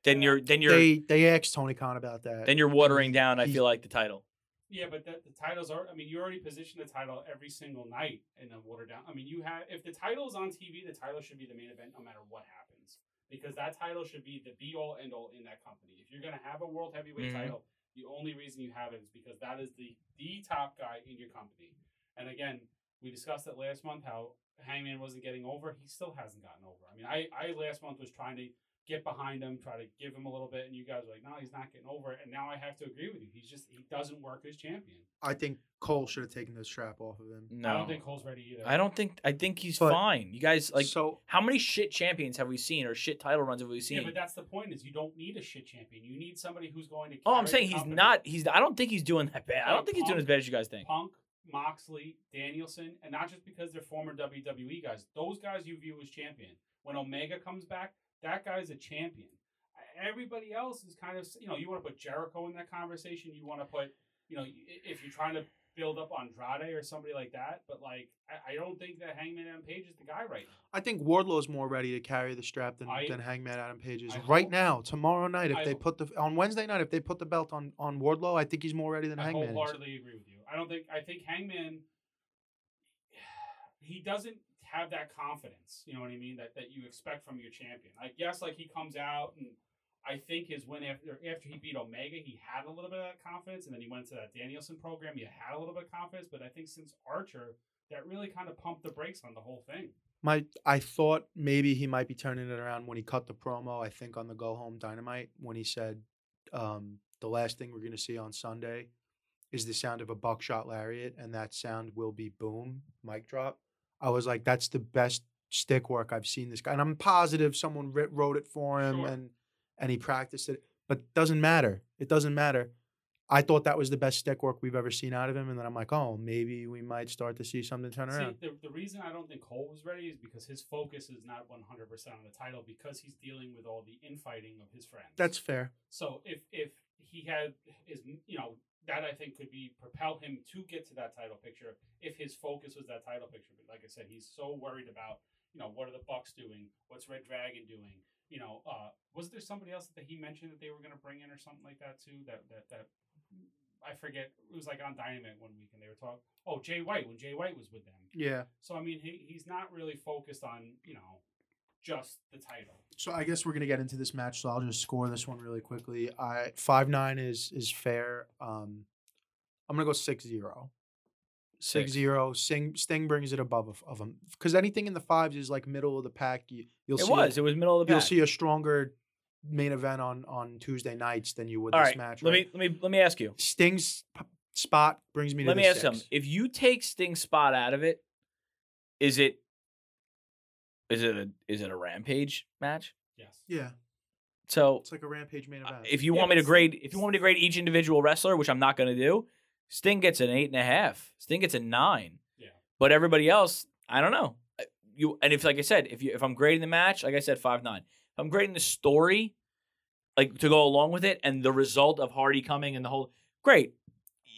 Speaker 2: then you're then you're
Speaker 1: They they asked Tony Khan about that.
Speaker 2: then you're watering down. I
Speaker 1: He's-
Speaker 2: feel like the title.
Speaker 3: Yeah, but that, the titles are. I mean, you already position the title every single night in a watered down. I mean, you have if the title's on TV, the title should be the main event no matter what happens because that title should be the be all end all in that company. If you're gonna have a world heavyweight
Speaker 2: Mhm.
Speaker 3: title, the only reason you have it is because that is the the top guy in your company. And again, we discussed it last month how Hangman wasn't getting over. He still hasn't gotten over. I mean, I I last month was trying to get behind him, try to give him a little bit, and you guys were like, no, he's not getting over it. And now I have to agree with you. He's just he doesn't work as champion.
Speaker 1: I think Cole should have taken the strap off of him.
Speaker 2: No,
Speaker 3: I don't think Cole's ready either.
Speaker 2: I don't think I think he's
Speaker 1: But-
Speaker 2: fine. You guys like
Speaker 1: so,
Speaker 2: How many shit champions have we seen or shit title runs have we
Speaker 3: Yeah,
Speaker 2: seen?
Speaker 3: but that's the point is you don't need a shit champion. You need somebody who's going to.
Speaker 2: oh, I'm
Speaker 3: carry
Speaker 2: saying
Speaker 3: the
Speaker 2: he's
Speaker 3: company.
Speaker 2: not. He's. I don't think he's doing that bad. I
Speaker 3: Like
Speaker 2: don't think he's doing
Speaker 3: Punk.
Speaker 2: as bad as you guys think.
Speaker 3: Punk, Moxley, Danielson, and not just because they're former WWE guys. Those guys you view as champion. When Omega comes back, that guy's a champion. E, Everybody else is kind of you know you want to put Jericho in that conversation. You want to put you know i- if you're trying to build up Andrade or somebody like that. But like I, I don't think that Hangman and Page is the guy right now.
Speaker 1: I think Wardlow's more ready to carry the strap than,
Speaker 3: I-
Speaker 1: than Hangman Adam Page is
Speaker 3: I
Speaker 1: right
Speaker 3: hope-
Speaker 1: now. Tomorrow night, if
Speaker 3: I
Speaker 1: they
Speaker 3: hope-
Speaker 1: put the on Wednesday night, if they put the belt on on Wardlow, I think he's more ready than
Speaker 3: I
Speaker 1: Hangman. Is.
Speaker 3: wholeheartedly agree with you. I don't think I think Hangman he doesn't have that confidence, you know what I mean, that, that you expect from your champion. Like yes, like he comes out and I think his win after after he beat Omega, he had a little bit of that confidence and then he went to that Danielson program, he had a little bit of confidence, but I think since Archer, that really kind of pumped the brakes on the whole thing.
Speaker 1: My, I thought maybe he might be turning it around when he cut the promo. I think on the go home dynamite when he said, um, "The last thing we're going to see on Sunday is the sound of a buckshot lariat, and that sound will be boom, mic drop." I was like, "That's the best stick work I've seen this guy," and I'm positive someone writ- wrote it for him
Speaker 3: Sure.
Speaker 1: and and he practiced it. But doesn't matter. It doesn't matter. I thought that was the best stick work we've ever seen out of him, and then I'm like, "Oh, maybe we might start to see something turn around."
Speaker 3: See, the, the reason I don't think Cole was ready is because his focus is not 100% on the title because he's dealing with all the infighting of his friends.
Speaker 1: That's fair.
Speaker 3: So if if he had is you know that I think could be propel him to get to that title picture if his focus was that title picture. But like I said, he's so worried about you know what are the Bucks doing, what's Red Dragon doing. You know, uh, was there somebody else that he mentioned that they were going to bring in or something like that too? That that that I forget it was like on Dynamite one week and they were talking. Oh, Jay White when Jay White was with them.
Speaker 1: Yeah.
Speaker 3: So I mean, he, he's not really focused on you know just the title.
Speaker 1: So I guess we're gonna get into this match. So I'll just score this one really quickly. I five nine is is fair. Um, I'm gonna go six zero. Six
Speaker 5: Six.
Speaker 1: zero. Sting Sting brings it above of, of him because anything in the fives is like middle of the pack. You, you'll
Speaker 2: It
Speaker 1: see
Speaker 2: was.
Speaker 1: A,
Speaker 2: It was middle of the
Speaker 1: you'll
Speaker 2: pack.
Speaker 1: see a stronger main event on on Tuesday nights than you would
Speaker 2: All
Speaker 1: this
Speaker 2: right.
Speaker 1: match.
Speaker 2: Let
Speaker 1: right?
Speaker 2: me let me let me ask you.
Speaker 1: Sting's p- spot brings me to
Speaker 2: Let
Speaker 1: the
Speaker 2: me ask
Speaker 1: six.
Speaker 2: something. If you take Sting's spot out of it, is it is it a is it a rampage match?
Speaker 3: Yes.
Speaker 1: Yeah,
Speaker 2: So
Speaker 1: it's like a rampage main
Speaker 2: uh,
Speaker 1: event.
Speaker 2: if you
Speaker 3: Yeah,
Speaker 2: want me to
Speaker 3: it's-
Speaker 2: grade if you want me to grade each individual wrestler, which I'm not gonna do, Sting gets an eight and a half. Sting gets a nine.
Speaker 3: Yeah.
Speaker 2: But everybody else, I don't know. I- You and if like I said, if you if I'm grading the match, like I said, five nine. If I'm grading the story, like to go along with it, and the result of Hardy coming and the whole great.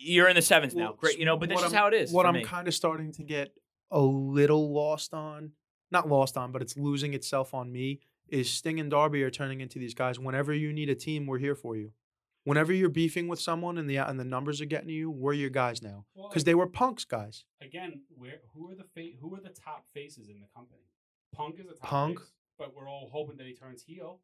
Speaker 2: You're in the sevens now.
Speaker 1: Well,
Speaker 2: Great. You know, but that's
Speaker 1: what
Speaker 2: just
Speaker 1: I'm-
Speaker 2: how it is.
Speaker 1: What
Speaker 2: for
Speaker 1: I'm
Speaker 2: me.
Speaker 1: kind of starting to get a little lost on, not lost on, but it's losing itself on me, is Sting and Darby are turning into these guys. Whenever you need a team, we're here for you. Whenever you're beefing with someone and the uh, and the numbers are getting to you, we're your guys now.
Speaker 3: Well,
Speaker 1: Because they were punks guys.
Speaker 3: again, where who are the fa- who are the top faces in the company? Punk is a top
Speaker 1: Punk.
Speaker 3: face, but we're all hoping that he turns heel.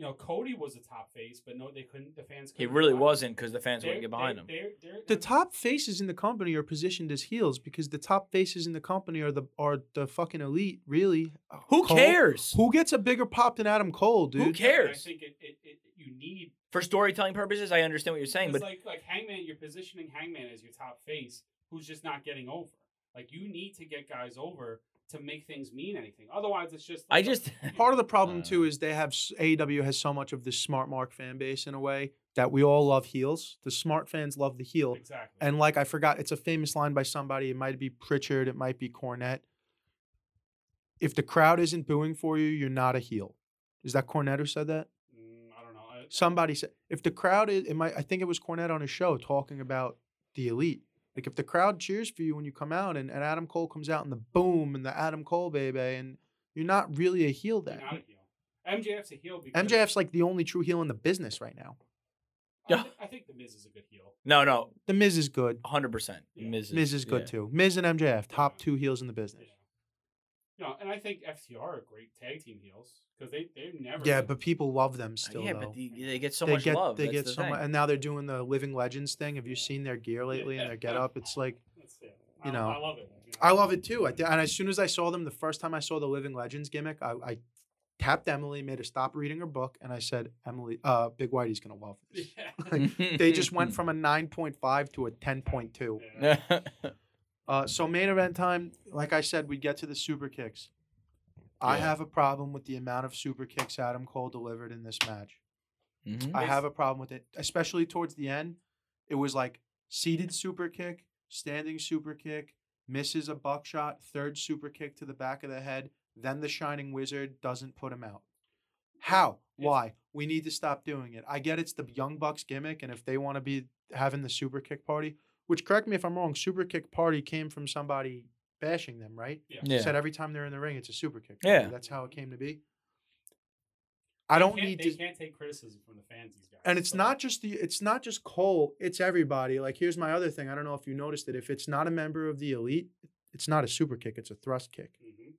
Speaker 3: You know, Cody was a top face, but no, they couldn't. The fans.
Speaker 2: He
Speaker 3: Couldn't
Speaker 2: really
Speaker 3: get behind
Speaker 2: wasn't because the fans
Speaker 3: They're-
Speaker 2: wouldn't get behind
Speaker 3: they
Speaker 2: him.
Speaker 3: They're, they're,
Speaker 1: The top faces in the company are positioned as heels because the top faces in the company are the are the fucking elite, really.
Speaker 2: Who
Speaker 1: Cole?
Speaker 2: cares?
Speaker 1: Who gets a bigger pop than Adam Cole, dude?
Speaker 2: Who
Speaker 3: Yeah, and I
Speaker 2: cares?
Speaker 3: think it, it, it, you need
Speaker 2: For storytelling purposes, I understand what you're saying,
Speaker 3: It's
Speaker 2: but
Speaker 3: like like Hangman, you're positioning Hangman as your top face, who's just not getting over. Like you need to get guys over to make things mean anything. Otherwise, it's just.
Speaker 2: I
Speaker 3: like a-
Speaker 2: just
Speaker 1: Part of the problem
Speaker 5: Uh,
Speaker 1: too is they have s- AEW has so much of this smart mark fan base in a way that we all love heels. The smart fans love the heel,
Speaker 3: exactly.
Speaker 1: and like I forgot, it's a famous line by somebody. It might be Pritchard, it might be Cornette. If the crowd isn't booing for you, you're not a heel. Is that Cornette who said that?
Speaker 3: Mm, I don't know. I,
Speaker 1: Somebody said if the crowd is, it might. I think it was Cornette on his show talking about the elite. Like if the crowd cheers for you when you come out, and, and Adam Cole comes out, and the boom, and the Adam Cole baby, and you're not really a heel
Speaker 3: you're
Speaker 1: then.
Speaker 3: not a heel. MJF's a heel because
Speaker 1: MJF's like the only true heel in the business right now.
Speaker 3: I, thi- I think the Miz is a good heel.
Speaker 2: no, no,
Speaker 1: The Miz is good.
Speaker 2: 100. percent
Speaker 3: Yeah.
Speaker 2: Oh, Miz
Speaker 1: Miz is good
Speaker 2: yeah.
Speaker 1: too. Miz and MJF, top
Speaker 3: Yeah.
Speaker 1: two heels in the business.
Speaker 3: Yeah. No, and I think FTR are great tag team heels because they they never.
Speaker 1: Yeah, but people love them still.
Speaker 2: Uh, yeah,
Speaker 1: though.
Speaker 2: but they, they get so
Speaker 1: they
Speaker 2: much
Speaker 1: get
Speaker 2: love.
Speaker 1: they
Speaker 2: That's
Speaker 1: get
Speaker 2: the
Speaker 1: so
Speaker 2: thing.
Speaker 1: much, and now they're doing the Living Legends thing. Have you seen their gear lately and their get up? It's like
Speaker 3: That's it.
Speaker 1: you
Speaker 3: I,
Speaker 1: know,
Speaker 3: I love it. you know.
Speaker 1: I love it too. I, and as soon as I saw them, the first time I saw the Living Legends gimmick, I, I tapped Emily, made her stop reading her book, and I said, "Emily, uh, Big Whitey's gonna love this."
Speaker 3: Yeah.
Speaker 1: they just went from a nine point five to a ten point two.
Speaker 3: Yeah.
Speaker 1: Uh, so main event time, like I said, we get to the super kicks. I
Speaker 5: Yeah.
Speaker 1: have a problem with the amount of super kicks Adam Cole delivered in this match.
Speaker 2: Mm-hmm.
Speaker 5: Mhm.
Speaker 1: I
Speaker 3: Yes.
Speaker 1: have a problem with it, especially towards the end. It was like seated super kick, standing super kick, misses a buckshot, third super kick to the back of the head, then the shining wizard doesn't put him out. How?
Speaker 3: It's-
Speaker 1: Why? We need to stop doing it. I get it's the Young Bucks gimmick, and if they want to be having the super kick party, which correct me if I'm wrong, super kick party came from somebody bashing them, right?
Speaker 5: Yeah.
Speaker 1: Said every time they're in the ring, it's a super kick.
Speaker 2: Yeah.
Speaker 1: That's how it came to be. I don't
Speaker 3: Can't-
Speaker 1: need
Speaker 3: They
Speaker 1: to
Speaker 3: can't take criticism from the fans. These guys.
Speaker 1: and it's
Speaker 3: So-
Speaker 1: not just the it's not just Cole, it's everybody. Like here's my other thing. I don't know if you noticed it. If it's not a member of the elite, it's not a super kick, it's a thrust kick.
Speaker 3: Mhm.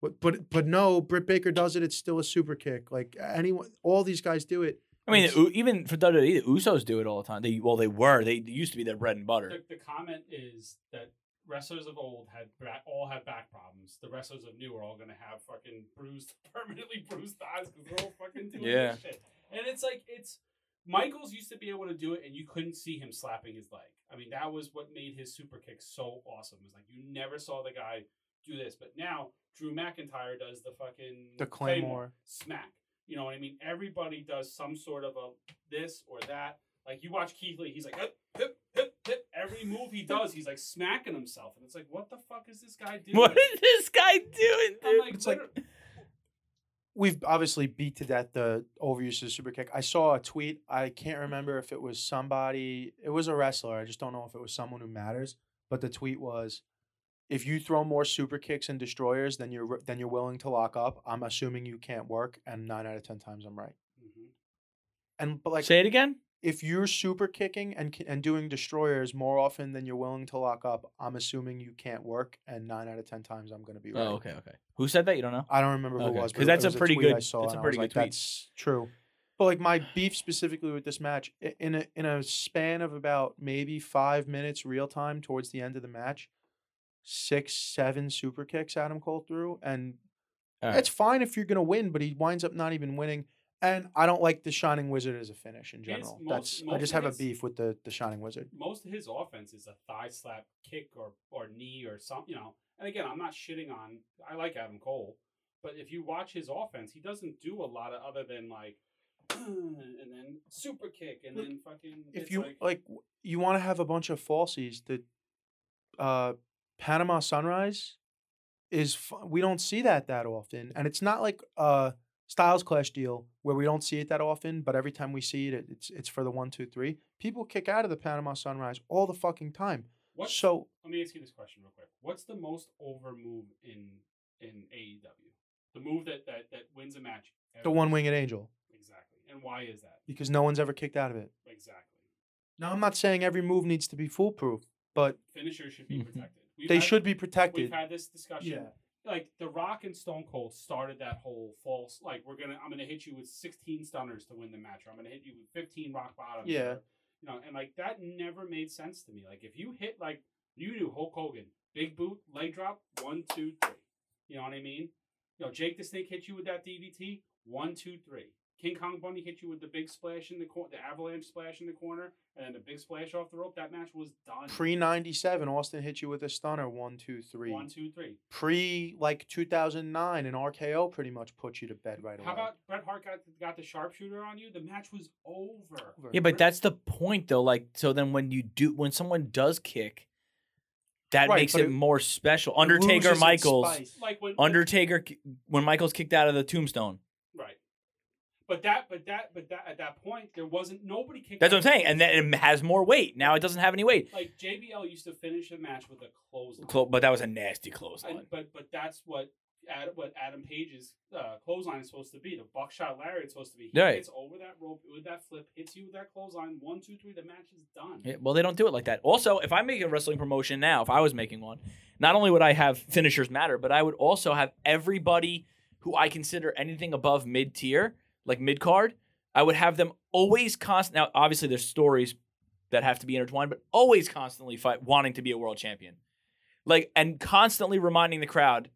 Speaker 1: But but but no, Britt Baker does it, it's still a super kick. Like anyone all these guys do it.
Speaker 2: I mean,
Speaker 1: It's-
Speaker 2: the U- even for WWE, the Usos do it all the time. They well, they were. They used to be their bread and butter.
Speaker 3: The, the comment is that wrestlers of old had back, all have back problems. The wrestlers of new are all going to have fucking bruised, permanently bruised thighs because they're all fucking doing
Speaker 2: Yeah.
Speaker 3: this shit. And it's like it's Michaels used to be able to do it, and you couldn't see him slapping his leg. I mean, that was what made his super kick so awesome. It's like you never saw the guy do this, but now Drew McIntyre does the fucking
Speaker 1: The Claymore.
Speaker 3: smack. You know what I mean? Everybody does some sort of a this or that. Like you watch Keith Lee, he's like hip, hip, hip, hip. Every move he does, he's like smacking himself, and it's like, what the fuck is this guy doing?
Speaker 2: What is this guy doing,
Speaker 3: I'm
Speaker 2: dude?
Speaker 3: like,
Speaker 1: It's like-
Speaker 3: liter-
Speaker 1: We've obviously beat to death the overuse of super kick. I saw a tweet. I can't remember if it was somebody it was a wrestler. I just don't know if it was someone who matters. But the tweet was if you throw more super kicks and destroyers than you're than you're willing to lock up, I'm assuming you can't work, and nine out of ten times I'm right.
Speaker 3: Mhm.
Speaker 1: And but like
Speaker 2: Say it again.
Speaker 1: if you're super kicking and ki- and doing destroyers more often than you're willing to lock up, I'm assuming you can't work. And nine out of ten times, I'm going to be right.
Speaker 2: Oh, okay, okay. Who said that? You don't know?
Speaker 1: I don't remember who
Speaker 2: Okay,
Speaker 1: it was,
Speaker 2: 'cause
Speaker 1: but
Speaker 2: that's
Speaker 1: it
Speaker 2: a
Speaker 1: was
Speaker 2: pretty
Speaker 1: tweet I
Speaker 2: good-
Speaker 1: saw,
Speaker 2: that's a
Speaker 1: and I
Speaker 2: pretty
Speaker 1: was like,
Speaker 2: good tweet.
Speaker 1: That's true. But like my beef specifically with this match, i- in a in a span of about maybe five minutes real time towards the end of the match, six seven super kicks Adam Cole threw, and
Speaker 2: All right.
Speaker 1: that's fine if you're gonna win, but he winds up not even winning. And I don't like the Shining Wizard as a finish in
Speaker 3: His
Speaker 1: general.
Speaker 3: most-
Speaker 1: That's I
Speaker 3: most
Speaker 1: just
Speaker 3: of
Speaker 1: have a
Speaker 3: his-
Speaker 1: beef with the the Shining Wizard.
Speaker 3: most of his offense is a thigh slap kick or or knee or something, you know. And again, I'm not shitting on I like Adam Cole, but if you watch his offense, he doesn't do a lot of other than like and then super kick and
Speaker 1: Look,
Speaker 3: then fucking
Speaker 1: if
Speaker 3: it's
Speaker 1: you like, w- you want to have a bunch of falsies the uh panama sunrise is fu- we don't see that that often and it's not like uh styles clash deal where we don't see it that often but every time we see it, it it's it's for the one two three people kick out of the panama sunrise all the fucking time
Speaker 3: what's
Speaker 1: so
Speaker 3: let me ask you this question real quick. What's the most over move in in AEW? The move that that, that wins a match.
Speaker 1: the
Speaker 3: every-
Speaker 1: one winged angel
Speaker 3: Exactly. And why is that?
Speaker 1: because no one's ever kicked out of it
Speaker 3: Exactly.
Speaker 1: now i'm not saying every move needs to be foolproof but
Speaker 3: Finishers should be
Speaker 2: Mhm.
Speaker 3: protected. We've
Speaker 1: Mm-hmm. they
Speaker 3: had-
Speaker 1: should be protected
Speaker 3: We've had this discussion.
Speaker 1: Yeah.
Speaker 3: Like The Rock and Stone Cold started that whole false. Like we're gonna, I'm gonna hit you with 16 stunners to win the match, or I'm gonna hit you with 15 rock bottoms.
Speaker 1: Yeah.
Speaker 3: or, you know, and like that never made sense to me. Like if you hit like you knew Hulk Hogan, big boot, leg drop, one, two, three. You know what I mean? You know, Jake the Snake hit you with that DDT, one, two, three. King Kong Bundy hit you with the big splash in the corner, the avalanche splash in the corner, and then the big splash off the rope. That match was done.
Speaker 1: pre 97 austin hit you with a stunner one two three
Speaker 3: one, two, three.
Speaker 1: pre like 2009 and RKO pretty much put you to bed right away.
Speaker 3: How about Bret Hart got got the sharpshooter on you? The match was over.
Speaker 1: Over.
Speaker 2: Yeah, but that's the point though. Like, so then when you do, when someone does kick, that
Speaker 1: Right,
Speaker 2: makes
Speaker 1: but
Speaker 2: it,
Speaker 1: it-
Speaker 2: more special.
Speaker 1: It loses
Speaker 2: Undertaker
Speaker 1: its
Speaker 2: Michaels,
Speaker 1: spice.
Speaker 3: Like when
Speaker 2: Undertaker ki- when Michaels kicked out of the tombstone.
Speaker 3: right? But that, but that, but that at that point there wasn't nobody kicked.
Speaker 2: That's what I'm
Speaker 3: out.
Speaker 2: saying, and then it has more weight. Now it doesn't have any weight.
Speaker 3: like JBL used to finish a match with a clothesline.
Speaker 2: Clo- but that was a nasty clothesline.
Speaker 3: And- but but that's what Adam, what Adam Page's uh, clothesline is supposed to be. The buckshot lariat is supposed to be. He
Speaker 2: Right.
Speaker 3: gets over that rope with that flip, hits you with that clothesline. One, two, three. The match is done.
Speaker 2: Yeah, well, they don't do it like that. Also, if I make a wrestling promotion now, if I was making one, not only would I have finishers matter, but I would also have everybody who I consider anything above mid tier, like mid card, I would have them always constant. Now, obviously, there's stories that have to be intertwined, but always constantly fight wanting to be a world champion, like and constantly reminding the crowd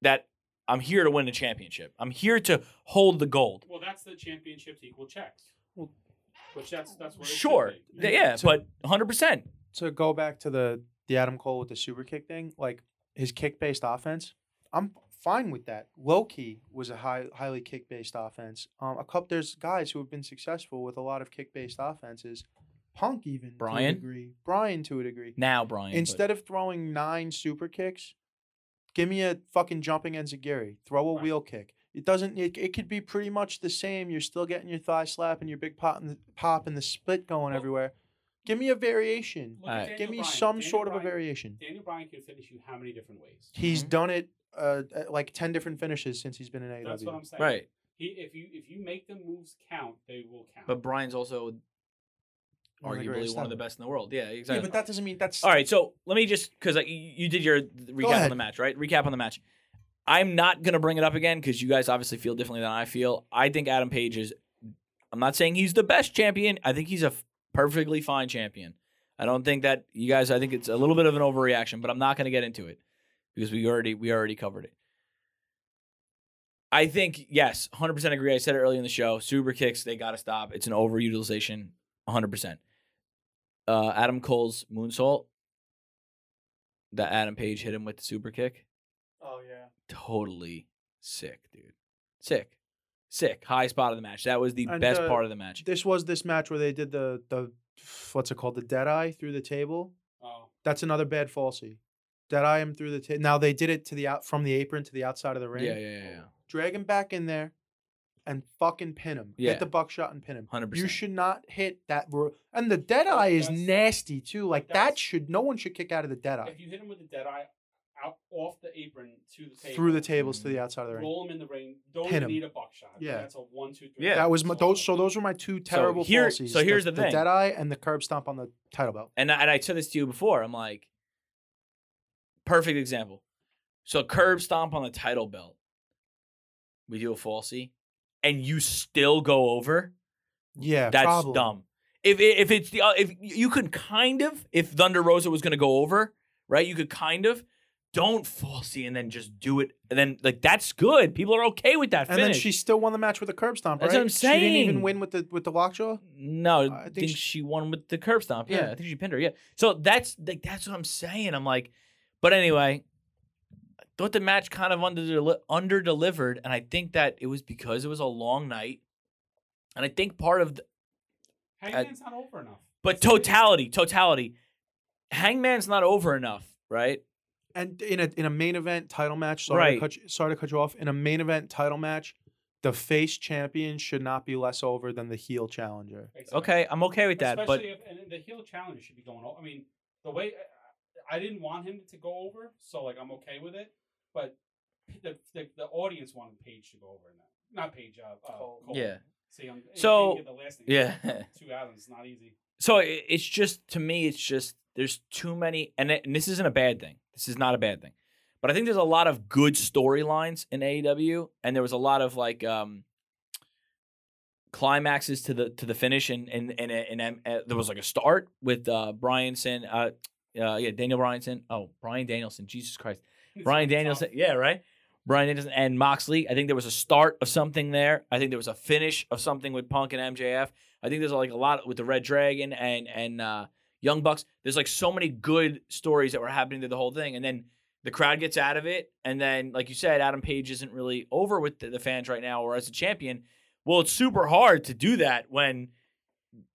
Speaker 2: that I'm here to win the championship. I'm here to hold the gold.
Speaker 3: Well, that's the championships equal checks.
Speaker 1: Well-
Speaker 3: Which that's that's what it should
Speaker 2: Sure,
Speaker 3: be.
Speaker 1: Yeah.
Speaker 2: yeah,
Speaker 1: So-
Speaker 2: but 100. percent
Speaker 1: to go back to the the Adam Cole with the super kick thing, like his kick based offense, I'm fine with that. Loki was a high highly kick based offense. Um, a couple there's guys who have been successful with a lot of kick based offenses. Punk even
Speaker 2: Bryan?
Speaker 1: to a degree, Brian to a degree.
Speaker 2: Now, Brian. but-
Speaker 1: Instead of throwing nine super kicks, give me a fucking jumping enziguri. Throw a
Speaker 3: Right.
Speaker 1: wheel kick. It doesn't. It, it could be pretty much the same. You're still getting your thigh slap and your big pop and the pop and the split going
Speaker 3: Well-
Speaker 1: everywhere. Give me a variation.
Speaker 3: Look at
Speaker 2: Alright.
Speaker 1: Give
Speaker 3: Daniel
Speaker 1: me
Speaker 3: Bryan.
Speaker 1: some
Speaker 3: Daniel
Speaker 1: sort of a
Speaker 3: Bryan-
Speaker 1: variation.
Speaker 3: Daniel Bryan can finish you how many different ways?
Speaker 1: He's
Speaker 2: Mhm.
Speaker 1: done it uh, at, like ten different finishes since he's been in AEW.
Speaker 3: That's what I'm saying.
Speaker 2: right.
Speaker 3: He, if you if you make the moves count, they will count.
Speaker 2: But Brian's also
Speaker 1: One of the
Speaker 2: arguably
Speaker 1: greatest
Speaker 2: one of the
Speaker 1: ever.
Speaker 2: best in the world. Yeah, exactly.
Speaker 1: Yeah, but that doesn't mean that's
Speaker 2: All right, so let me just because you you did your recap on
Speaker 1: ahead.
Speaker 2: the match, right? Recap on the match. I'm not gonna bring it up again because you guys obviously feel differently than I feel. I think Adam Page is. I'm not saying he's the best champion. I think he's a f- perfectly fine champion. I don't think that you guys. I think it's a little bit of an overreaction, but I'm not gonna get into it because we already we already covered it. I think yes, 100% agree. I said it earlier in the show. Super kicks, they gotta stop. It's an overutilization, 100%. Uh, Adam Cole's moonsault that Adam Page hit him with the super kick.
Speaker 1: Oh yeah,
Speaker 2: Totally sick, dude. Sick. Sick. High spot of the match. That was the
Speaker 1: And,
Speaker 2: best
Speaker 1: uh,
Speaker 2: part of the match.
Speaker 1: this was this match where they did the the what's it called the dead eye through the table.
Speaker 3: oh,
Speaker 1: That's another bad falsie. That I am through the ta- now they did it to the out from the apron to the outside of the ring.
Speaker 2: Yeah, yeah, yeah, yeah.
Speaker 1: Drag him back in there, and fucking pin him.
Speaker 2: Yeah.
Speaker 1: Hit the buckshot and pin him.
Speaker 2: 100%.
Speaker 1: You should not hit that. ro- And the dead eye is
Speaker 3: That's-
Speaker 1: nasty too. Like that
Speaker 3: that's-
Speaker 1: should no one should kick out of the dead eye.
Speaker 3: if you hit him with a dead eye, out off the apron to the table.
Speaker 1: through the tables to the
Speaker 2: Mm-hmm.
Speaker 1: outside of the ring.
Speaker 3: Roll them in the ring. Don't
Speaker 1: Pin 'em.
Speaker 3: need a buckshot.
Speaker 1: Yeah.
Speaker 3: That's a one, two, three.
Speaker 5: Yeah.
Speaker 1: That was my,
Speaker 3: So-
Speaker 1: those. So those were my two terrible
Speaker 2: here-
Speaker 1: falsies.
Speaker 2: so here's the
Speaker 1: the
Speaker 2: thing.
Speaker 1: dead eye and the curb stomp on the title belt.
Speaker 2: and I, and I said this to you before. I'm like, perfect example. So curb stomp on the title belt. We do a falsie, and you still go over.
Speaker 1: Yeah,
Speaker 2: That's
Speaker 1: probably.
Speaker 2: dumb. If if it's the uh, if you could kind of if Thunder Rosa was going to go over, right? You could kind of don't falsie and then just do it and then like that's good. People are okay with that
Speaker 1: And
Speaker 2: finish.
Speaker 1: then she still won the match with the curb stomp.
Speaker 2: That's
Speaker 1: right?
Speaker 2: what I'm
Speaker 1: She didn't even
Speaker 2: saying.
Speaker 1: win with the with the lockjaw.
Speaker 2: No,
Speaker 1: I
Speaker 2: I
Speaker 1: think
Speaker 2: think
Speaker 1: she-
Speaker 2: she, won with the curb stomp. Yeah,
Speaker 1: Yeah.
Speaker 2: I think she pinned her. Yeah. So that's like that's what I'm saying. I'm like, but anyway, I thought the match kind of under under delivered, and I think that it was because it was a long night, and I think part of the,
Speaker 3: Hangman's not over enough.
Speaker 2: but totality, totality, Hangman's not over enough, right?
Speaker 1: And in a in a main event title match, sorry, to,
Speaker 2: Right.
Speaker 1: cut you, sorry to cut you off. In a main event title match, the face champion should not be less over than the heel challenger.
Speaker 3: Exactly.
Speaker 2: Okay, I'm okay with that, but
Speaker 3: Especially if, and the heel challenger should be going over. I mean, the way uh, I didn't want him to go over, so like I'm okay with it. But the the, the audience wanted Paige to go over, and not not Paige. Uh, uh, Cole.
Speaker 2: yeah,
Speaker 3: See, I'm I
Speaker 2: So-
Speaker 3: didn't get the last name.
Speaker 2: yeah.
Speaker 3: Two Adams, not easy.
Speaker 2: so it, it's just to me it's just there's too many and, it, and this isn't a bad thing this is not a bad thing but i think there's a lot of good storylines in aew and there was a lot of like um climaxes to the to the finish and and and, and, um, uh, there was like a start with uh bryanson uh uh, yeah, Daniel Bryanson. Oh, Brian Danielson. Jesus Christ. Brian Danielson. Yeah, right. Brian Danielson and Moxley. I think there was a start of something there. I think there was a finish of something with Punk and MJF. I think there's like a lot with the Red Dragon and and uh, Young Bucks. There's like so many good stories that were happening to the whole thing, and then the crowd gets out of it, and then like you said, Adam Page isn't really over with the, the fans right now, or as a champion. Well, it's super hard to do that when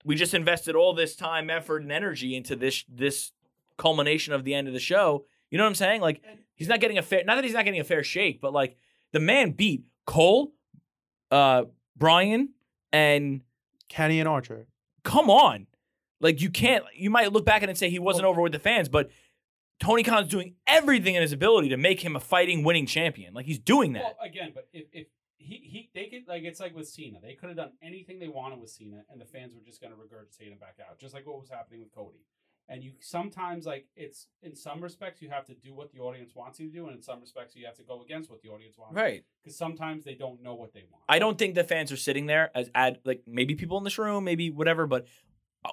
Speaker 2: we just invested all this time, effort, and energy into this this culmination of the end of the show. You know what I'm saying? Like
Speaker 3: And-
Speaker 2: he's not getting a fair not that he's not getting a fair shake, but like the man beat Cole, uh, Brian, and
Speaker 1: Kenny and Archer.
Speaker 2: come on. Like you can't you might look back at it and say he wasn't over with the fans, but Tony Khan's doing everything in his ability to make him a fighting winning champion. Like he's doing that.
Speaker 3: Well, again, but if, if he, he they could like it's like with Cena, they could have done anything they wanted with Cena, and the fans were just going to regurgitate him back out, just like what was happening with Cody. And you sometimes like it's in some respects you have to do what the audience wants you to do, and in some respects you have to go against what the audience wants.
Speaker 2: right.
Speaker 3: Because sometimes they don't know what they want.
Speaker 2: I don't think the fans are sitting there as ad like maybe people in this room, maybe whatever, but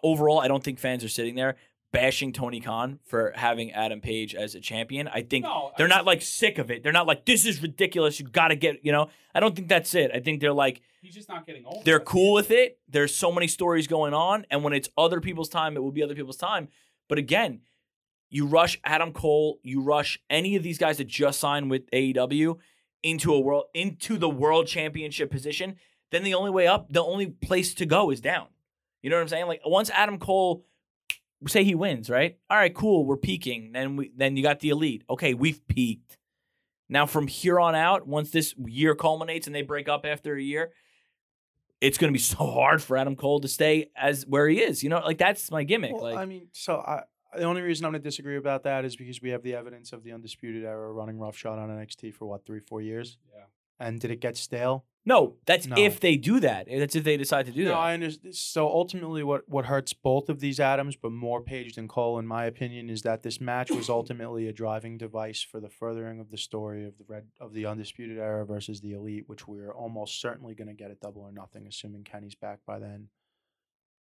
Speaker 2: overall, I don't think fans are sitting there bashing Tony Khan for having Adam Page as a champion. I think
Speaker 3: No, I
Speaker 2: they're
Speaker 3: just-
Speaker 2: not like sick of it. They're not like this is ridiculous. You got to get you know. I don't think that's it. I think they're like
Speaker 3: He's just not getting over.
Speaker 2: they're
Speaker 3: it.
Speaker 2: cool with it. There's so many stories going on, and when it's other people's time, it will be other people's time. But again, you rush Adam Cole, you rush any of these guys that just signed with AEW into a world into the world championship position. Then the only way up, the only place to go is down. You know what I'm saying? Like once Adam Cole say he wins, right? All right, cool. We're peaking. Then we then you got the elite. Okay, we've peaked. Now from here on out, once this year culminates and they break up after a year, it's going to be so hard for Adam Cole to stay as where he is. You know, like that's my gimmick.
Speaker 1: Well,
Speaker 2: like
Speaker 1: I mean, so I, the only reason I'm going to disagree about that is because we have the evidence of the undisputed era running roughshod on NXT for what three, four years.
Speaker 3: Yeah.
Speaker 1: And did it get stale?
Speaker 2: no, that's
Speaker 1: No.
Speaker 2: if they do that. That's if they decide to do
Speaker 1: no,
Speaker 2: that.
Speaker 1: I understand. So ultimately, what what hurts both of these Adams, but more Page than Cole, in my opinion, is that this match was ultimately a driving device for the furthering of the story of the red of the undisputed era versus the elite, which we're almost certainly going to get a double or nothing, assuming Kenny's back by then.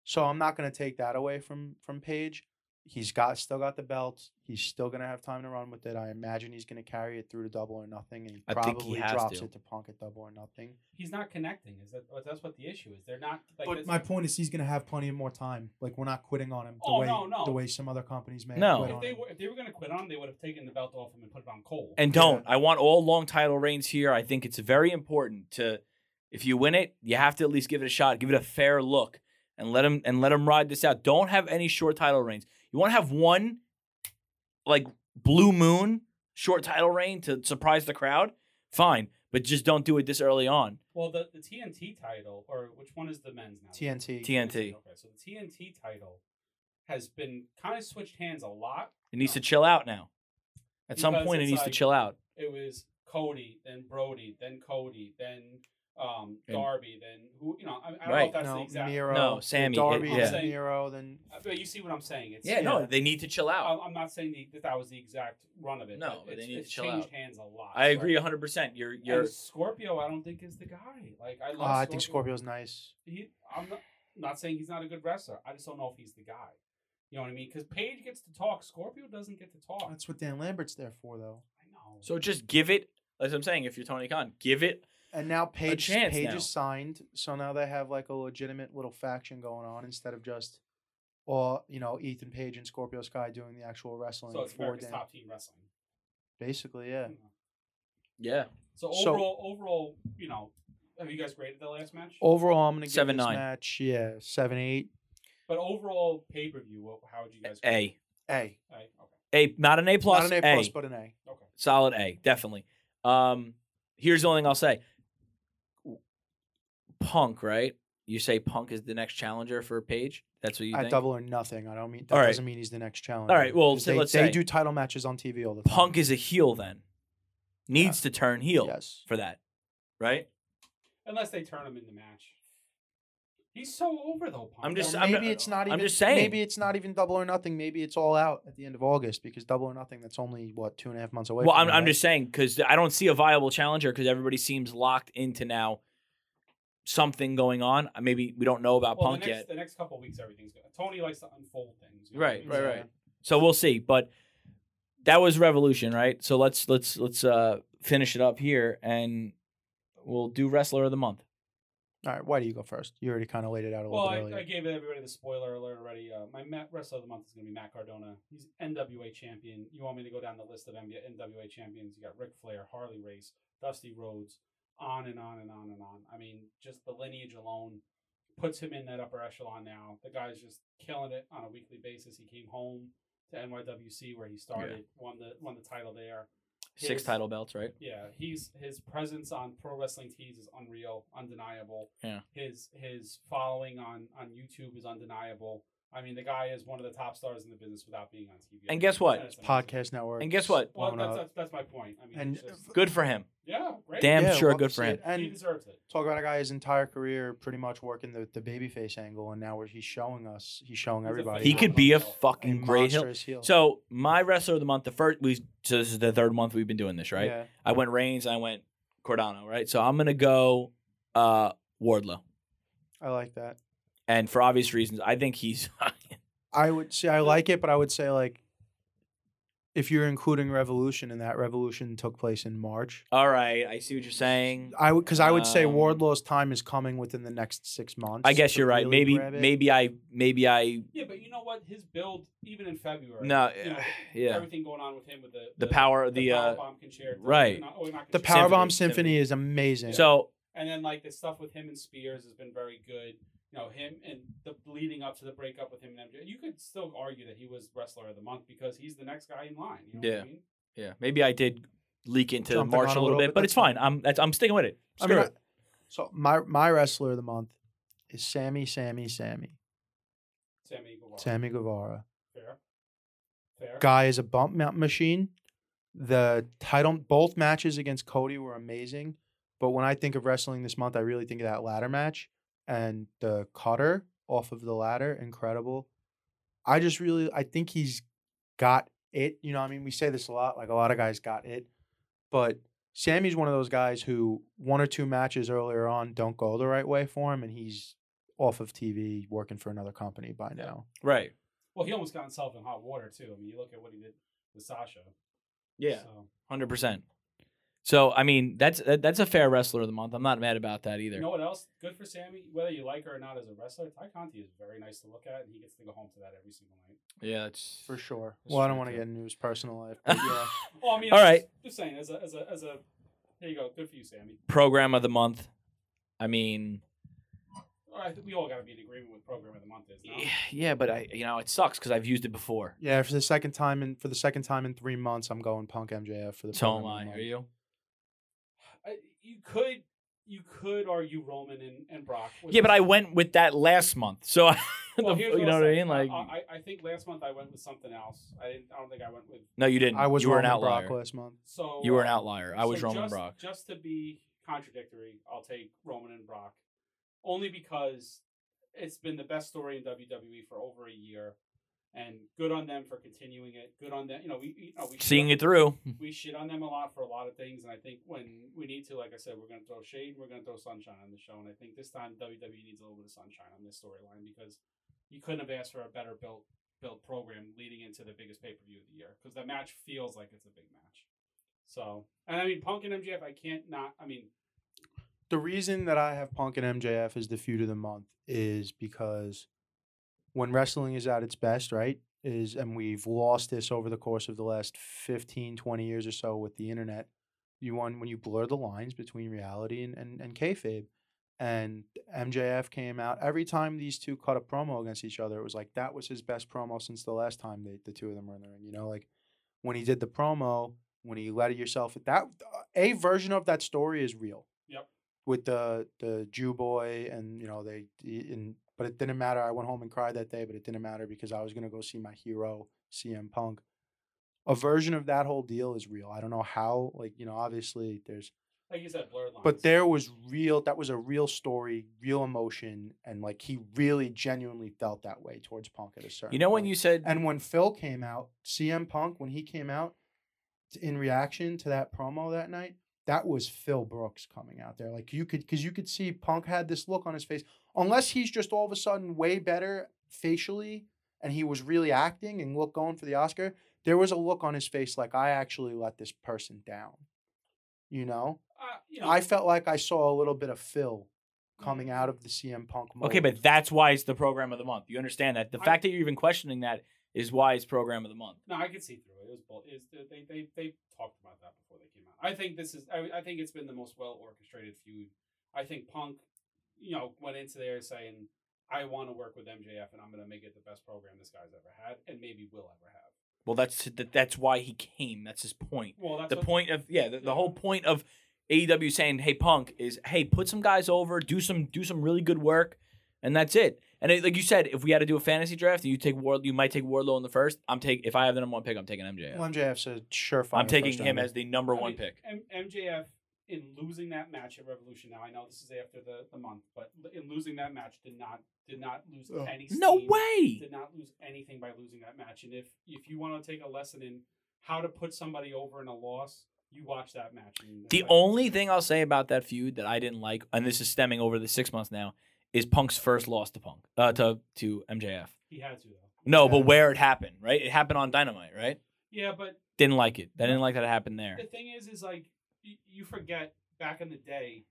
Speaker 1: So I'm not going to take that away from from Page. He's got still got the belt. He's still going to have time to run with it. I imagine he's going to carry it through to double or nothing, and he
Speaker 2: I
Speaker 1: probably
Speaker 2: think he has
Speaker 1: drops
Speaker 2: to.
Speaker 1: it to Punk at double or nothing.
Speaker 3: He's not connecting. Is that that's what the issue is? They're not. Like,
Speaker 1: But
Speaker 3: this-
Speaker 1: my point is, he's going to have plenty of more time. Like we're not quitting on him the
Speaker 3: Oh,
Speaker 1: way
Speaker 3: no, no.
Speaker 1: the way some other companies may.
Speaker 2: No.
Speaker 1: have quit
Speaker 3: If
Speaker 1: on
Speaker 3: they
Speaker 1: him.
Speaker 3: were if they were going to quit on him, they would have taken the belt off him and put it on Cole.
Speaker 2: and don't. I want all long title reigns here. I think it's very important to if you win it, you have to at least give it a shot, give it a fair look, and let him and let him ride this out. Don't have any short title reigns. You want to have one like blue moon short title reign to surprise the crowd? Fine, but just don't do it this early on.
Speaker 3: well, the, the TNT title or which one is the men's now?
Speaker 1: TNT.
Speaker 2: TNT.
Speaker 3: Okay, so the TNT title has been kind of switched hands a lot.
Speaker 2: It needs to chill out now. At some
Speaker 3: Because
Speaker 2: point, it
Speaker 3: it's
Speaker 2: needs to
Speaker 3: like-
Speaker 2: chill out.
Speaker 3: it was Cody, then Brody, then Cody, then um,
Speaker 5: And-
Speaker 3: Darby, then who you know. I, I don't know
Speaker 2: Right.
Speaker 3: if that's the
Speaker 1: no,
Speaker 3: exact. Uh,
Speaker 1: Miro.
Speaker 2: No,
Speaker 1: then
Speaker 2: Sammy, it-
Speaker 1: Darby,
Speaker 2: yeah.
Speaker 1: then Miro, then
Speaker 3: But you see what I'm saying? It's,
Speaker 5: Yeah, no, they need to chill out.
Speaker 3: I- I'm not saying the, that that was the exact run of it.
Speaker 5: No, but
Speaker 3: it's,
Speaker 5: they need
Speaker 3: it's
Speaker 5: to chill
Speaker 3: changed
Speaker 5: out.
Speaker 3: hands a lot.
Speaker 5: I
Speaker 3: so-
Speaker 5: agree 100. percent You're
Speaker 3: And
Speaker 5: you're
Speaker 3: Scorpio, I don't think is the guy. Like I love.
Speaker 1: uh, I think Scorpio's nice.
Speaker 3: He, I'm not, not saying he's not a good wrestler. I just don't know if he's the guy. You know what I mean? Because Paige gets to talk. Scorpio doesn't get to talk.
Speaker 1: That's what Dan Lambert's there for, though.
Speaker 3: I know.
Speaker 2: So just give it. That's what I'm saying. If you're Tony Khan, give it.
Speaker 1: And now Paige,
Speaker 2: chance
Speaker 1: Paige
Speaker 2: now.
Speaker 1: is signed, so now they have like a legitimate little faction going on instead of just, or you know, Ethan Page and Scorpio Sky doing the actual wrestling
Speaker 3: so it's
Speaker 1: for
Speaker 3: America's
Speaker 1: Dan.
Speaker 3: top team wrestling.
Speaker 1: Basically, yeah.
Speaker 3: You know.
Speaker 5: yeah.
Speaker 3: So
Speaker 1: So-
Speaker 3: overall, overall, you know, have you guys graded the last match?
Speaker 1: Overall, I'm gonna give
Speaker 2: Seven,
Speaker 1: this
Speaker 2: nine.
Speaker 1: match yeah seven eight.
Speaker 3: But overall, pay per view, what? How would you guys? grade
Speaker 2: A.
Speaker 1: A
Speaker 3: it? Aye, okay.
Speaker 2: A. Not an A plus.
Speaker 1: not an A plus, but an A.
Speaker 2: solid A, definitely. Um, here's the only thing I'll say. Punk, right? You say Punk is the next challenger for Page. That's what you
Speaker 1: At
Speaker 2: think.
Speaker 1: double or nothing. I don't mean that
Speaker 2: All right.
Speaker 1: doesn't mean he's the next challenge.
Speaker 2: right, well, so
Speaker 1: they,
Speaker 2: let's
Speaker 1: they
Speaker 2: say-
Speaker 1: do title matches on TV all the time.
Speaker 2: Punk is a heel then. Needs to turn heel
Speaker 1: Yes.
Speaker 2: for that, right?
Speaker 3: Unless they turn him in the match. He's so over though. Punk.
Speaker 2: I'm just-
Speaker 1: Or
Speaker 2: I'm
Speaker 1: maybe
Speaker 2: not-
Speaker 1: it's not
Speaker 2: I'm
Speaker 1: even.
Speaker 2: just saying.
Speaker 1: Maybe it's not even double or nothing. Maybe it's all out at the end of August because double or nothing. That's only what two and a half months away.
Speaker 2: Well,
Speaker 1: from
Speaker 2: I'm,
Speaker 1: now,
Speaker 2: I'm
Speaker 1: right?
Speaker 2: just saying because I don't see a viable challenger because everybody seems locked into now something going on. Uh, Maybe we don't know about
Speaker 3: well,
Speaker 2: Punk
Speaker 3: the next,
Speaker 2: yet.
Speaker 3: The next couple of weeks, everything's good. Tony likes to unfold things. you know
Speaker 2: Right,
Speaker 3: what I mean?
Speaker 2: right, right. So we'll see. But that was Revolution, right? So let's let's let's uh finish it up here and we'll do wrestler of the month.
Speaker 1: All right, why do you go first? You already kind of laid it out a
Speaker 3: Well,
Speaker 1: little
Speaker 3: I,
Speaker 1: bit earlier.
Speaker 3: I gave everybody the spoiler alert already. Uh, my Matt wrestler of the month is going to be Matt Cardona. He's NWA champion. You want me to go down the list of NBA, NWA champions? You got Ric Flair, Harley Race, Dusty Rhodes, on and on and on and on. I mean, just the lineage alone puts him in that upper echelon now. The guy's just killing it on a weekly basis. He came home to NYWC where he started, won the won the title there.
Speaker 2: Six
Speaker 3: His-
Speaker 2: title belts, right?
Speaker 3: yeah, he's his presence on pro wrestling tees is unreal, undeniable.
Speaker 2: Yeah.
Speaker 3: His his following on on YouTube is undeniable. I mean, the guy is one of the top stars in the business without being on TV.
Speaker 2: And guess what?
Speaker 3: That's amazing.
Speaker 1: Podcast network.
Speaker 2: And guess what?
Speaker 3: Well,
Speaker 1: blown
Speaker 3: that's,
Speaker 1: up.
Speaker 3: that's, that's my point. I mean,
Speaker 1: And-
Speaker 3: it's just-
Speaker 2: Good for him.
Speaker 3: yeah, great.
Speaker 2: Damn
Speaker 1: Yeah,
Speaker 2: sure
Speaker 1: love to
Speaker 2: good for
Speaker 1: see
Speaker 2: him.
Speaker 1: it.
Speaker 3: he
Speaker 1: And
Speaker 3: deserves it.
Speaker 1: talk about a guy his entire career pretty much working the the babyface angle, and now where he's showing us, he's showing
Speaker 3: He's a
Speaker 1: everybody.
Speaker 2: He
Speaker 1: how
Speaker 2: could be a
Speaker 3: Phenomenal.
Speaker 1: fucking
Speaker 2: fucking great heel.
Speaker 1: monstrous heel.
Speaker 2: So my wrestler of the month, the first we so this is the third month we've been doing this, right?
Speaker 1: Yeah.
Speaker 2: I went Reigns, I went Cordano, right? So I'm gonna go uh Wardlow.
Speaker 1: I like that.
Speaker 2: And for obvious reasons, I think he's
Speaker 1: I would say I like it, but I would say like if you're including Revolution and that Revolution took place in March,
Speaker 2: all right, I see what you're saying.
Speaker 1: I would because I would say
Speaker 2: Um,
Speaker 1: Wardlow's time is coming within the next six months.
Speaker 2: I guess
Speaker 1: to
Speaker 2: you're right.
Speaker 1: really
Speaker 2: Maybe
Speaker 1: grab it.
Speaker 2: maybe I maybe I
Speaker 3: Yeah, but you know what? His build, even in February,
Speaker 2: no
Speaker 3: you know,
Speaker 2: yeah.
Speaker 3: everything going on with him with the
Speaker 2: The power
Speaker 3: the,
Speaker 2: of the uh
Speaker 3: bomb concerto,
Speaker 2: right.
Speaker 3: not- oh, not
Speaker 1: the
Speaker 3: concerto.
Speaker 1: Powerbomb Symphony,
Speaker 2: Symphony,
Speaker 1: Symphony is amazing.
Speaker 2: so
Speaker 3: And then like the stuff with him and Spears has been very good. You know him and the leading up to the breakup with him and MJ. You could still argue that he was wrestler of the month because he's the next guy in line. You know
Speaker 2: Yeah.
Speaker 3: What I mean?
Speaker 2: yeah, maybe I did leak into
Speaker 1: Jumping
Speaker 2: March
Speaker 1: on
Speaker 2: a little, bit, but
Speaker 1: that's
Speaker 2: it's fine. I'm that's, I'm sticking with it.
Speaker 1: I
Speaker 2: Screw
Speaker 1: mean, I-
Speaker 2: it.
Speaker 1: so my my wrestler of the month is Sammy, Sammy, Sammy,
Speaker 3: Sammy Guevara.
Speaker 1: Sammy Guevara.
Speaker 3: Fair. Fair.
Speaker 1: Guy is a bump mount machine. The title, both matches against Cody were amazing. But when I think of wrestling this month, I really think of that ladder match and the cutter off of the ladder. Incredible. I just really, I think he's got it. You know, what I mean, we say this a lot. Like a lot of guys got it, but Sammy's one of those guys who one or two matches earlier on don't go the right way for him, and he's off of TV working for another company by now.
Speaker 2: Right.
Speaker 3: Well, he almost got himself in hot water too. I mean, you look at what he did with Sasha.
Speaker 2: Yeah.
Speaker 3: So,
Speaker 2: Hundred percent. So I mean that's that, that's a fair wrestler of the month. I'm not mad about that either.
Speaker 3: you know what else? Good for Sammy, whether you like her or not as a wrestler. Ty Conti is very nice to look at, and he gets to go home to that every single night.
Speaker 2: yeah, it's
Speaker 1: For sure.
Speaker 2: That's
Speaker 1: well, I
Speaker 2: true,
Speaker 1: don't want to
Speaker 2: too.
Speaker 1: get into his personal life. But yeah.
Speaker 3: Well, I mean,
Speaker 2: All
Speaker 3: I'm
Speaker 2: right.
Speaker 3: Just, just saying, as a, as a, as a, there you go. Good for you, Sammy.
Speaker 2: program of the month. I mean,
Speaker 3: All right, I think we all got to be in agreement with program of the month is. No?
Speaker 2: yeah, but I you know it sucks because I've used it before.
Speaker 1: yeah, for the second time in for the second time in three months, I'm going Punk MJF for the.
Speaker 2: So am
Speaker 1: program of
Speaker 2: I.
Speaker 1: the
Speaker 2: Are
Speaker 1: month.
Speaker 2: you?
Speaker 3: I- you could you could argue Roman and, and Brock. with
Speaker 2: Yeah,
Speaker 3: the
Speaker 2: but I went with that last month, so I,
Speaker 3: Well,
Speaker 2: the-
Speaker 3: here's
Speaker 2: you know
Speaker 3: I'll
Speaker 2: what I
Speaker 3: say.
Speaker 2: mean. Like,
Speaker 3: I, I I think last month I went with something else. I didn't. I don't think I went with
Speaker 2: no, you didn't.
Speaker 1: I was
Speaker 2: you were an
Speaker 1: Roman Brock
Speaker 2: outlier.
Speaker 1: last month.
Speaker 3: so.
Speaker 2: You were an
Speaker 3: uh,
Speaker 2: outlier. I was
Speaker 3: so
Speaker 2: Roman
Speaker 3: just,
Speaker 2: Brock.
Speaker 3: Just to be contradictory, I'll take Roman and Brock, only because it's been the best story in WWE for over a year, and good on them for continuing it. Good on them. You know, we you know, we shit
Speaker 2: Seeing
Speaker 3: on-
Speaker 2: it through.
Speaker 3: We shit on them a lot for a lot of things, and I think when we need to, like I said, we're going to throw shade, we're going to throw sunshine on the show, and I think this time WWE needs a little bit of sunshine on this storyline because you couldn't have asked for a better built built program leading into the biggest pay per view of the year because that match feels like it's a big match. So, and I mean, Punk and MJF, I can't not. I mean,
Speaker 1: the reason that I have Punk and MJF as the feud of the month is because when wrestling is at its best, right? Is and we've lost this over the course of the last 15, 20 years or so with the internet. You want when you blur the lines between reality and, and, and kayfabe. And MJF came out every time these two cut a promo against each other. It was like that was his best promo since the last time they, the two of them were in the ring. You know, like when he did the promo, when he let it yourself that a version of that story is real with the the Jew boy, and you know they he- and but it didn't matter. I went home and cried that day, but it didn't matter because I was gonna go see my hero CM Punk. A version of that whole deal is real. I don't know how, like you know, obviously there's,
Speaker 3: like you said, blurred lines.
Speaker 1: but there was real. That was a real story, real emotion, and like he really genuinely felt that way towards Punk at a certain.
Speaker 2: You know when
Speaker 1: point.
Speaker 2: you said
Speaker 1: And when Phil came out, CM Punk, when he came out t- in reaction to that promo that night, that was Phil Brooks coming out there. Like you could, because you could see Punk had this look on his face. Unless he's just all of a sudden way better facially and he was really acting and look going for the Oscar, there was a look on his face like, I actually let this person down. You know?
Speaker 3: uh, you know,
Speaker 1: I felt like I saw a little bit of Phil coming out of the CM Punk mold.
Speaker 2: Okay, but that's why it's the program of the month. You understand that? The
Speaker 3: I-
Speaker 2: fact that you're even questioning that is why it's program of the month.
Speaker 3: No, I could see through it. It was bull. Is they they they talked about that before they came out. I think this is. I, I think it's been the most well orchestrated feud. I think Punk, you know, went into there saying, "I want to work with MJF, and I'm going to make it the best program this guy's ever had, and maybe will ever have."
Speaker 2: Well, that's that, that's why he came. That's his point.
Speaker 3: Well, that's
Speaker 2: The
Speaker 3: what-
Speaker 2: point of yeah, the, the whole point of AEW saying, "Hey, Punk," is hey, put some guys over, do some do some really good work, and that's it. And it, like you said, if we had to do a fantasy draft, and you take Ward, you might take Wardlow in the first. I'm take if I have the number one pick, I'm taking MJF.
Speaker 1: Well, MJF's a surefire.
Speaker 2: I'm taking
Speaker 1: first
Speaker 2: him
Speaker 1: rounder.
Speaker 2: as the number
Speaker 3: I
Speaker 2: one
Speaker 3: mean,
Speaker 2: pick.
Speaker 3: M- MJF in losing that match at Revolution. Now I know this is after the, the month, but in losing that match, did not did not lose
Speaker 1: Ugh.
Speaker 3: any.
Speaker 2: No
Speaker 3: steam.
Speaker 2: way.
Speaker 3: did not lose anything by losing that match. And if if you want to take a lesson in how to put somebody over in a loss, you watch that match. And
Speaker 2: The only thing I'll say about that feud that I didn't like, and this is stemming over the six months now, is Punk's first loss to Punk uh, to to MJF.
Speaker 3: he had to though.
Speaker 2: No, but
Speaker 1: Yeah.
Speaker 2: where it happened, right? It happened on Dynamite, right?
Speaker 3: Yeah, but
Speaker 2: Didn't like it. I didn't like that it happened there.
Speaker 3: the thing is, is like y- you forget back in the day,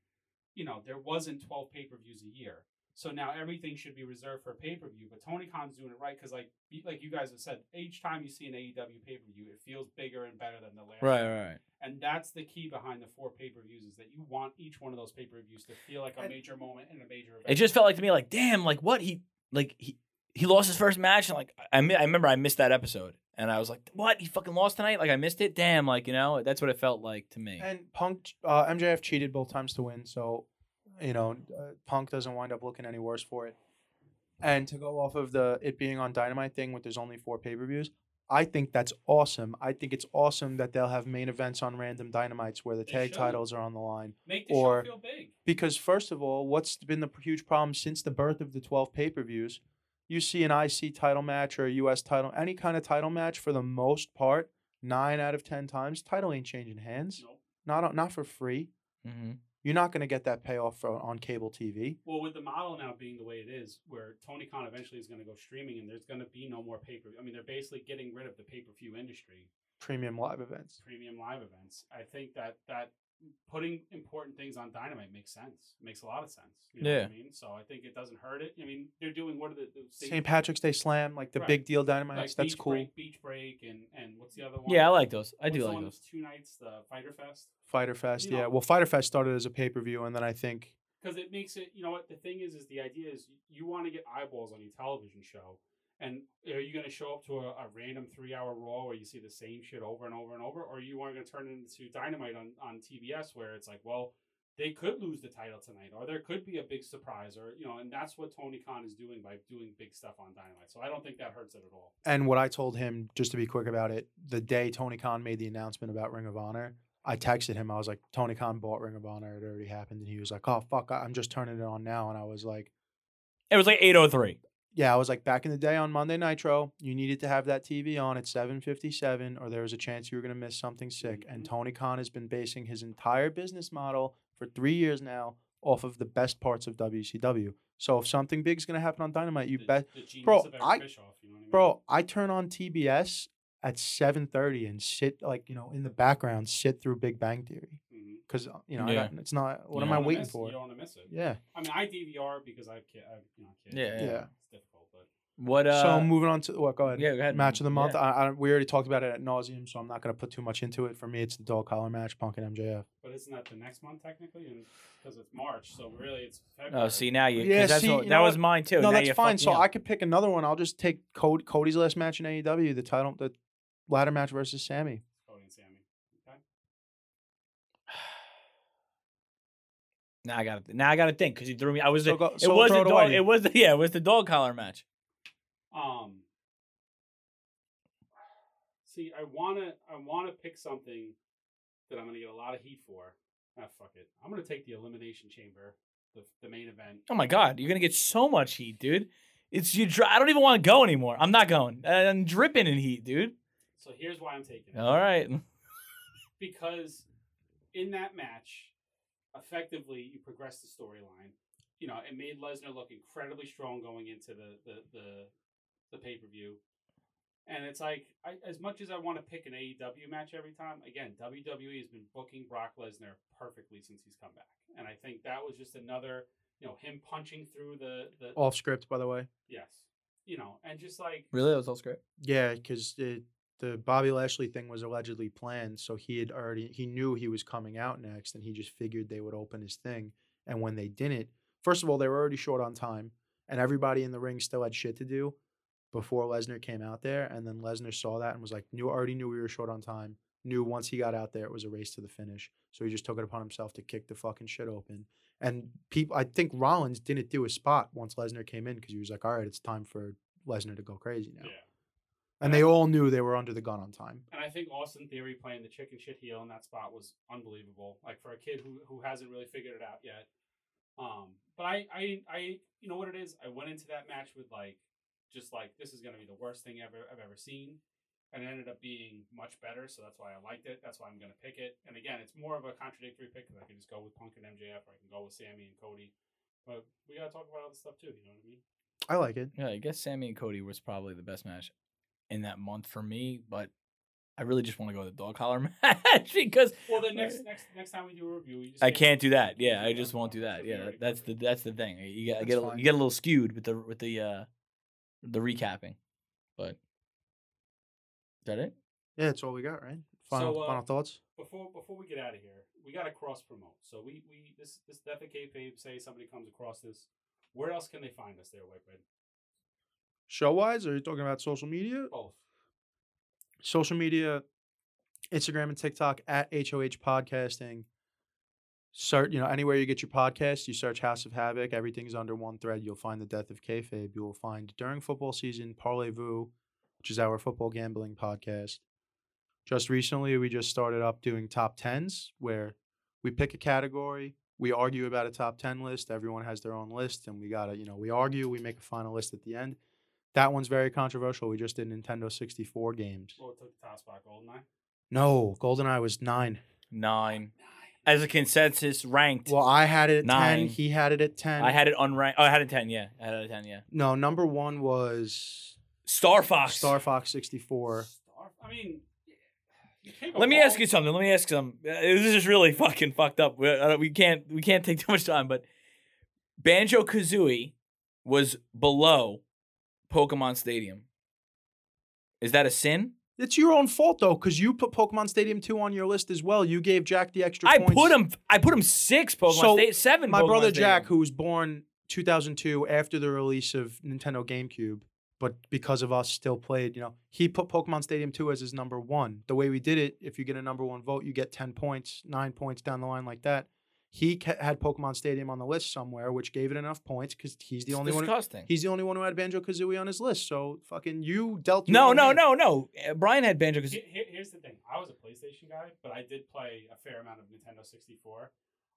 Speaker 3: you know, there wasn't twelve pay per views a year. So now everything should be reserved for pay per view. But Tony Khan's doing it right because, like, y- like you guys have said, each time you see an AEW pay per view, it feels bigger and better than the last.
Speaker 2: Right, right, right.
Speaker 3: And that's the key behind the four pay per views is that you want each one of those pay per views to feel like a
Speaker 1: And-
Speaker 3: major moment and a major event.
Speaker 2: It just felt like to me, like, damn, like what he, like he, he lost his first match, and like I, mi- I remember I missed that episode, and I was like, what? He fucking lost tonight? Like I missed it? Damn, like you know, that's what it felt like to me.
Speaker 1: And Punk, uh, MJF cheated both times to win, so you know uh, Punk doesn't wind up looking any worse for it. And to go off of the it being on Dynamite thing with there's only four pay per views, I think that's awesome. I think it's awesome that they'll have main events on random Dynamites where the
Speaker 3: They
Speaker 1: tag
Speaker 3: should.
Speaker 1: titles are on the line.
Speaker 3: Make the
Speaker 1: or-
Speaker 3: show feel big.
Speaker 1: Because first of all, what's been the p- huge problem since the birth of the 12 pay-per-views? You see an IC title match or a US title, any kind of title match for the most part, 9 out of 10 times, title ain't changing hands.
Speaker 3: Nope.
Speaker 1: Not on- not for free.
Speaker 2: hmm
Speaker 1: You're not going to get that payoff for, on cable TV.
Speaker 3: Well, with the model now being the way it is, where Tony Khan eventually is going to go streaming, and there's going to be no more pay per. I mean, they're basically getting rid of the pay per view industry,
Speaker 1: Premium live events.
Speaker 3: premium live events. I think that that putting important things on Dynamite makes sense. Makes a lot of sense. You know
Speaker 2: Yeah.
Speaker 3: What I mean, so I think it doesn't hurt it. I mean, they're doing what are the, the they-
Speaker 1: St. Patrick's Day Slam, like the
Speaker 3: Right.
Speaker 1: big deal Dynamites,
Speaker 3: like
Speaker 1: that's
Speaker 3: Beach
Speaker 1: cool.
Speaker 3: Break, Beach Break, and and what's the other one?
Speaker 2: Yeah, I like those. I do
Speaker 3: What's the
Speaker 2: like
Speaker 3: one
Speaker 2: those.
Speaker 3: that's Two nights, the Fighter Fest.
Speaker 1: Fighter Fest,
Speaker 3: You know-
Speaker 1: yeah. Well, Fighter Fest started as a pay-per-view and then I think
Speaker 3: because it makes it you know what the thing is is the idea is you want to get eyeballs on your television show and are you going to show up to a, a random three hour raw where you see the same shit over and over and over or you are going to turn it into dynamite on, on tbs where it's like well they could lose the title tonight, or there could be a big surprise, or you know, and that's what Tony Khan is doing by doing big stuff on Dynamite. So I don't think that hurts it at all.
Speaker 1: And what I told him, just to be quick about it, the day Tony Khan made the announcement about Ring of Honor, I texted him. I was like, Tony Khan bought Ring of Honor. It already happened. And he was like, oh, fuck, I- I'm just turning it on now. And I was like,
Speaker 2: It was like 803.
Speaker 1: yeah, I was like, back in the day on Monday Nitro, you needed to have that TV on at 757 or there was a chance you were going to miss something sick. And
Speaker 3: Mhm.
Speaker 1: Tony Khan has been basing his entire business model for three years now off of the best parts of WCW. So if something big's going to happen on Dynamite, you
Speaker 3: the,
Speaker 1: bet.
Speaker 3: the genius
Speaker 1: Bro,
Speaker 3: of Eric
Speaker 1: I-
Speaker 3: Bischoff, you know what I mean?
Speaker 1: Bro, I turn on TBS at 7:30 and sit like, you know, in the background sit through Big Bang Theory
Speaker 3: Mhm. You
Speaker 1: cuz you know,
Speaker 2: Yeah.
Speaker 1: I got, it's not what
Speaker 2: You
Speaker 1: am
Speaker 3: don't
Speaker 1: I
Speaker 3: wanna
Speaker 1: waiting
Speaker 3: miss-
Speaker 1: for?
Speaker 3: You don't want to miss it.
Speaker 1: Yeah.
Speaker 3: I mean, I DVR because I have kid, I, you know, kid.
Speaker 5: Yeah,
Speaker 1: yeah. Yeah.
Speaker 3: It's difficult, but
Speaker 5: What? Uh,
Speaker 1: so moving on to well, go ahead.
Speaker 5: yeah, go ahead.
Speaker 1: Match of the month.
Speaker 5: Yeah.
Speaker 1: I, I we already talked about it at nauseum, so I'm not going to put too much into it. For me, it's the dog collar match, Punk and MJF.
Speaker 3: but isn't that the next month technically? And because it's March, so really it's February.
Speaker 2: Oh, see now you. 'cause
Speaker 1: Yeah,
Speaker 2: that's
Speaker 1: see,
Speaker 2: what-
Speaker 1: you
Speaker 2: that
Speaker 1: know
Speaker 2: was
Speaker 1: what?
Speaker 2: mine too.
Speaker 1: no,
Speaker 2: Now
Speaker 1: that's
Speaker 2: you
Speaker 1: fine.
Speaker 2: fucked
Speaker 1: So
Speaker 2: me
Speaker 1: I
Speaker 2: up.
Speaker 1: could pick another one. I'll just take Cody, Cody's last match in AEW, the title, the ladder match versus Sammy.
Speaker 3: Cody and Sammy. Okay.
Speaker 2: now I got to now I got to think because you threw me. I was
Speaker 1: So
Speaker 2: the-
Speaker 1: go-
Speaker 2: it
Speaker 1: so
Speaker 2: was
Speaker 1: throw it
Speaker 2: the dog.
Speaker 1: away.
Speaker 2: It was the, yeah. It was the dog collar match.
Speaker 3: Um. See, I wanna, I wanna pick something that I'm gonna get a lot of heat for. Ah, fuck it. I'm gonna take the elimination chamber, the the main event.
Speaker 2: Oh my god, you're gonna get so much heat, dude. It's you. Dry, I don't even want to go anymore. I'm not going. Uh, I'm dripping in heat, dude.
Speaker 3: So here's why I'm taking it.
Speaker 2: All right.
Speaker 3: because in that match, effectively you progressed the storyline. You know, it made Lesnar look incredibly strong going into the the the, the pay per view. And it's like, I, as much as I want to pick an AEW match every time, again, WWE has been booking Brock Lesnar perfectly since he's come back, and I think that was just another, you know, him punching through the the
Speaker 1: Off script, by the way.
Speaker 3: yes, you know, and just like
Speaker 5: Really, that was all script.
Speaker 1: Yeah, because the the Bobby Lashley thing was allegedly planned, so he had already he knew he was coming out next, and he just figured they would open his thing. And when they didn't, first of all, they were already short on time, and everybody in the ring still had shit to do before Lesnar came out there. And then Lesnar saw that and was like, "Knew already knew we were short on time. Knew once he got out there, it was a race to the finish. So he just took it upon himself to kick the fucking shit open." And people, I think Rollins didn't do his spot once Lesnar came in because he was like, "All right, it's time for Lesnar to go crazy now."
Speaker 3: yeah.
Speaker 1: And they all knew they were under the gun on time.
Speaker 3: And I think Austin Theory playing the chicken shit heel in that spot was unbelievable. Like for a kid who, who hasn't really figured it out yet. Um, but I, I I you know what it is? I went into that match with like just like this is gonna be the worst thing ever I've ever seen. And it ended up being much better, so that's why I liked it. That's why I'm gonna pick it. And again, it's more of a contradictory pick 'cause I can just go with Punk and MJF or I can go with Sammy and Cody. But we gotta talk about other stuff too, you know what I mean?
Speaker 1: I like it.
Speaker 5: Yeah, I guess Sammy and Cody was probably the best match in that month for me, but I really just want to go with the dog collar match because
Speaker 3: Well then next next next time we do a review, you just
Speaker 5: I
Speaker 3: give-
Speaker 5: can't do that. Yeah,
Speaker 3: Yeah,
Speaker 5: I just won't do that.
Speaker 3: so we
Speaker 5: Yeah,
Speaker 3: already
Speaker 5: that- that's the
Speaker 3: covered
Speaker 5: that's the thing. You get I
Speaker 1: That's
Speaker 5: get a,
Speaker 1: fine.
Speaker 5: you get a little skewed with the with the uh the recapping, but is that it?
Speaker 1: Yeah, that's all we got, right? Final,
Speaker 3: So, uh,
Speaker 1: final thoughts.
Speaker 3: before before we get out of here, we gotta cross promote. So we we this this death of kayfabe. Say somebody comes across this, where else can they find us? There, White Bread.
Speaker 1: Show wise, are you talking about social media?
Speaker 3: Both.
Speaker 1: Social media, Instagram and TikTok at HOH Podcasting. Search, you know, anywhere you get your podcast, you search House of Havoc. Everything's under one thread. You'll find the death of kayfabe. You will find during football season Parlez-Vous, which is our football gambling podcast. Just recently, we just started up doing top tens, where we pick a category, we argue about a top ten list. Everyone has their own list, and we gotta, you know, we argue. We make a final list at the end. That one's very controversial. We just did Nintendo sixty four games.
Speaker 3: Well, it took the top spot, Goldeneye.
Speaker 1: No, GoldenEye was nine.
Speaker 2: Nine as a consensus ranked.
Speaker 1: Well, I had it at ten.
Speaker 2: Nine.
Speaker 1: He had it at ten.
Speaker 2: I had it unranked. Oh, I had a ten. Yeah, I had a ten. Yeah.
Speaker 1: no number one was
Speaker 2: Star Fox.
Speaker 1: Star Fox sixty four.
Speaker 3: Star. I mean, you can't go
Speaker 2: Let me
Speaker 3: wrong.
Speaker 2: ask you something. Let me ask you something. Uh, This is really fucking fucked up. We, uh, we can't we can't take too much time, but Banjo Kazooie was below Pokemon Stadium. Is that a sin?
Speaker 1: It's your own fault though, because you put Pokemon Stadium two on your list as well. You gave Jack the extra.
Speaker 2: I
Speaker 1: points.
Speaker 2: put him. I put him six Pokemon
Speaker 1: So,
Speaker 2: Stadium. Seven.
Speaker 1: My
Speaker 2: Pokemon
Speaker 1: brother
Speaker 2: Stadium.
Speaker 1: Jack, who was born 2002 after the release of Nintendo GameCube, but because of us still played, you know, he put Pokemon Stadium 2 as his number one. The way we did it, if you get a number one vote, you get 10 points, nine points down the line like that. He ca- had Pokemon Stadium on the list somewhere, which gave it enough points because he's the only one.
Speaker 2: disgusting.
Speaker 1: He's the only one who had Banjo Kazooie on his list. So fucking you dealt. your
Speaker 2: no,
Speaker 1: own
Speaker 2: no,
Speaker 1: hand.
Speaker 2: no, no. Uh, Brian had banjo because
Speaker 3: Here, here's the thing. I was a PlayStation guy, but I did play a fair amount of Nintendo 64.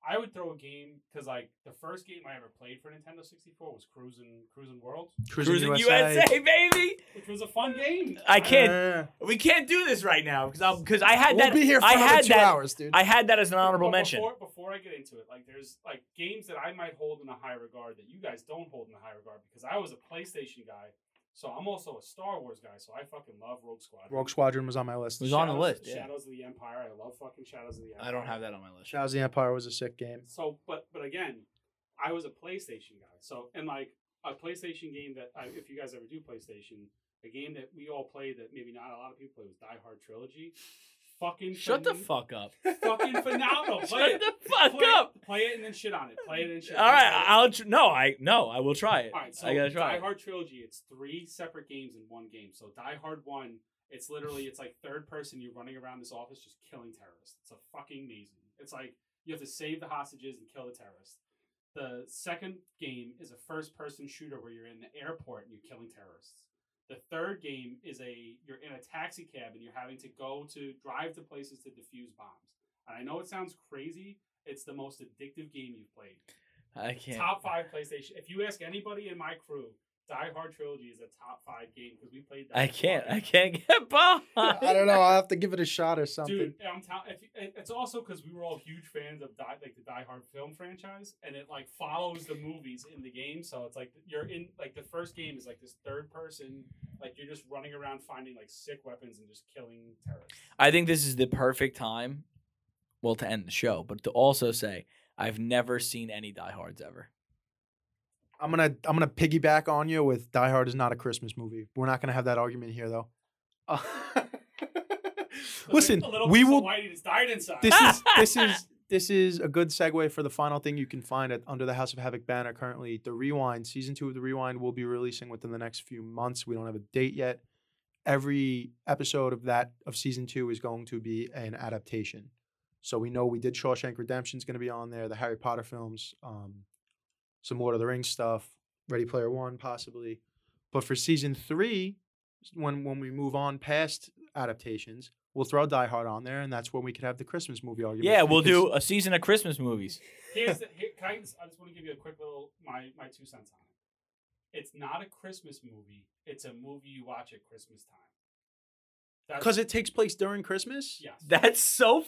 Speaker 3: I would throw a game because like the first game I ever played for Nintendo 64 was Cruisin' Cruisin' World,
Speaker 1: Cruising,
Speaker 2: cruising
Speaker 1: USA.
Speaker 2: USA, baby.
Speaker 3: which was a fun game.
Speaker 2: I can't.
Speaker 1: Yeah.
Speaker 2: We can't do this right now because because I had
Speaker 1: we'll
Speaker 2: that.
Speaker 1: be here for
Speaker 2: I
Speaker 1: another
Speaker 2: had
Speaker 1: two
Speaker 2: that.
Speaker 1: hours, dude.
Speaker 2: I had that as an honorable
Speaker 3: But
Speaker 2: mention.
Speaker 3: Before, before I get into it, like there's like games that I might hold in a high regard that you guys don't hold in a high regard because I was a PlayStation guy, so I'm also a Star Wars guy, so I fucking love Rogue Squadron.
Speaker 1: Rogue Squadron was on my list.
Speaker 2: It was on the
Speaker 3: Shadows-
Speaker 2: list, yeah.
Speaker 3: Shadows of the Empire. I love fucking Shadows of the Empire.
Speaker 5: I don't have that on my list.
Speaker 1: Shadows of the Empire was a sick game.
Speaker 3: So, but but again, I was a PlayStation guy. So, and like a PlayStation game that I, if you guys ever do PlayStation, a game that we all played that maybe not a lot of people play was Die Hard Trilogy. Fucking
Speaker 5: Shut the
Speaker 3: phen-
Speaker 5: fuck up.
Speaker 3: Fucking phenomenal. Play
Speaker 5: Shut
Speaker 3: it.
Speaker 5: the fuck
Speaker 3: play
Speaker 5: up.
Speaker 3: It, play it and then shit on it. Play it and shit.
Speaker 5: All
Speaker 3: on it.
Speaker 5: right, I'll tr- no, I no, I will try it.
Speaker 3: All right, so
Speaker 5: I gotta try.
Speaker 3: Die
Speaker 5: it.
Speaker 3: Hard Trilogy, it's three separate games in one game. So Die Hard 1, it's literally, it's like third person, you're running around this office just killing terrorists. It's a fucking amazing. It's like you have to save the hostages and kill the terrorists. The second game is a first person shooter where you're in the airport and you're killing terrorists. The third game is a, you're in a taxi cab and you're having to go to drive to places to defuse bombs. And I know it sounds crazy. It's the most addictive game you've played
Speaker 5: I can't.
Speaker 3: top five PlayStation. If you ask anybody in my crew, Die Hard Trilogy is a top five game because we played. Die
Speaker 5: I
Speaker 3: Hard
Speaker 5: can't.
Speaker 3: five.
Speaker 5: I can't get by.
Speaker 1: I don't know. I'll have to give it a shot or something.
Speaker 3: Dude, I'm tell- if you, it- it's also because we were all huge fans of die, like the Die Hard film franchise, and it like follows the movies in the game. So it's like you're in like the first game is like this third person, like you're just running around finding like sick weapons and just killing terrorists.
Speaker 5: I think this is the perfect time, well, to end the show, but to also say I've never seen any diehards ever.
Speaker 1: I'm gonna I'm gonna piggyback on you with Die Hard is not a Christmas movie. We're not gonna have that argument here though. Uh,
Speaker 3: But
Speaker 1: Listen,
Speaker 3: the little
Speaker 1: we
Speaker 3: piece of
Speaker 1: will.
Speaker 3: Whitey just died inside.
Speaker 1: This is this is this is a good segue for the final thing you can find at under the House of Havoc banner. Currently, the Rewind season two of the Rewind will be releasing within the next few months. We don't have a date yet. Every episode of that of season two is going to be an adaptation. So we know we did Shawshank Redemption is going to be on there. The Harry Potter films. Um, some Lord of the Rings stuff, Ready Player One possibly. But for season three, when when we move on past adaptations, we'll throw Die Hard on there, and that's when we could have the Christmas movie argument.
Speaker 2: Yeah, we'll
Speaker 1: because-
Speaker 2: do a season of Christmas movies.
Speaker 3: Here's the, here, can I, just, I just want to give you a quick little my my two cents on it. It's not a Christmas movie. It's a movie you watch at Christmas time. That's-
Speaker 1: because it takes place during Christmas.
Speaker 3: yes.
Speaker 5: That's so.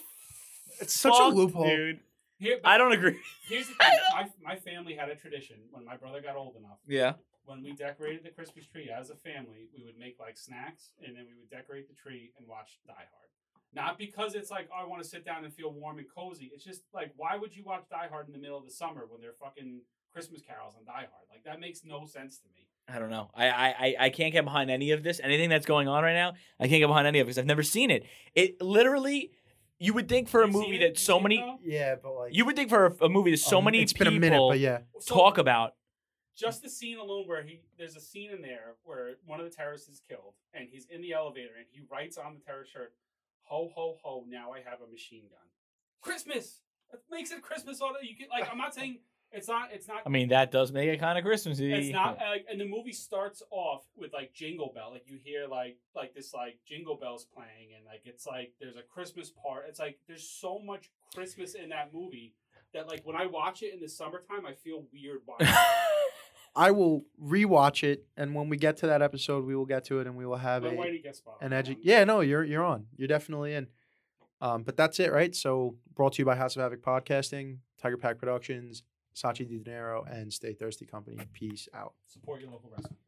Speaker 1: It's such a
Speaker 5: fucked,
Speaker 1: loophole.
Speaker 5: dude.
Speaker 3: Here,
Speaker 5: I don't agree.
Speaker 3: here's the thing. My, my family had a tradition when my brother got old enough.
Speaker 5: Yeah.
Speaker 3: When we decorated the Christmas tree as a family, we would make like snacks and then we would decorate the tree and watch Die Hard. Not because it's like oh, I want to sit down and feel warm and cozy. It's just like why would you watch Die Hard in the middle of the summer when there are fucking Christmas carols on Die Hard? Like that makes no sense to me.
Speaker 5: I don't know. I, I I- I can't get behind any of this. Anything that's going on right now, I can't get behind any of it because I've never seen it. It literally, you would think for a
Speaker 3: You've seen
Speaker 5: movie
Speaker 3: it?
Speaker 5: that
Speaker 3: You've
Speaker 5: so
Speaker 3: seen it,
Speaker 5: many,
Speaker 3: though?
Speaker 1: Yeah, but like
Speaker 5: you would think for a, a movie that so
Speaker 1: um,
Speaker 5: many
Speaker 1: It's
Speaker 5: people
Speaker 1: been a minute, but yeah,
Speaker 3: So,
Speaker 5: talk about.
Speaker 3: just the scene alone where he there's a scene in there where one of the terrorists is killed and he's in the elevator and he writes on the terrorist shirt, "Ho ho ho! Now I have a machine gun." Christmas. That makes it Christmas. All you can like. I'm not saying it's not. It's not.
Speaker 5: I mean, that does make it kind of Christmassy.
Speaker 3: It's not like, and the movie starts off with like Jingle Bell, like you hear like like this like Jingle Bells playing, and like it's like there's a Christmas part. It's like there's so much Christmas in that movie that like when I watch it in the summertime, I feel weird watching. it.
Speaker 1: I will rewatch it, and when we get to that episode, we will get to it, and we will have
Speaker 3: But
Speaker 1: a
Speaker 3: Whitey gets spot
Speaker 1: an
Speaker 3: on.
Speaker 1: edu- yeah no you're you're on you're definitely in um but that's it right so brought to you by house of havoc podcasting tiger pack productions sachi di dinero and stay thirsty company peace out
Speaker 3: Support your local restaurant.